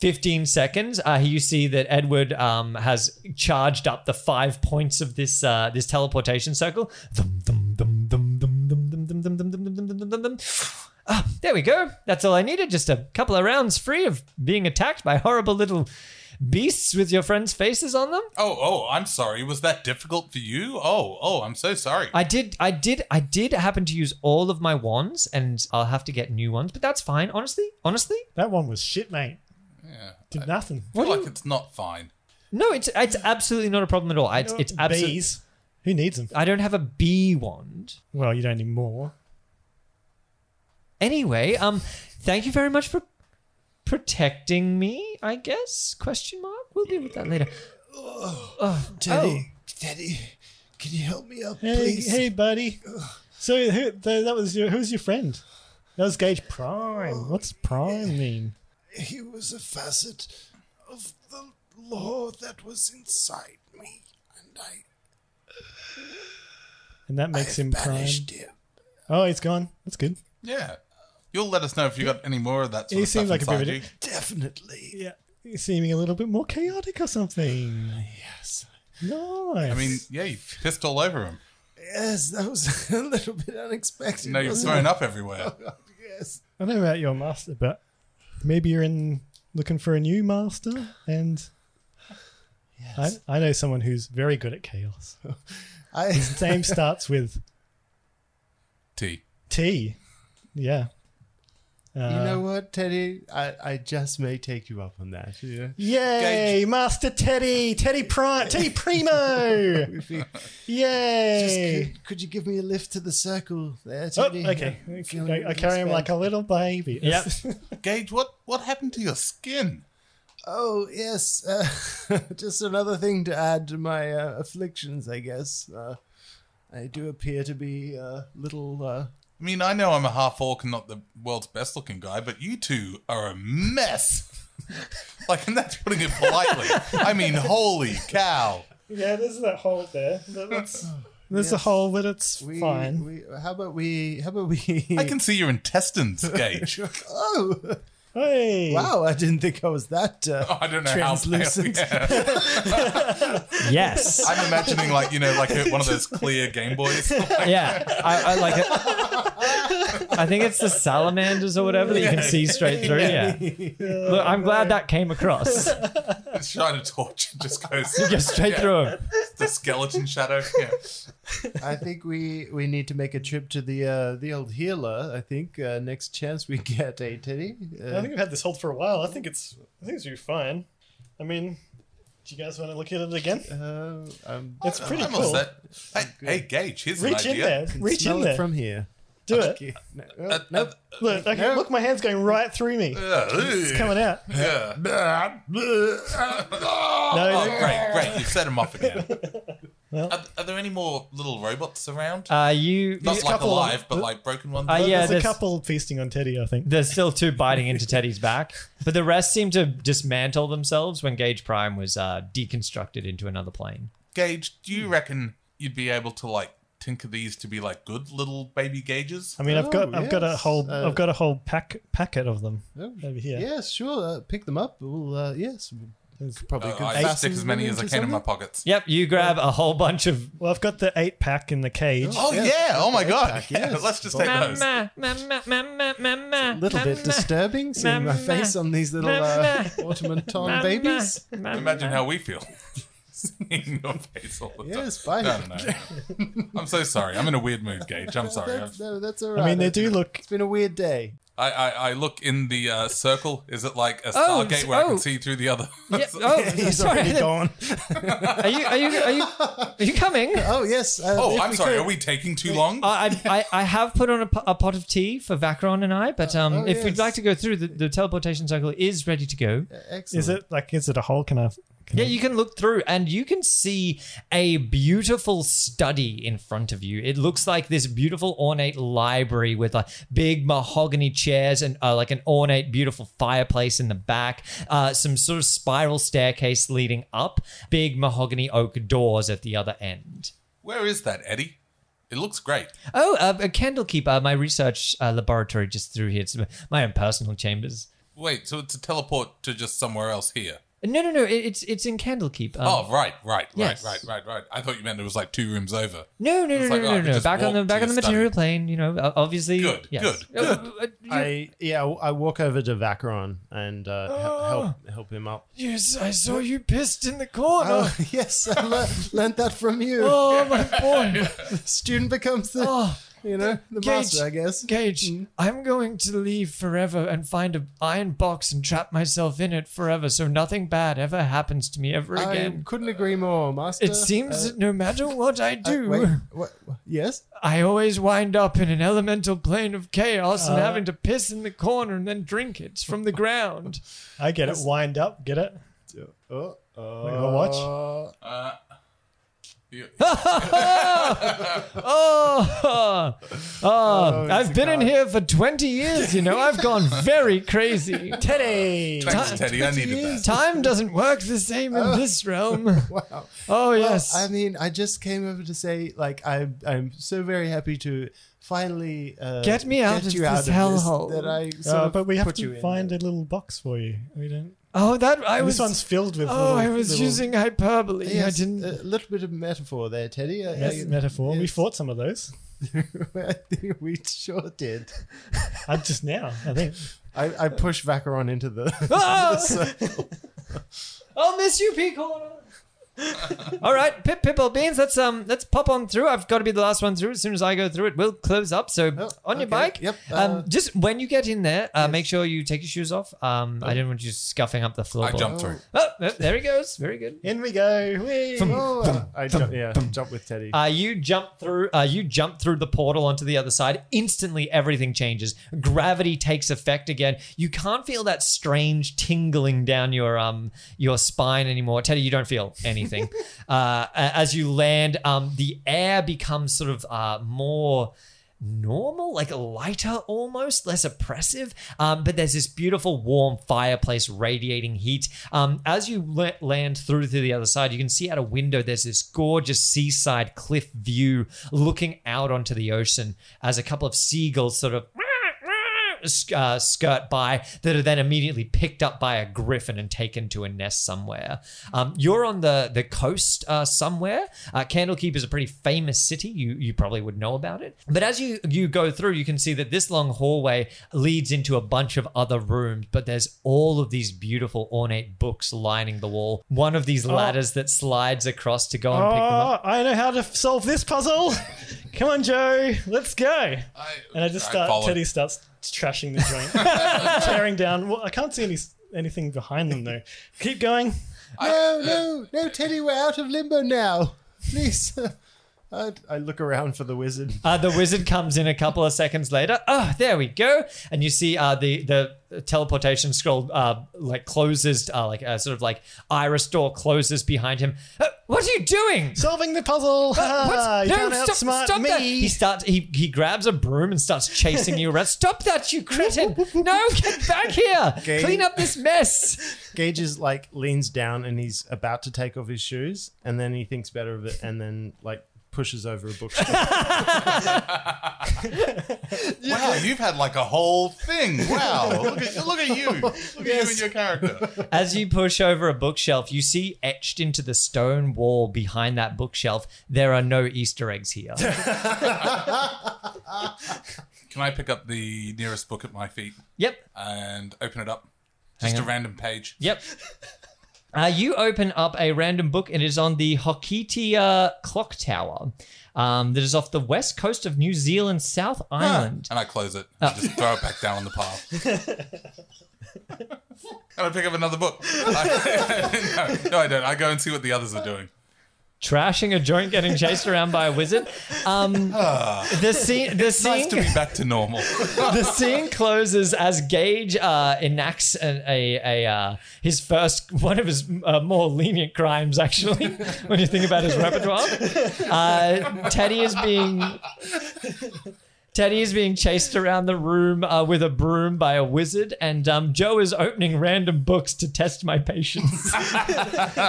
Speaker 1: 15 seconds, uh, you see that Edward um, has charged up the five points of this uh, this teleportation circle. Dum, dum, dum, dum, dum, dum, dum, dum, dum, dum, dum, dum, dum, dum, dum, dum. Ah, there we go. That's all I needed. Just a couple of rounds free of being attacked by horrible little beasts with your friends' faces on them.
Speaker 4: Oh, oh, I'm sorry. Was that difficult for you? Oh, oh, I'm so sorry.
Speaker 1: I did, I did, I did happen to use all of my wands, and I'll have to get new ones. But that's fine, honestly. Honestly,
Speaker 3: That one was shit, mate.
Speaker 4: yeah.
Speaker 3: Did nothing.
Speaker 4: I feel like it's not fine.
Speaker 1: no, it's it's absolutely not a problem at all. It's it's absolutely.
Speaker 3: bees. Who needs them?
Speaker 1: I don't have a bee wand.
Speaker 3: Well, you don't need more.
Speaker 1: Anyway, um, thank you very much for protecting me. I guess question mark. We'll deal with that later.
Speaker 2: Teddy, Teddy, can you help me up,
Speaker 3: Hey,
Speaker 2: please?
Speaker 3: hey, buddy. So who, th- that was your who's your friend? That was Gage Prime. What's Prime mean?
Speaker 2: He was a facet of the law that was inside me, and I
Speaker 3: And that makes him Prime.
Speaker 2: banished him.
Speaker 3: Oh, he's gone. That's good.
Speaker 4: Yeah. You'll let us know if you got any more of that sort
Speaker 3: He
Speaker 4: of stuff
Speaker 3: seems like a
Speaker 4: inside
Speaker 3: bit of a
Speaker 4: you.
Speaker 2: Definitely.
Speaker 3: Yeah, he's seeming a little bit more chaotic or something.
Speaker 2: Yes.
Speaker 3: Nice.
Speaker 4: I mean, yeah, you pissed all over him.
Speaker 2: Yes, that was [laughs] a little bit unexpected.
Speaker 4: No, you've
Speaker 2: wasn't
Speaker 4: thrown
Speaker 3: [laughs]
Speaker 4: up everywhere.
Speaker 2: it? Yes.
Speaker 3: I don't know about your master, but maybe you're in looking for a new master, and I, I know someone who's very good at [laughs] chaos.
Speaker 2: I
Speaker 3: His name starts with
Speaker 4: T.
Speaker 3: T. Yeah. Uh,
Speaker 2: You know what, Teddy? I, I just may take you up on that. Yeah.
Speaker 3: Yay, Master Teddy, Teddy Prime, Teddy Primo. Yay.
Speaker 2: Could, could you give me a lift to the circle there,
Speaker 3: Oh,
Speaker 2: Teddy?
Speaker 3: okay.
Speaker 2: I'm feeling
Speaker 3: I, I
Speaker 2: really
Speaker 3: carry him
Speaker 2: spent.
Speaker 3: like a little baby. [laughs]
Speaker 1: Yep.
Speaker 4: Gage, what, what happened to your skin?
Speaker 2: Oh yes, uh, [laughs] just another thing to add to my uh, afflictions, I guess. Uh, I do appear to be a little. Uh,
Speaker 4: I mean, I know I'm a half orc and not the world's best looking guy, but you two are a mess. [laughs] like, and that's putting it politely. I mean, holy cow.
Speaker 3: yeah, there's that hole there.
Speaker 2: [sighs]
Speaker 3: there's a hole, but it's
Speaker 2: Oh, we,
Speaker 3: fine.
Speaker 2: We, how about we? How about we?
Speaker 4: I can see your intestines,
Speaker 3: [laughs]
Speaker 4: Gage. [laughs]
Speaker 2: Oh
Speaker 3: hey.
Speaker 2: [laughs] wow! I didn't think I was that. Uh,
Speaker 4: [laughs] I don't know
Speaker 2: Translucent.
Speaker 4: how. pale- Yeah.
Speaker 1: Oh.
Speaker 4: [laughs]
Speaker 1: Yes.
Speaker 4: I'm imagining like you know, like a, one of those clear Game Boys.
Speaker 1: yeah, I, I like it. I think it's the salamanders or whatever that you can see straight through. Yeah. Look, I'm glad that came across.
Speaker 4: [laughs] Shine a torch and just
Speaker 3: [laughs]
Speaker 4: goes
Speaker 1: Just straight
Speaker 4: yeah,
Speaker 1: through 'em.
Speaker 4: The skeleton shadow. Yeah.
Speaker 2: I think we we need to make a trip to the uh, the old healer. I think uh, next chance we [laughs] get a teddy.
Speaker 3: I
Speaker 2: Uh,
Speaker 3: think we've had this hold for a while. I think it's I think it's gonna be fine. I mean, do you guys want to look at it again?
Speaker 2: uh, um,
Speaker 3: It's pretty
Speaker 4: I'm all
Speaker 3: cool.
Speaker 4: set. Hey, hey, Gage, here's
Speaker 3: Reach
Speaker 4: an
Speaker 3: in
Speaker 4: idea.
Speaker 3: there.
Speaker 2: can
Speaker 3: Reach
Speaker 2: smell
Speaker 3: in
Speaker 2: it
Speaker 3: there.
Speaker 2: from here.
Speaker 3: Do it.
Speaker 2: No, oh,
Speaker 4: Uh,
Speaker 2: no.
Speaker 4: uh,
Speaker 3: Look, I can, look, my hand's going right through me.
Speaker 4: uh,
Speaker 3: It's coming out.
Speaker 4: yeah.
Speaker 3: No,
Speaker 4: Oh,
Speaker 3: no.
Speaker 4: great, great. You've set him off again.
Speaker 3: [laughs]
Speaker 4: are, are there any more little robots around?
Speaker 1: Uh, you.
Speaker 4: Not
Speaker 1: you-
Speaker 4: like
Speaker 3: couple
Speaker 4: alive,
Speaker 3: of-
Speaker 4: but like broken ones?
Speaker 1: Uh, yeah,
Speaker 3: there's,
Speaker 1: there's-
Speaker 3: a couple feasting on Teddy, I think.
Speaker 1: There's still two biting into Teddy's back, but the rest seem to dismantle themselves when Gage Prime was uh, deconstructed into another plane.
Speaker 4: Gage, do you reckon you'd be able to like tinker these to be like good little baby gauges?
Speaker 3: I mean, I've got
Speaker 2: Oh,
Speaker 3: I've got a
Speaker 2: yes.
Speaker 3: whole
Speaker 2: Uh,
Speaker 3: I've got a whole pack packet of them
Speaker 2: Oh,
Speaker 3: over here.
Speaker 2: Yes, sure. Uh, pick them up. We'll, uh, yes,
Speaker 3: There's-
Speaker 2: probably
Speaker 4: Uh,
Speaker 2: could
Speaker 4: I
Speaker 2: fasten
Speaker 4: stick as many
Speaker 2: them
Speaker 4: as I
Speaker 2: into
Speaker 4: can in my
Speaker 2: something.
Speaker 4: pockets.
Speaker 1: Yep, you grab a whole bunch of.
Speaker 3: Well, I've got the eight pack in the cage.
Speaker 4: Oh yeah!
Speaker 2: Yeah,
Speaker 4: Oh my god!
Speaker 2: pack,
Speaker 4: yeah,
Speaker 2: yes.
Speaker 4: [laughs] let's just take those.
Speaker 2: A little bit disturbing seeing my face on these little uh, automaton babies.
Speaker 4: Imagine how we feel. [laughs] Seeing your face all the time.
Speaker 2: Yes, bye.
Speaker 4: No, no, no. I'm so sorry. I'm in a weird mood, Gage. I'm sorry.
Speaker 2: That's,
Speaker 4: I've-
Speaker 2: no, that's all right.
Speaker 3: I mean, they do look.
Speaker 2: It's been a weird day.
Speaker 4: I, I, I look in the uh, circle. Is it like a
Speaker 1: Oh,
Speaker 4: Stargate
Speaker 1: it's-
Speaker 4: where I
Speaker 1: oh.
Speaker 4: can see through the other?
Speaker 2: [laughs]
Speaker 1: Yep. Oh, sorry.
Speaker 2: gone.
Speaker 1: Are you are you are you are you coming?
Speaker 2: Oh yes. Uh,
Speaker 4: [laughs] oh,
Speaker 2: if
Speaker 4: I'm
Speaker 2: we
Speaker 4: sorry.
Speaker 2: could-
Speaker 4: Are we taking too long?
Speaker 1: I, I I have put on a, po- a pot of tea for Vakron and I, but um,
Speaker 2: Oh,
Speaker 1: if we'd
Speaker 2: yes.
Speaker 1: like to go through, the, the teleportation circle is ready to go.
Speaker 2: Excellent.
Speaker 3: Is it like? Is it a hole? Can I? Can
Speaker 1: Yeah,
Speaker 3: I-
Speaker 1: you can look through and you can see a beautiful study in front of you. It looks like this beautiful ornate library with like big mahogany chairs and uh, like an ornate, beautiful fireplace in the back. Uh, some sort of spiral staircase leading up. Big mahogany oak doors at the other end.
Speaker 4: Where is that, Eddie? It looks great.
Speaker 1: Oh, uh, a candle keeper. My research uh, laboratory just through here. It's my own personal chambers.
Speaker 4: Wait, so it's a teleport to just somewhere else here?
Speaker 1: No, no, no. it- It's it's in Candlekeep. Um,
Speaker 4: oh, right, right,
Speaker 1: yes.
Speaker 4: right, right, right, right. I thought you meant it was like two rooms over.
Speaker 1: No, no, no,
Speaker 4: It's
Speaker 1: no,
Speaker 4: like, oh, I
Speaker 1: no,
Speaker 4: could
Speaker 1: no.
Speaker 4: just
Speaker 1: Back on
Speaker 4: walk
Speaker 1: the
Speaker 4: to
Speaker 1: back on
Speaker 4: the
Speaker 1: the
Speaker 4: study.
Speaker 1: material plane, you know. o- Obviously,
Speaker 4: Good,
Speaker 1: yes.
Speaker 4: good,
Speaker 1: Uh,
Speaker 4: good.
Speaker 1: uh, you-
Speaker 2: I yeah. I walk over to Vacron and uh, he- help help him up.
Speaker 1: yes, I saw you pissed in the corner.
Speaker 2: Oh [laughs] yes, I le- learned that from you.
Speaker 1: [laughs] Oh
Speaker 2: [laughs]
Speaker 1: my boy,
Speaker 2: Student becomes the
Speaker 1: oh,
Speaker 2: you know the
Speaker 1: Gage.
Speaker 2: master, I guess.
Speaker 1: Gage,
Speaker 2: Mm-hmm.
Speaker 1: I'm going to leave forever and find an iron box and trap myself in it forever, so nothing bad ever happens to me ever
Speaker 2: I
Speaker 1: again.
Speaker 2: couldn't agree more, master.
Speaker 1: It seems
Speaker 2: Uh,
Speaker 1: that no
Speaker 2: [laughs]
Speaker 1: matter what I
Speaker 2: uh,
Speaker 1: do,
Speaker 2: wait, what, what- yes.
Speaker 1: I always wind up in an elemental plane of chaos and
Speaker 3: Uh,
Speaker 1: having to piss in the corner and then drink it from the ground.
Speaker 3: I get it. Wind up. Get it.
Speaker 2: Oh,
Speaker 3: a watch?
Speaker 2: uh,
Speaker 4: Uh, you-
Speaker 1: Oh, [laughs] oh, I've
Speaker 2: it's a
Speaker 1: been in
Speaker 2: god.
Speaker 1: here for 20 years, you know. I've gone very crazy.
Speaker 3: Teddy.
Speaker 4: thanks, Teddy. I needed
Speaker 2: years.
Speaker 4: that.
Speaker 1: Time doesn't work the same in this realm.
Speaker 2: Wow.
Speaker 1: [laughs] Oh,
Speaker 2: Well,
Speaker 1: yes.
Speaker 2: I mean, I just came over to say, like, I'm I'm so very happy to finally uh,
Speaker 1: Get me out of
Speaker 2: you
Speaker 1: this
Speaker 2: out of
Speaker 1: hellhole.
Speaker 2: That I sort
Speaker 3: Uh,
Speaker 2: of
Speaker 3: but we have
Speaker 2: put you
Speaker 3: to
Speaker 2: in.
Speaker 3: find a little box for you. We don't.
Speaker 1: oh, that I
Speaker 3: this
Speaker 1: was.
Speaker 3: one's filled with.
Speaker 1: oh,
Speaker 3: little-
Speaker 1: I was
Speaker 3: little
Speaker 1: using hyperbole. I
Speaker 2: Yes, uh,
Speaker 1: didn't.
Speaker 2: a little bit of metaphor there, Teddy. Uh, I-
Speaker 3: met-
Speaker 2: I-
Speaker 3: metaphor. We
Speaker 2: yes.
Speaker 3: fought some of those.
Speaker 2: I think [laughs] we sure did.
Speaker 3: I Uh, just now. I
Speaker 1: [laughs]
Speaker 3: think.
Speaker 2: I,
Speaker 1: Uh,
Speaker 2: I pushed Vacheron into the.
Speaker 1: [laughs]
Speaker 2: [laughs]
Speaker 1: Ah! I'll miss you, P Corner. All right, Pip Pipple Beans, let's um let's pop on through. I've got to be the last one through. As soon as I go through it, we'll close up. So
Speaker 2: Oh,
Speaker 1: [laughs] on your
Speaker 2: okay.
Speaker 1: bike.
Speaker 2: Yep, uh,
Speaker 1: um just when you get in there, uh, make sure you take your shoes off. Um I didn't want you scuffing up the floor.
Speaker 4: Oh. I jumped through.
Speaker 1: Oh, oh, there he goes. Very good.
Speaker 3: In we go. Whee!
Speaker 2: Oh, uh, I jump, yeah, jump with Teddy.
Speaker 1: Uh, you jump through. Uh, you jump through the portal onto the other side. Instantly, everything changes. Gravity takes effect again. You can't feel that strange tingling down your um your spine anymore. Teddy, you don't feel
Speaker 4: [laughs]
Speaker 1: anything. uh, a- as you land, um, the air becomes sort of uh, more normal, like lighter almost, less oppressive. Um, but there's this beautiful warm fireplace radiating heat. Um, as you la- land through to the other side, you can see out a window there's this gorgeous seaside cliff view looking out onto the ocean as a couple of seagulls sort of sk- uh, skirt by that are then immediately picked up by a griffin and taken to a nest somewhere. Um, you're on the the coast uh, somewhere. Uh, Candlekeep is a pretty famous city. You you probably would know about it. But as you you go through, you can see that this long hallway leads into a bunch of other rooms. But there's all of these beautiful ornate books lining the wall. One of these ladders that slides across to go and pick them up.
Speaker 3: Oh, I know how to solve this puzzle. [laughs] Come on, Joe. Let's go.
Speaker 4: I,
Speaker 3: And I just
Speaker 4: I
Speaker 3: start.
Speaker 4: followed.
Speaker 3: Teddy starts trashing the
Speaker 1: [laughs]
Speaker 3: joint, tearing down. Well, I can't see any anything behind them though. Keep going.
Speaker 1: uh,
Speaker 2: No, no, no, Teddy, we're out of limbo now. [laughs] Please. I, I look around for the wizard. [laughs]
Speaker 1: Uh, the wizard comes in a couple of seconds later. Oh, there we go. And you see uh, the the teleportation scroll uh, like closes, uh, like uh, sort of like iris door closes behind him. Uh, what are you doing?
Speaker 3: Solving the puzzle. Ah,
Speaker 1: Uh, What?
Speaker 3: you can't outsmart me.
Speaker 1: that. He starts. He he grabs a broom and starts chasing you around. Stop that, you cretin! No, get back here!
Speaker 2: Okay.
Speaker 1: Clean up this mess.
Speaker 2: Gage is like leans down and he's about to take off his shoes, and then he thinks better of it, and then like pushes over a bookshelf.
Speaker 4: Wow, you've had like a whole thing. Wow, look at, look at you. Look at you and
Speaker 1: [laughs]
Speaker 4: your character.
Speaker 1: As you push over a bookshelf, you see etched into the stone wall behind that bookshelf. There are no Easter eggs here.
Speaker 4: Can I pick up the nearest book at my feet
Speaker 1: yep.
Speaker 4: and open it up?
Speaker 1: Hang
Speaker 4: Just a
Speaker 1: on.
Speaker 4: random page.
Speaker 1: Yep. Uh, you open up a random book and it is on the Hokitia Clock Tower um, that is off the west coast of New Zealand's South Island.
Speaker 4: And I close it. And Just throw it back down on the path. and I pick up another book. I- [laughs] no, no, I don't. I go and see what the others are doing.
Speaker 1: Trashing a joint, getting chased around by a wizard. Um, the scene, the scene,
Speaker 4: Ah. Nice to be back to normal.
Speaker 1: the scene closes as Gage uh, enacts an, a, a uh, his first one of his uh, more lenient crimes. Actually, [laughs] when you think about his repertoire, uh, Teddy is being Teddy is being chased around the room uh, with a broom by a wizard, and um, Joe is opening random books to test my patience.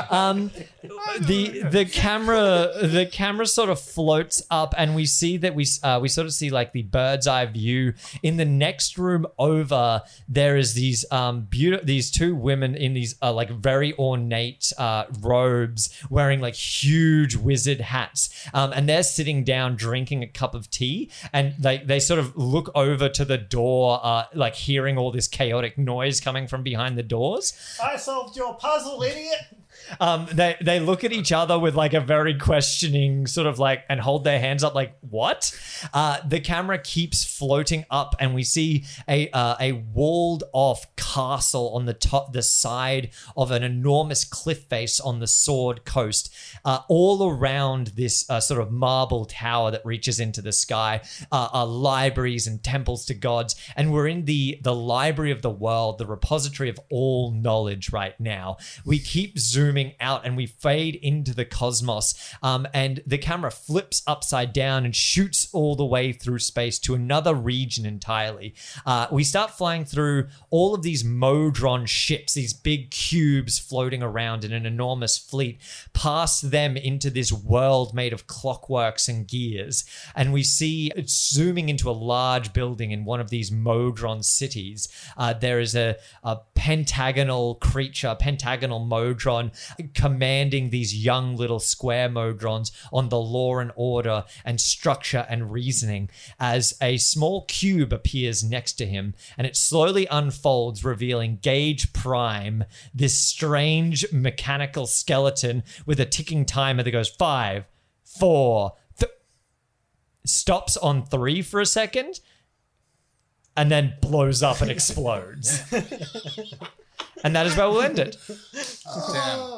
Speaker 1: um, the the camera the camera sort of floats up, and we see that we uh, we sort of see like the bird's eye view. In the next room over, there is these um beautiful these two women in these uh, like very ornate uh, robes, wearing like huge wizard hats, um, and they're sitting down drinking a cup of tea, and they they sort of look over to the door, uh, like hearing all this chaotic noise coming from behind the doors,
Speaker 3: I solved your puzzle, idiot.
Speaker 1: um, they they look at each other with like a very questioning sort of like and hold their hands up like what? Uh, the camera keeps floating up and we see a uh, a walled off castle on the top the side of an enormous cliff face on the Sword Coast, uh, all around this uh, sort of marble tower that reaches into the sky uh, are libraries and temples to gods, and we're in the the library of the world, the repository of all knowledge right now. We keep zooming out and we fade into the cosmos, um, and the camera flips upside down and shoots all the way through space to another region entirely. Uh, we start flying through all of these Modron ships, these big cubes floating around in an enormous fleet, past them into this world made of clockworks and gears. And we see it's zooming into a large building in one of these Modron cities. Uh, there is a, a pentagonal creature, pentagonal Modron, commanding these young little square Modrons on the law and order and structure and reasoning as a small cube appears next to him and it slowly unfolds, revealing Gage Prime, this strange mechanical skeleton with a ticking timer that goes five, four, th- stops on three for a second and then blows up and explodes. and that is where we'll end it.
Speaker 4: Damn.